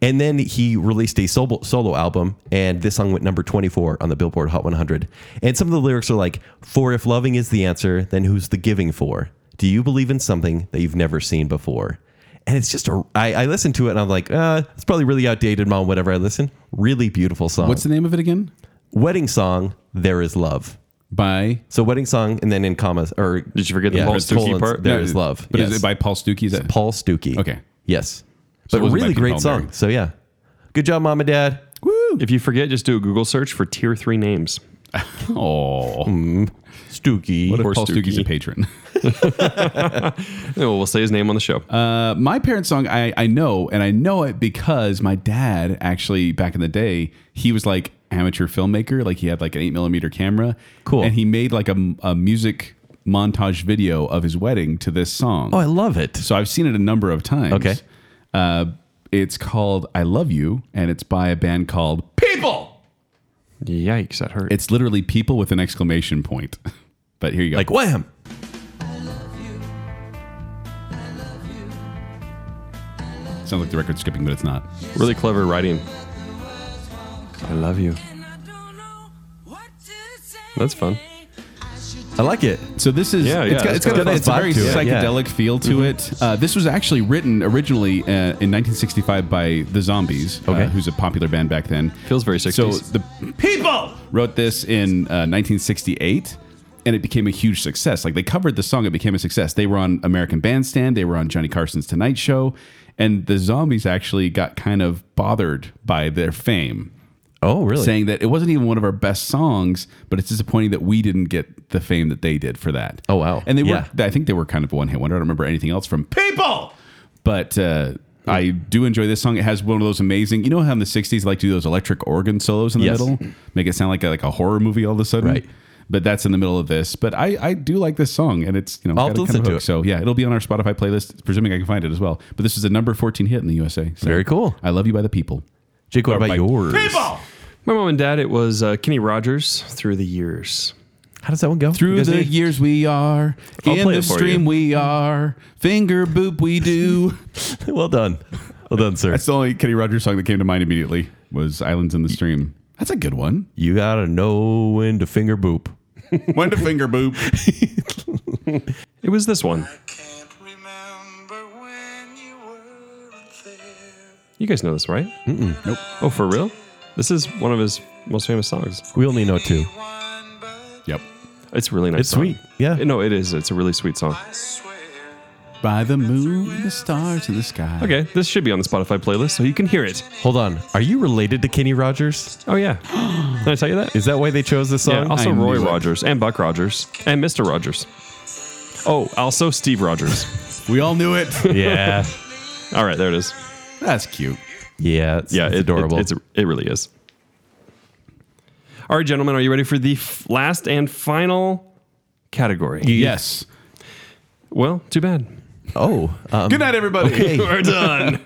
B: And then he released a solo, solo album, and this song went number 24 on the Billboard Hot 100. And some of the lyrics are like, For if loving is the answer, then who's the giving for? Do you believe in something that you've never seen before? And it's just, a, I, I listened to it and I'm like, uh, it's probably really outdated, mom, whatever I listen. Really beautiful song.
C: What's the name of it again?
B: Wedding song, There Is Love.
C: By
B: So wedding song, and then in commas, or
D: Did you forget the Paul Stuckey
B: colons,
D: part?
B: There
C: No,
B: is love.
C: But
B: Yes.
C: is it by Paul Stooky? Is
B: [laughs]
C: that
B: Paul Stuckey?
C: Okay.
B: Yes,
C: So
B: but
C: it wasn't by
B: really
C: Pete
B: great
C: Palmieri.
B: song. So yeah, good job, mom and dad.
D: If you forget, just do a Google search for tier three names.
C: Oh,
B: Mm, Stuckey.
C: what if
D: Poor
C: Paul
D: Stooky.
C: Stooky's a patron? [laughs]
D: No, we'll say his name on the show.
C: Uh, my parents' song, I, I know, and I know it because my dad actually back in the day, he was like amateur filmmaker. Like he had like an eight millimeter camera.
B: Cool.
C: And he made like a, a music montage video of his wedding to this song.
B: oh, I love it.
C: so I've seen it a number of times.
B: Okay.
C: Uh, it's called I Love You, and it's by a band called People.
D: Yikes, that hurt.
C: It's literally people with an exclamation point. [laughs] But here you go.
B: Like wham.
C: Sounds like the record skipping, but it's not.
D: really clever writing. I love you.
F: And I don't know what to say.
D: That's fun.
B: I like it.
C: So this is
D: Yeah,
C: it's
D: yeah,
C: got,
D: it's
C: it's got
D: got
C: a,
B: a
C: it's a
B: vibe
C: very
B: to it, yeah.
C: psychedelic feel to it. Uh, this was actually written originally uh, in 1965 by the Zombies, uh,
B: Okay.
C: who's a popular band back then.
D: Feels very
C: So
D: 60s.
C: the people wrote this in uh, 1968, and it became a huge success. Like they covered the song, it became a success. They were on American Bandstand, they were on Johnny Carson's Tonight Show, and the Zombies actually got kind of bothered by their fame
B: Oh, really?
C: saying that it wasn't even one of our best songs, but it's disappointing that we didn't get the fame that they did for that.
B: Oh, wow.
C: And they
B: Yeah.
C: were, I think they were kind of a one hit wonder. I don't remember anything else from People, but uh, I do enjoy this song. It has one of those amazing, you know how in the '60s like to do those electric organ solos in the
B: Yes.
C: middle, make it sound like a, like a horror movie all of a sudden,
B: Right.
C: But that's in the middle of this. But I, I do like this song, and it's you know
B: I'll
C: got a
B: listen
C: kind of
B: to
C: hook.
B: it.
C: So yeah, it'll be on our Spotify playlist, presuming I can find it as well. But this is a number 14 hit in the USA. So
B: Very cool.
C: I love you by the people.
B: Jake, what about
C: Like,
B: yours?
C: People.
D: My mom and dad, it was uh, Kenny Rogers through the years.
B: How does that one go? You
C: Through
B: guys
C: the
B: ready?
C: years we are,
D: I'll
C: in
D: play
C: the
D: it for
C: stream
D: you.
C: we are, finger boop we do.
B: [laughs] well done. Well done, sir.
C: [laughs] That's the only Kenny Rogers song that came to mind immediately was Islands in the Stream. That's a good [laughs] one.
B: You gotta know when to finger boop.
C: One to finger boop.
D: It was this one.
E: I can't remember when you weren't there.
D: You guys know this, right? Mm-mm. Nope. Oh, for real? This is one of his most famous songs.
B: We only know two.
E: One but
C: Yep.
D: It's a really nice.
B: It's
D: song.
B: sweet. Yeah.
D: No, it is. It's a really sweet song.
E: I swear.
C: By the moon, the stars, and the sky.
D: Okay, this should be on the Spotify playlist, so you can hear it.
B: Hold on. Are you related to Kenny Rogers?
C: [gasps]
D: Oh yeah. Did I tell you that?
B: Is that why they chose this song?
D: Yeah, also
C: I knew
D: Roy
C: it.
D: Rogers and Buck Rogers and Mr. Rogers. Oh, also
C: [laughs]
D: Steve Rogers.
C: We all knew it.
B: [laughs]
C: [laughs]
B: yeah.
D: All right, there it is.
C: That's cute.
B: Yeah. It's,
D: Yeah,
B: it's
D: it- it-
B: adorable.
D: it's, it really is. All right, gentlemen, are you ready for the f- last and final category?
C: Yes.
D: Well, too bad.
B: oh. Um,
C: Good night, everybody.
D: We're done.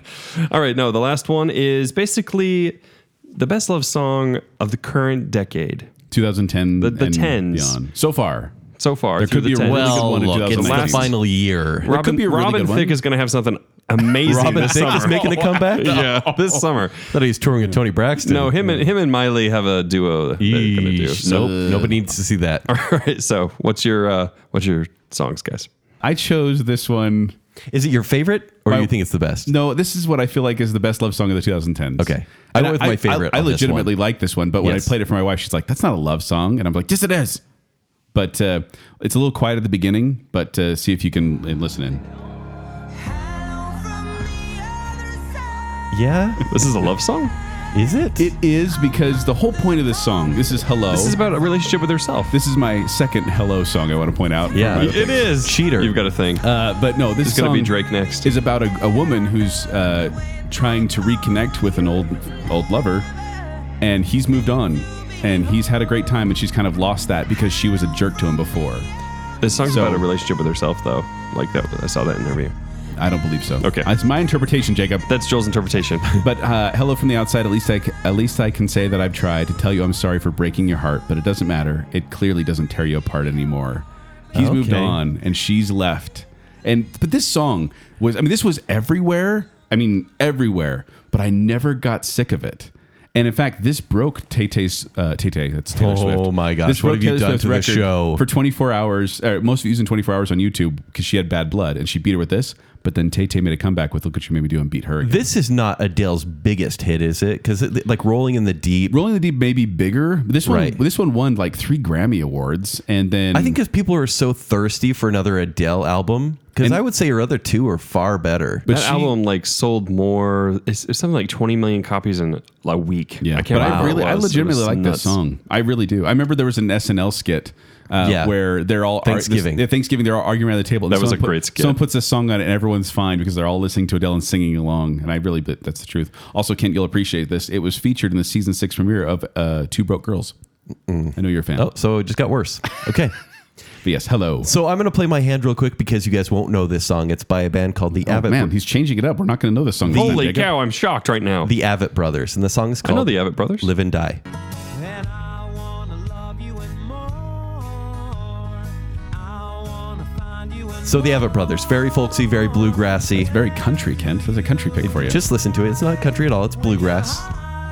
D: All right, no, the last one is basically the best love song of the current decade
C: 2010.
D: The- the
C: and
D: 10s.
C: beyond. So far.
D: so far.
C: There
D: through
C: could be
D: the
C: a
D: 10.
C: really good
B: well,
C: one in
B: look, it's the
C: 2019.
B: final year.
D: Robin,
C: could be a really
D: Robin
C: good one.
D: Thicke is going to have something amazing
B: Robin
D: this
B: Thicke is
D: summer. [laughs]
B: making a [laughs] comeback?
D: yeah, this summer.
B: thought he was touring with Tony Braxton.
D: No, him and him and Miley have a duo. That they're gonna do.
B: Yeesh.
D: So,
B: Nope. Nobody needs to see that.
D: [laughs] all right. So, what's your uh, what's your songs, guys?
C: I chose this one.
B: Is it your favorite or
C: My-
B: you think it's the best?
C: No, this is what I feel like is the best love song of the 2010s.
B: Okay. I
C: And
B: went with my favorite
C: I,
B: on this
C: legitimately like this one, but when
B: Yes.
C: I played it for my wife, she's like, "That's not a love song," and I'm like, "Yes, it is." But uh, it's a little quiet at the beginning, but uh, see if you can uh, listen in.
B: Yeah.
D: This is a love song.
B: Is it?
C: It is because the whole point of this song. This is hello.
D: This is about a relationship with herself.
C: This is my second hello song. I want to point out.
B: Yeah.
C: Right.
D: it is cheater. Um, You've got to think.
C: Uh, but no, this
D: It's gonna be
C: song
D: Drake next.
C: Is about a, a woman who's uh, trying to reconnect with an old old lover, and he's moved on, and he's had a great time, and she's kind of lost that because she was a jerk to him before.
D: this song's
C: so-
D: about a relationship with herself, though. Like that, I saw that interview.
C: I don't believe so.
D: Okay.
C: it's my interpretation, Jacob.
D: That's Joel's interpretation.
C: But uh, hello from the outside. At least I c- at least I can say that I've tried to tell you I'm sorry for breaking your heart, but it doesn't matter. It clearly doesn't tear you apart anymore. He's moved
B: Okay.
C: on, and she's left. And but this song was I mean this was everywhere. I mean everywhere. But I never got sick of it. And in fact, this broke Tay Tay's uh, Tay Tay. That's Taylor
B: Oh
C: Swift.
B: my gosh, what have
C: broke
B: you done to
C: Swift's
B: this
C: record
B: show?
C: for 24 hours? Uh, most views in 24 hours on YouTube because she had bad blood, and she beat her with this. But then Tay Tay made a comeback with "Look What You Made Me Do" and beat her. Again.
B: This is not Adele's biggest hit, is it? Because like Rolling in the Deep.
C: Rolling the Deep may be bigger. but This one,
B: Right.
C: this one won like three Grammy awards, and then
B: I think because people are so thirsty for another Adele album. Because
C: And-
B: I would say her other two are far better.
C: But
D: that
C: she-
D: album like sold more. It's, it's something like 20 million copies in a week.
C: yeah,
D: I can't.
C: but
D: remember
C: I
D: what it
C: really, I
D: was. It was
C: legitimately like
D: nuts.
C: this song. I really do. I remember there was an SNL skit. Uh,
B: Yeah.
C: where they're all
B: Thanksgiving.
C: This, yeah, Thanksgiving, they're all arguing around the table. and
D: That was
C: someone
D: a great skit.
C: Someone puts a song on it, and everyone's fine because they're all listening to Adele and singing along. And I really, but that's the truth. Also, Kent, you'll appreciate this. It was featured in the season six premiere of uh, Two Broke Girls. I know you're a fan.
B: Oh, so it just got worse. [laughs] Okay.
C: But yes, hello.
B: so I'm going to play my hand real quick because you guys won't know this song. It's by a band called The
C: Oh,
B: Avett
C: man, he's changing it up. We're not going to know this song. this time,
D: Holy
C: Jacob.
D: cow! I'm shocked right now.
B: The Avett Brothers. And the song is
D: I
B: called
D: know the Abbott Brothers.
B: Live and Die.
E: And I wanna love you and more. I wanna find you and
B: So The Avett Brothers. Very folksy, very bluegrassy.
C: It's very country, Kent. That's a country pick for you.
B: Just listen to it. It's not country at all. It's bluegrass.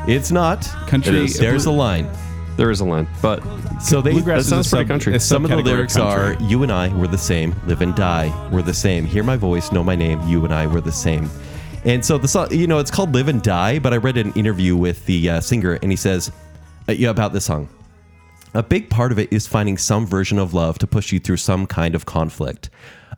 B: It's not
C: Country-
B: It is. There's the line.
D: There is a line, but
B: So they
D: Bluegrass
B: that
D: is a
B: sounds pretty
D: sub-
B: country.
D: a
B: Some of the
C: subcategory of
B: lyrics are
C: country.
B: "You and I were the same, live and die. We're the same. Hear my voice, know my name. You and I were the same." And so the song, you know, it's called "Live and Die," but I read an interview with the uh, singer, and he says uh, yeah, about this song. A big part of it is finding some version of love to push you through some kind of conflict.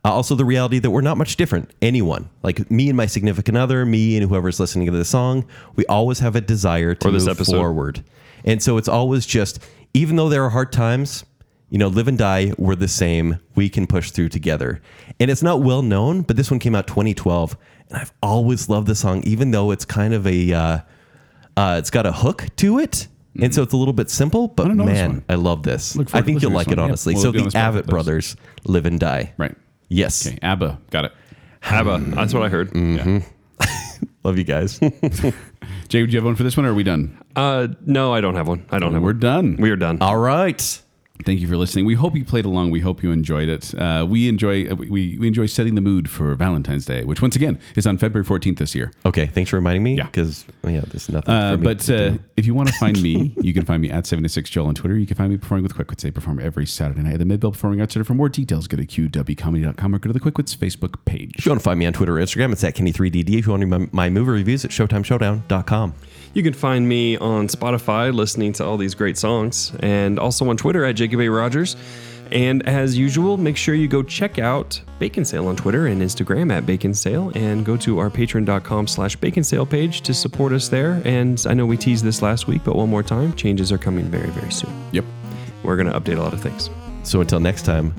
B: Uh, also, the reality that we're not much different. Anyone, like me and my significant other, me and whoever's listening to the song, we always have a desire to
D: Or this
B: move
D: episode.
B: forward. And so it's always just, even though there are hard times, you know, live and die, we're the same. We can push through together. And it's not well known, but this one came out 2012, and I've always loved this song, even though it's kind of a. Uh, uh, it's got a hook to it, and so it's a little bit simple. But
C: don't Mm-hmm. know this
B: man,
C: one.
B: I love this.
C: Look forward
B: I
C: to
B: think you'll
C: listening
B: like
C: to
B: it
C: this one. Yeah,
B: honestly.
C: we'll
B: so
C: be
B: the
C: on the Spotify
B: Avett
C: playlist.
B: Brothers, Live and Die.
C: Right.
B: Yes.
C: Okay. ABBA. Got it.
D: ABBA. That's what I heard.
C: Mm.
B: Mm-hmm. Love you
C: [laughs]
B: guys.
C: Jay, do you have one for this one or are we done?
D: Uh, no, I don't have one. I don't have
C: We're
D: one.
C: done.
D: We are done.
B: All right.
C: Thank you for listening. We hope you played along. We hope you enjoyed it. Uh, we enjoy we, we enjoy setting the mood for Valentine's Day, which once again is on February 14th this year.
B: Okay, thanks for reminding me.
C: Yeah.
B: because yeah, there's nothing.
C: Uh,
B: for me
C: but
B: to
C: uh,
B: do.
C: if you want to
B: [laughs]
C: find me, you can find me at 76Joel on Twitter. You can find me performing with Quickwits. They perform every Saturday night at the Midville Performing Arts Center. For more details, go to qwcomedy.com or go to the Quickwits Facebook
B: if
C: page.
B: you want to find me on Twitter or Instagram, it's at Kenny3DD. If you want to read my, my movie reviews, at ShowtimeShowdown.com.
D: You can find me on Spotify listening to all these great songs and also on Twitter at Jacob A. Rogers. And as usual, make sure you go check out Bacon Sale on Twitter and Instagram at Bacon Sale and go to our patreon.com slash bacon sale page to support us there. And I know we teased this last week, but one more time, changes are coming very, very soon.
C: Yep.
D: We're going to update a lot of things.
B: So until next time,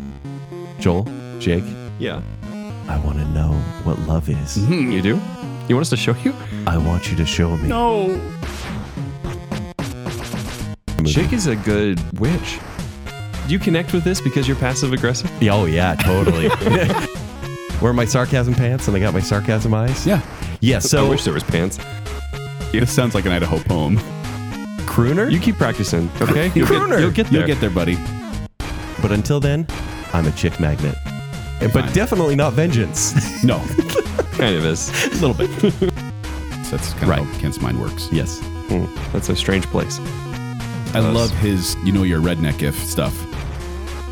B: Joel, Jake,
D: Yeah. Hmm,
B: I want to know what love is.
C: Mm-hmm.
D: You do? You want us to show you?
B: I want you to show me.
D: Chick is a good witch. Do you connect with this because you're passive aggressive?
B: Yeah, Oh yeah, totally. [laughs] Wear my sarcasm pants, and I got my sarcasm eyes.
C: Yeah.
B: yeah.
D: I
B: So
D: wish there was pants.
C: This sounds like an Idaho poem.
B: crooner.
D: You keep practicing,
B: [laughs]
D: okay? You'll
B: Crooner.
D: Get, you'll get there.
C: You'll get there, buddy.
B: But until then, I'm a chick magnet. And- But
C: Fine.
B: definitely not vengeance.
C: No.
D: kind of is.
B: a little bit.
C: That's kind
B: Right.
C: of how Kent's mind works.
B: yes.
D: That's a strange place.
C: I love his, you know, your redneck if stuff.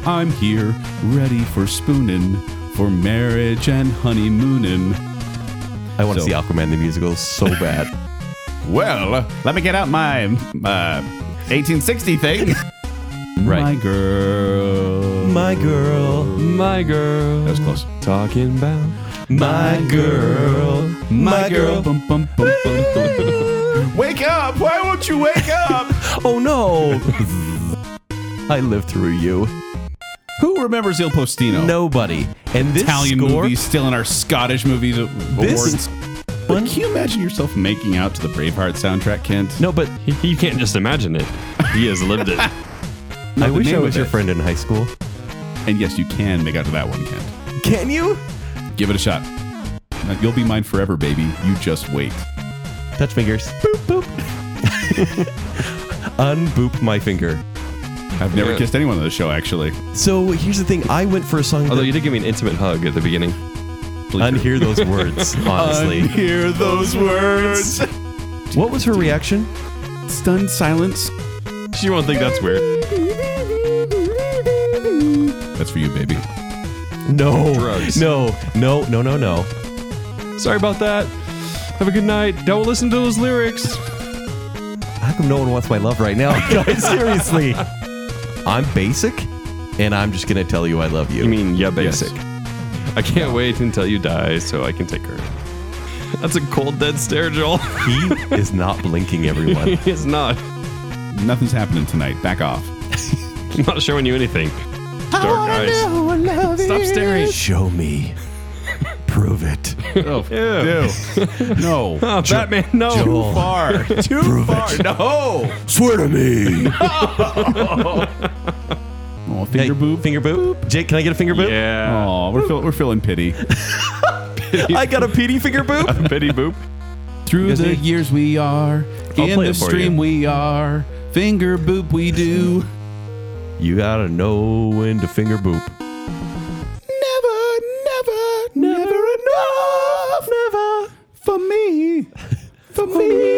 C: I'm here, ready for spooning, for marriage and honeymooning.
B: I want to
C: So-
B: see Aquaman the musical so bad.
C: Well, let me get out my uh, 1860 [laughs] thing.
B: Right.
C: My girl.
B: my girl,
D: My girl.
C: That was close.
D: Talking about.
B: my girl, my girl.
C: Bum, bum, bum, bum, bum, bum. [laughs] Wake up! Why won't you wake up?
B: Oh no! I live through you.
C: Who remembers Il Postino?
B: Nobody. And this
C: Italian
B: score,
C: movies, still in our Scottish movies a- awards.
B: this one.
C: Can you imagine yourself making out to the Braveheart soundtrack, Kent?
B: No, but
D: You can't just imagine it. He has
B: [laughs]
D: lived it.
B: I
C: the
B: wish
C: name
B: I
C: of
B: was your
C: it.
B: friend in high school.
C: And yes, you can make out to that one, Kent.
B: Can you?
C: Give it a shot. Like, You'll be mine forever, baby. You just wait.
B: Touch fingers. Boop [laughs] boop. Unboop my finger.
C: I've never
D: Yeah.
C: kissed anyone on the show, actually.
B: So here's the thing. I went for a song.
D: Although
B: that-
D: you did give me an intimate hug at the beginning.
B: unhear
D: [laughs]
B: those words. Honestly,
C: Hear those words.
B: what was her reaction?
C: Stunned silence.
D: She won't think that's weird.
C: That's for you, baby.
B: No.
D: Drugs.
B: No. No. No. No. No.
D: Sorry about that. Have a good night. Don't listen to those lyrics.
B: How come no one wants my love right now? [laughs] Guys, seriously. I'm basic, and I'm just gonna tell you I love you.
D: You mean yeah,
C: Yes.
D: basic? I can't wait until you die so I can take her. That's a cold dead stare, Joel. [laughs]
B: he is not blinking,
C: [laughs]
B: everyone.
D: he is not.
C: Nothing's happening tonight. Back off.
D: I'm not showing you anything. Dark eyes. Stop staring.
B: Show me. Prove it.
C: Oh, ew. No.
D: Oh, Batman, no.
B: Joel.
C: Far. Too far. No.
B: Swear to me.
C: Oh, finger boob.
B: Finger boop. Jake, can I get a finger boop?
D: Yeah.
C: Oh, we're, feel, we're feeling pity.
B: I got a PD finger boop.
D: Bitty boop.
C: Through
D: guys
C: the
D: need-
C: years we are,
D: I'll
C: in
D: play
C: the
D: it for
C: stream
D: you.
C: we are, finger boop we do.
B: [laughs] You gotta know when to finger boop.
C: Never, never, never enough. Never. [laughs] For me. For me. [laughs]